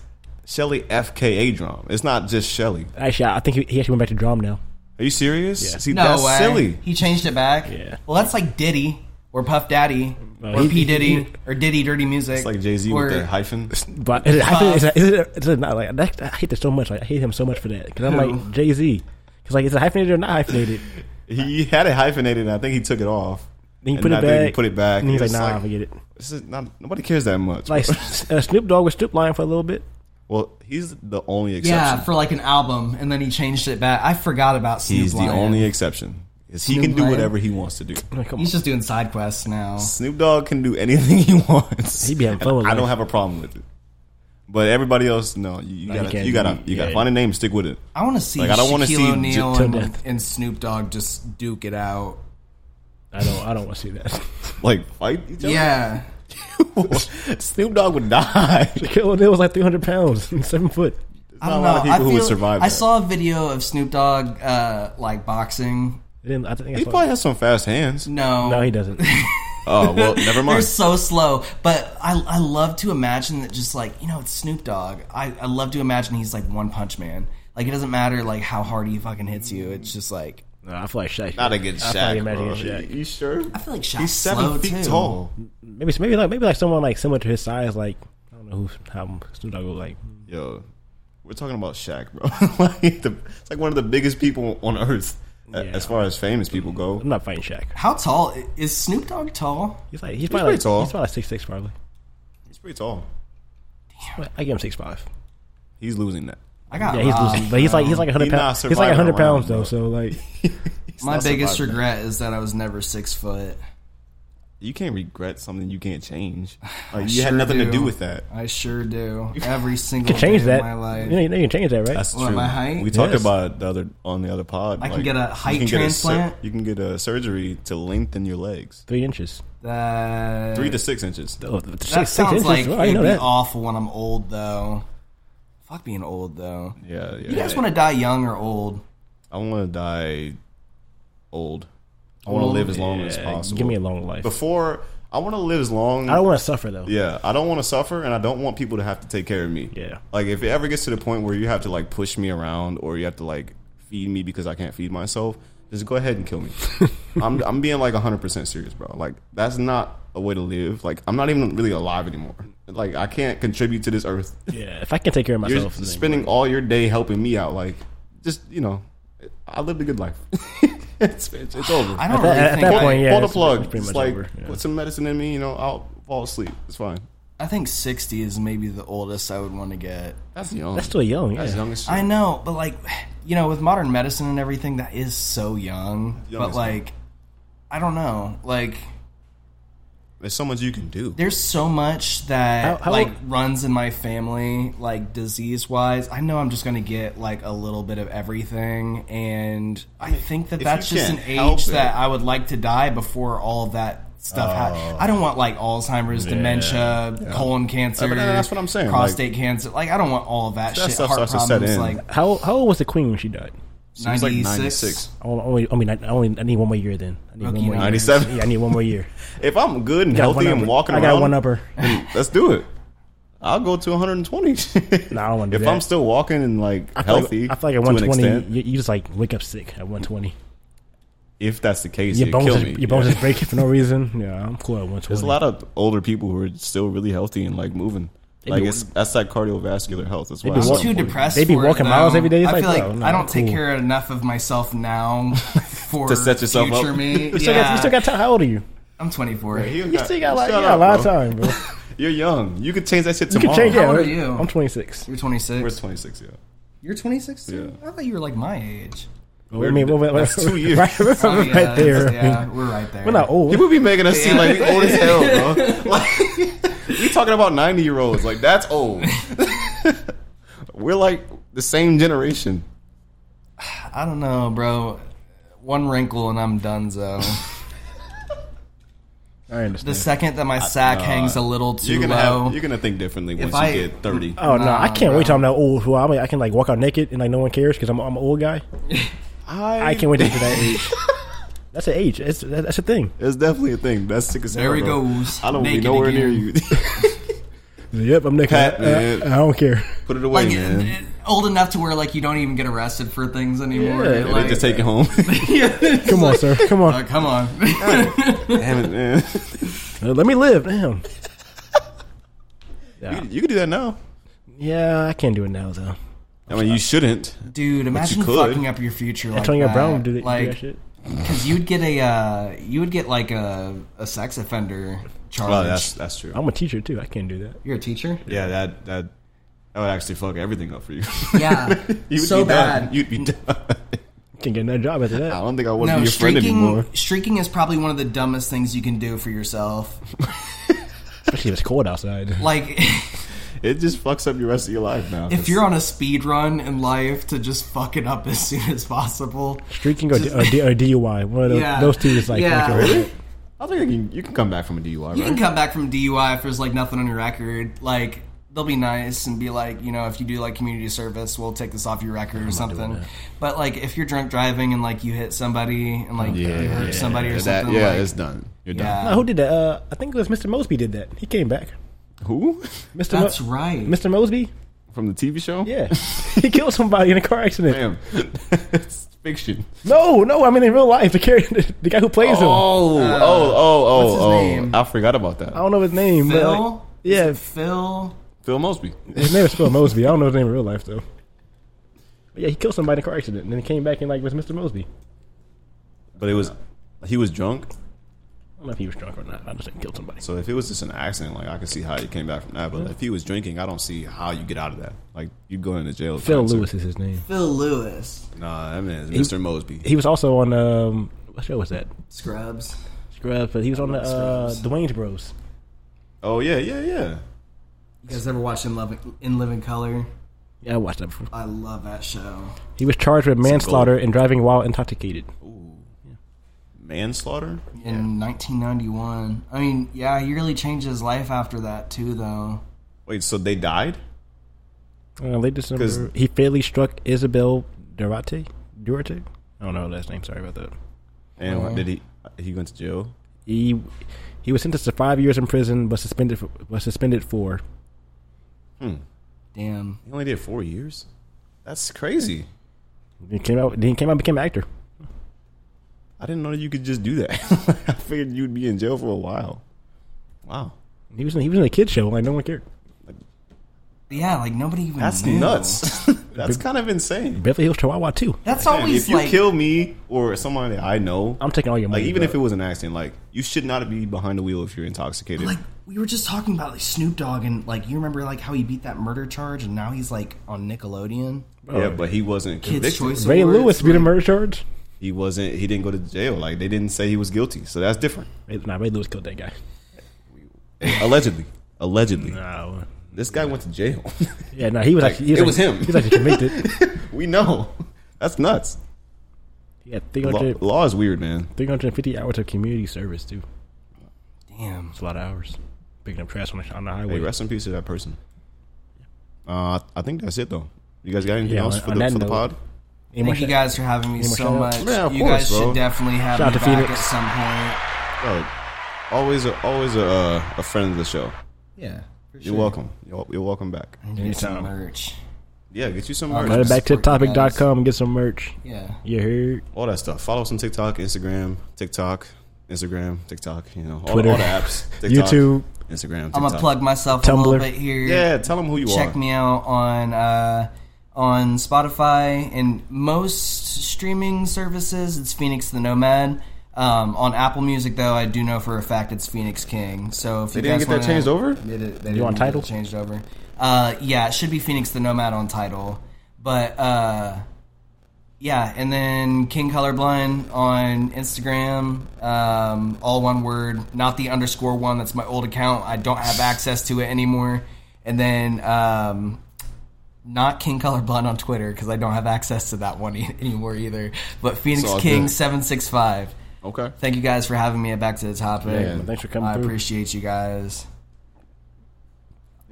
S8: Shelly FKA drum. It's not just Shelly.
S1: Actually, I I think he, he actually went back to Drum now.
S8: Are you serious?
S1: Yeah.
S8: See,
S5: no
S8: that's
S5: way.
S8: silly.
S5: He changed it back.
S1: Yeah.
S5: Well, that's like Diddy or Puff Daddy
S1: Well,
S5: or
S1: he-
S5: P Diddy
S1: he-
S5: or Diddy Dirty Music.
S8: It's like Jay Z
S5: or
S8: with the hyphen.
S5: (laughs)
S1: But (laughs) I think it's, it's, it's not like that, I hate this so much. Like, I hate him so much for that because I'm like Jay Z. Because like, is it hyphenated or not hyphenated?
S8: He had it hyphenated, and I think he took it off.
S1: Then you
S8: And
S1: put
S8: I
S1: it
S8: think
S1: back.
S8: he put it back,
S1: And he's
S8: and
S1: like,
S8: it's
S1: nah,
S8: like-
S1: forget it.
S8: This is not, nobody cares that much.
S1: Like S- uh, Snoop Dogg was Snoop Lion for a little bit.
S8: (laughs) well, he's the only exception.
S5: yeah, for like an album, and then he changed it back. I forgot about Snoop
S8: he's the
S5: Lion.
S8: only exception. 'Cause he
S5: Snoop
S8: can do
S5: Lion?
S8: whatever he wants to do.
S1: Like, come on.
S5: He's just doing side quests now.
S8: Snoop Dogg can do anything (laughs) he wants.
S1: He be having fun with
S8: And I don't
S1: life.
S8: have a problem with it. But everybody else, no, you, you
S1: No, you
S8: gotta,
S1: can't
S8: you gotta,
S1: do-
S8: you gotta
S1: yeah.
S8: find a name, stick with it. (laughs)
S5: I want to see
S8: Like, I don't wanna
S5: Shaquille
S8: see J-
S5: O'Neal
S1: till
S5: and,
S1: death.
S5: and Snoop Dogg just duke it out.
S1: I don't. I don't want to see that. (laughs)
S8: Like fight each other.
S5: Yeah,
S8: (laughs) Snoop Dogg would die. (laughs)
S1: Shaquille O'Neal was like 300 pounds, (laughs) and seven foot.
S5: I
S8: not
S5: don't
S8: a lot
S5: know.
S8: of people
S5: I
S8: who would
S5: feel-
S8: survive
S5: I
S8: that.
S5: saw a video of Snoop Dogg uh, like boxing.
S1: Then I think I
S8: he
S1: saw-
S8: probably has some fast hands.
S5: No,
S1: no, he (laughs)
S8: (laughs)
S1: doesn't.
S8: Oh well, (laughs) never
S5: They're
S8: mind.
S5: so slow, but I, I love to imagine that just like you know it's Snoop Dogg. I, I love to imagine he's like One Punch Man. Like it doesn't matter like how hard he fucking hits you. It's just like
S1: no, I feel like Shaq.
S8: Not a good
S1: I
S8: Shaq.
S1: Probably imagine
S8: bro.
S1: Shaq.
S8: You, you sure?
S5: I feel like Shaq's
S8: He's seven
S5: slow
S8: feet
S5: too.
S8: tall.
S1: Maybe maybe like maybe like someone like similar to his size. Like I don't know who how Snoop Dogg was like.
S8: Yo, we're talking about Shaq, bro. (laughs) like the, it's like one of the biggest people on earth a-
S1: Yeah.
S8: as far as famous people go.
S5: (sighs)
S1: I'm not fighting Shaq.
S5: How tall i- is Snoop Dogg? Tall?
S1: He's like he's probably
S8: pretty
S1: like,
S8: tall.
S1: He's probably like six six probably.
S8: He's pretty tall.
S1: I give him six five.
S8: He's losing that.
S5: I got.
S1: Yeah, he's
S5: robbed.
S1: losing, but he's like he's like hundred
S8: He Ah, not
S1: pounds. He's like
S8: surviving
S1: hundred pounds
S8: around,
S1: though. So like,
S5: My
S8: not
S5: biggest
S8: surviving.
S5: regret is that I was never six foot.
S8: You can't regret something you can't
S5: (sighs)
S8: change. Like, you had
S5: sure
S8: nothing to
S5: do.
S8: do with that.
S5: I
S8: (laughs)
S5: sure do. Every single
S1: you change
S5: day
S1: that.
S5: of my life.
S1: You know, you know you can change that, right?
S8: That's
S5: What,
S8: true.
S5: my height?
S8: We talked
S1: Yes.
S8: about it the other on the other pod.
S5: I can get a
S8: you
S5: height
S8: can get a sur-
S5: transplant?
S8: you can get a surgery to lengthen your legs,
S1: Three inches.
S5: That-
S8: three to six inches.
S1: Oh, th- six,
S5: that
S1: six
S5: sounds
S1: inches.
S5: like
S1: Well, I
S5: it'd
S1: know
S5: be
S1: that.
S5: awful when I'm old though. Fuck being old though.
S8: Yeah, yeah.
S5: You guys want to die young or old?
S8: I want to die old. I want to live as long as
S1: Yeah,
S8: possible.
S1: Give me a long life.
S8: Before I want to live as long.
S1: I don't want to suffer though.
S8: Yeah, I don't want to suffer, and I don't want people to have to take care of me.
S1: Yeah.
S8: like if it ever gets to the point where you have to like push me around or you have to like feed me because I can't feed myself, just go ahead
S1: (laughs)
S8: and kill me. I'm I'm being like 100 percent serious, bro. Like that's not a way to live. Like I'm not even really alive anymore. Like I can't contribute to this earth.
S1: Yeah, if I can take care of
S8: You're
S1: myself, then-
S8: spending all your day helping me out. Like just you know, I lived a good life. (laughs) it's, it's it's over.
S5: I don't
S1: that-
S5: really
S1: at
S5: think.
S1: that
S5: I,
S1: point, yeah.
S8: Pull the
S1: it's-
S8: plug.
S1: it's
S8: It's
S1: pretty much
S8: like
S1: over, yeah.
S8: put some medicine in me. You know, I'll fall asleep. It's fine.
S5: I think 60 is maybe the oldest I would want to get.
S8: That's young.
S1: That's still young.
S8: That's
S1: yeah.
S8: (laughs) young as shit.
S5: I know, but like, you know, with modern medicine and everything, that is so young.
S8: Young
S5: but
S8: as hell.
S5: like, I don't know. Like,
S8: There's so much you can do.
S5: there's so much that
S1: How- how
S5: like
S1: old-
S5: runs in my family, like disease wise. I know I'm just gonna get like a little bit of everything, and I think that
S8: if
S5: that's
S8: you
S5: just an
S8: can't help
S5: age
S8: it- Oh.
S5: that I would like to die before all that stuff. hap- I don't want like Alzheimer's, dementia, colon cancer.
S8: Uh, but that's what I'm saying, like-
S5: Prostate cancer. Like I don't want all of that,
S8: That
S5: shit.
S8: stuff
S5: Heart
S8: starts to set
S5: problems.
S8: in.
S5: Like
S1: How how old was the queen when she died?
S8: She was like
S5: 96.
S8: 96.
S1: I only, only- I mean, I, I only I need one more year. Then I need
S5: Rookie
S1: one more
S5: numbers.
S1: year.
S8: 97.
S1: Yeah, I need one more
S8: (laughs)
S1: year.
S8: If I'm good and
S1: Got one
S8: healthy and
S1: upper.
S8: walking
S1: I
S8: around,
S1: got one upper.
S8: then (laughs) let's do it. I'll go to 120.
S1: Nah, I don't wanna do
S8: (laughs) If
S1: that.
S8: I'm still walking and like
S1: I feel like-
S8: healthy,
S1: I feel like at
S8: to an
S1: 120,
S8: extent,
S1: you, you just like wake up sick at 120.
S8: if that's the case,
S1: Your
S8: you
S1: bones,
S8: kill
S1: just,
S8: me.
S1: your bones
S8: Yeah.
S1: just break for no reason. Yeah, I'm cool at 120.
S8: There's a lot of older people who are still really healthy and like moving. Like
S1: do-
S8: it's that's that cardiovascular health. That's why
S1: do
S8: it's
S1: walk-
S8: so
S5: too
S8: important.
S5: depressed.
S1: They be
S5: for it,
S1: walking
S5: though.
S1: miles every day. It's
S5: I
S1: like, oh,
S5: feel like
S1: bro, nah,
S5: I don't take
S1: cool.
S5: care of enough of myself
S1: (laughs)
S5: now for
S8: To set yourself
S5: future
S8: up.
S5: me.
S1: You still,
S5: yeah.
S1: got, you still got time. How old are you?
S5: I'm 24.
S8: You
S1: You still got, like, you
S8: shut
S1: got a
S8: up,
S1: lot of
S8: bro.
S1: time, bro.
S8: You're young. You could change that shit
S1: You can
S8: tomorrow.
S1: change
S5: How
S1: yeah,
S5: old are
S1: right?
S5: you?
S1: I'm 26.
S5: You're 26.
S8: We're 26. Yeah.
S5: You're 26. too?
S8: Yeah.
S5: I thought you were like my age.
S1: I mean, we're, we're,
S8: That's two
S1: (laughs)
S8: years.
S1: Right, we're
S5: Oh, yeah,
S1: right there.
S5: Yeah, we're right there.
S1: We're not old.
S8: People be making us seem like we old as hell, bro. (laughs) Like, we talking about ninety year olds, like that's old. (laughs) We're like the same generation.
S5: I don't know, bro. One wrinkle and I'm done. So
S1: I
S5: the
S1: understand.
S5: second that my sack hangs a little too
S8: You're gonna
S5: low,
S8: have, you're gonna think differently once
S5: I-
S8: you get thirty.
S1: Oh no, I
S5: Nah,
S1: can't wait
S5: bro.
S1: till I'm that old. Who I'm, I can like walk out naked and like no one cares because I'm, I'm an old guy.
S5: (laughs)
S1: I can't wait to get to that age. (laughs) That's an age. It's, that- that's a thing.
S8: (laughs) It's definitely a thing. That's sick as hell.
S5: There he
S8: bro.
S5: goes,
S8: I don't be
S5: naked
S8: nowhere near
S5: again.
S8: you. (laughs)
S1: Yep, I'm naked.
S8: Pat,
S1: I-
S8: man.
S1: I, I don't
S5: (laughs)
S1: care.
S8: Put it away,
S5: like
S8: man.
S5: old enough to where like you don't even get arrested for things anymore.
S1: Yeah.
S8: They
S5: like,
S8: just take it
S5: (laughs)
S8: home.
S1: Come on, sir. Come on.
S5: Uh, come on.
S8: Damn it, man.
S1: Uh, Let me live. Damn. Yeah.
S8: You can do that now.
S1: yeah, I can't do it now though.
S8: I mean, you shouldn't.
S5: (laughs) Dude, imagine
S8: could.
S5: fucking up your future like
S1: Antonio
S5: that.
S1: Brown would do, that- do that
S5: like,
S1: shit.
S5: Because you'd get a, uh, you would get like a, a sex offender charge.
S8: Well, Oh, that's that's true.
S1: I'm a teacher too. I can't do that.
S5: You're a teacher.
S8: Yeah, that that that would actually fuck everything up for you.
S5: Yeah,
S8: (laughs) you would
S5: so
S8: be done.
S5: bad.
S8: You'd be done.
S1: Can't get another job after
S8: (laughs) I
S1: that.
S8: don't think I want to
S5: No,
S8: be your friend anymore.
S5: streaking, streaking is probably one of the dumbest things you can do for yourself.
S1: Especially if it's cold outside.
S5: Like, (laughs)
S8: It just fucks up your rest of your life now.
S5: If you're on a speed run in life to just fuck it up as (laughs) soon as possible,
S1: Streaking or, D- or, D- or DUI. One of those,
S5: Yeah.
S1: those two is like,
S5: Yeah.
S1: like a-
S8: Really? I think you can, you can come back from a DUI, right?
S5: you can come back from DUI if there's like nothing on your record. Like they'll be nice and be like, you know, if you do like community service, we'll take this off your record or something. But like if you're drunk driving and like you hit somebody and like you hurt somebody or
S8: that-
S5: something,
S8: yeah,
S5: like,
S8: it's done. You're
S5: yeah,
S1: Uh, who did that? Uh, I think it was Mr. Mosby did that. He came back.
S8: done. Who? (laughs)
S1: Mr.
S5: that's
S1: Mo-
S5: right.
S1: Mr. Mosby?
S8: From the TV show?
S1: Yeah.
S5: (laughs)
S1: he killed somebody in a car accident.
S8: Damn. (laughs) it's fiction.
S1: No, no, I mean in real life. The, character, (laughs) the guy who plays him.
S8: Oh, oh, oh,
S5: Uh, what's his
S8: oh, oh.
S5: name? Oh.
S8: I forgot about
S1: I
S8: that.
S1: don't know his name. but,
S5: Phil?
S1: like, yeah,
S5: Phil.
S8: Phil Mosby.
S1: his name is Phil Mosby. I don't know his name in real life, though. But yeah, he killed somebody in a car accident, and then he came back and like was Mr. Mosby.
S8: But it was, he was drunk.
S1: I don't know if he was drunk or not. I just think he killed somebody.
S8: So if it was just an accident, like I could see how you came back from that. But if he was drinking, I don't see how you get out of that. Like you go into jail.
S1: Phil
S8: concert.
S1: Lewis is his name.
S5: Phil Lewis.
S8: Nah, that man is Mr. Mosby.
S1: He was also on um, what show was that?
S5: Scrubs.
S1: Scrubs, but he was on the uh, Dwayne's Bros.
S8: oh yeah, yeah, yeah.
S5: You guys ever watched In, Love, In Living Color?
S1: Yeah, I watched that before.
S5: I love that show.
S1: He was charged with manslaughter and driving while intoxicated.
S8: Manslaughter.
S5: In 1991. I mean, yeah, he really changed his life after that, too, though.
S8: Wait, so they died?
S1: Uh, late December,
S8: 'Cause-
S1: he fatally struck Isabel Durate. Durate. I don't know her last name. Sorry about that.
S8: And did he? He went to jail.
S1: He he was sentenced to five years in prison, but suspended for, was suspended for
S5: Damn.
S8: He only did four years. That's crazy.
S1: He came out. Then he came out and became an actor.
S8: I didn't know you could just do that. (laughs) I figured you'd be in jail for a while. Wow,
S1: He was in, he was in a kid show. Like no one cared.
S5: Yeah, like nobody even
S8: that's
S5: knew. (laughs)
S8: nuts. that's kind of insane.
S1: Beverly Hills Chihuahua too.
S8: (laughs)
S5: That's
S8: Man,
S5: always
S8: if you
S5: like.
S8: kill me or someone that I know,
S1: I'm taking all your money.
S8: like even if it was an accident, like you should not be behind the wheel if you're intoxicated.
S5: like, we were just talking about like Snoop Dogg and like you remember like how he beat that murder charge and now he's like on Nickelodeon.
S8: yeah, but he wasn't
S5: Kids
S8: convicted.
S5: Choice
S1: Ray
S5: Awards,
S1: Lewis beat a murder charge.
S8: He wasn't. He didn't go to jail. Like they didn't say he was guilty, so that's different.
S1: Ray, nah, Ray Lewis killed that guy.
S8: Allegedly, allegedly,
S1: No.
S8: this guy went to jail. (laughs)
S1: Yeah, no, he was actually. He was
S8: it was
S1: actually-
S8: him.
S1: He was actually
S8: (laughs)
S1: convicted.
S8: we know that's nuts.
S1: Yeah,
S8: Law,
S1: 300,
S8: law is weird, man.
S1: 350 hours of community service too.
S5: Damn.
S1: It's a lot of hours. Picking up trash on the, on the highway.
S8: Hey, rest in peace to that person. Uh, I think that's it though. You guys got anything
S1: Yeah,
S8: else
S1: on-
S8: for
S1: on
S8: the,
S1: that
S8: for the
S1: note-
S8: pod?
S1: Any more
S5: Thank you
S1: shout-
S5: guys for having me
S1: more
S5: so
S1: shout-outs?
S5: much.
S8: Yeah, of
S5: you
S8: course,
S5: guys
S8: bro.
S5: should definitely have
S1: Shout
S5: me
S1: out to
S5: back
S1: Phoenix.
S5: at some point.
S8: Yo, always, a, always a, uh, a friend of the show.
S5: Yeah. for
S8: You're
S5: sure.
S8: welcome. You're, you're welcome back.
S5: I need to get some
S1: Anytime.
S5: merch.
S8: Yeah, get you some
S5: Um,
S8: merch,
S1: Head back to
S5: Support you guys.
S1: topic.com and get some merch.
S5: Yeah.
S1: You heard?
S8: all that stuff. Follow us on TikTok, Instagram, TikTok, Instagram, TikTok. You know, all,
S1: Twitter.
S8: all
S1: (laughs)
S8: the apps, TikTok,
S1: YouTube.
S8: Instagram. TikTok.
S5: I'm gonna plug myself a
S1: Tumblr.
S5: little bit here.
S8: Yeah, tell them who you
S5: check
S8: are.
S5: me out on uh, on Spotify and most streaming services. It's Phoenix the Nomad. Um, on Apple Music, though, I do know for a fact it's Phoenix King. So if
S8: They
S5: you
S8: didn't
S5: guys
S8: get that
S5: wanna-
S8: changed over?
S5: they did, they didn't
S1: want
S5: get it
S1: Tidal?
S5: changed over. Uh, yeah, it should be Phoenix the Nomad on title, but uh, yeah, and then King Colorblind on Instagram, um, all one word, not the underscore one. That's my old account. I don't have access to it anymore. And then um, not King Colorblind on Twitter because I don't have access to that one (laughs) e- anymore either. But Phoenix
S8: all
S5: King
S8: good.
S5: seven six five.
S8: Okay.
S5: Thank you guys for having me. at Back to the topic.
S8: Man,
S1: Thanks for coming
S5: I
S1: through.
S5: appreciate you guys.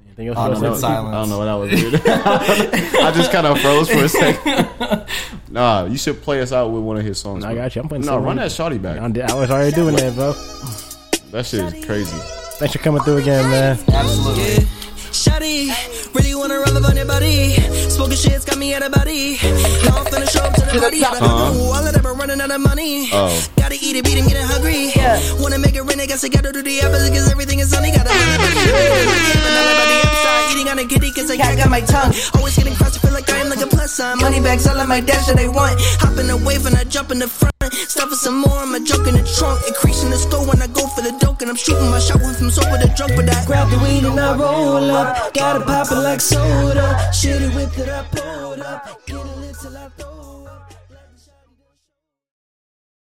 S1: Anything else
S5: Oh,
S1: you
S5: no,
S1: wanna
S5: no,
S1: say?
S5: it's- silence.
S8: I don't know what that was. Dude. I just
S5: (laughs)
S8: kind of froze for a second. Nah, you should play us out with one of his songs.
S1: I
S8: bro.
S1: got you. I'm putting
S8: No,
S1: some
S8: run
S1: on-
S8: that shawty back.
S1: I did- I was already doing that, bro.
S8: That shit is crazy.
S1: Thanks for coming through again, man.
S5: Absolutely.
S7: Yeah. Shotty, really wanna roll up on your body. Smoking shit's got me out of body. Now I'm finna show up to the party. Out of the wallet, I've been running out of money.
S8: Oh.
S7: Gotta eat it, beat it, getting hungry. Wanna make it rain, I guess I gotta do the opposite, cause everything is sunny. Gotta Banana by the upside, eating on a kitty, cause I can't got my tongue. Always getting crossed, I feel like I am like a plus sign. Money bags, all of my dash that I want. Hop in the wave and I jump in the front. Stop for some more, I'm a joke in the trunk. Increasing the score when I go for the dunk, and I'm shooting my shot once I'm sober to drunk, but I grab the weed and I roll up. Gotta pop it like soda. Shit, it whipped it up, pulled up. Get a lift till I throw up.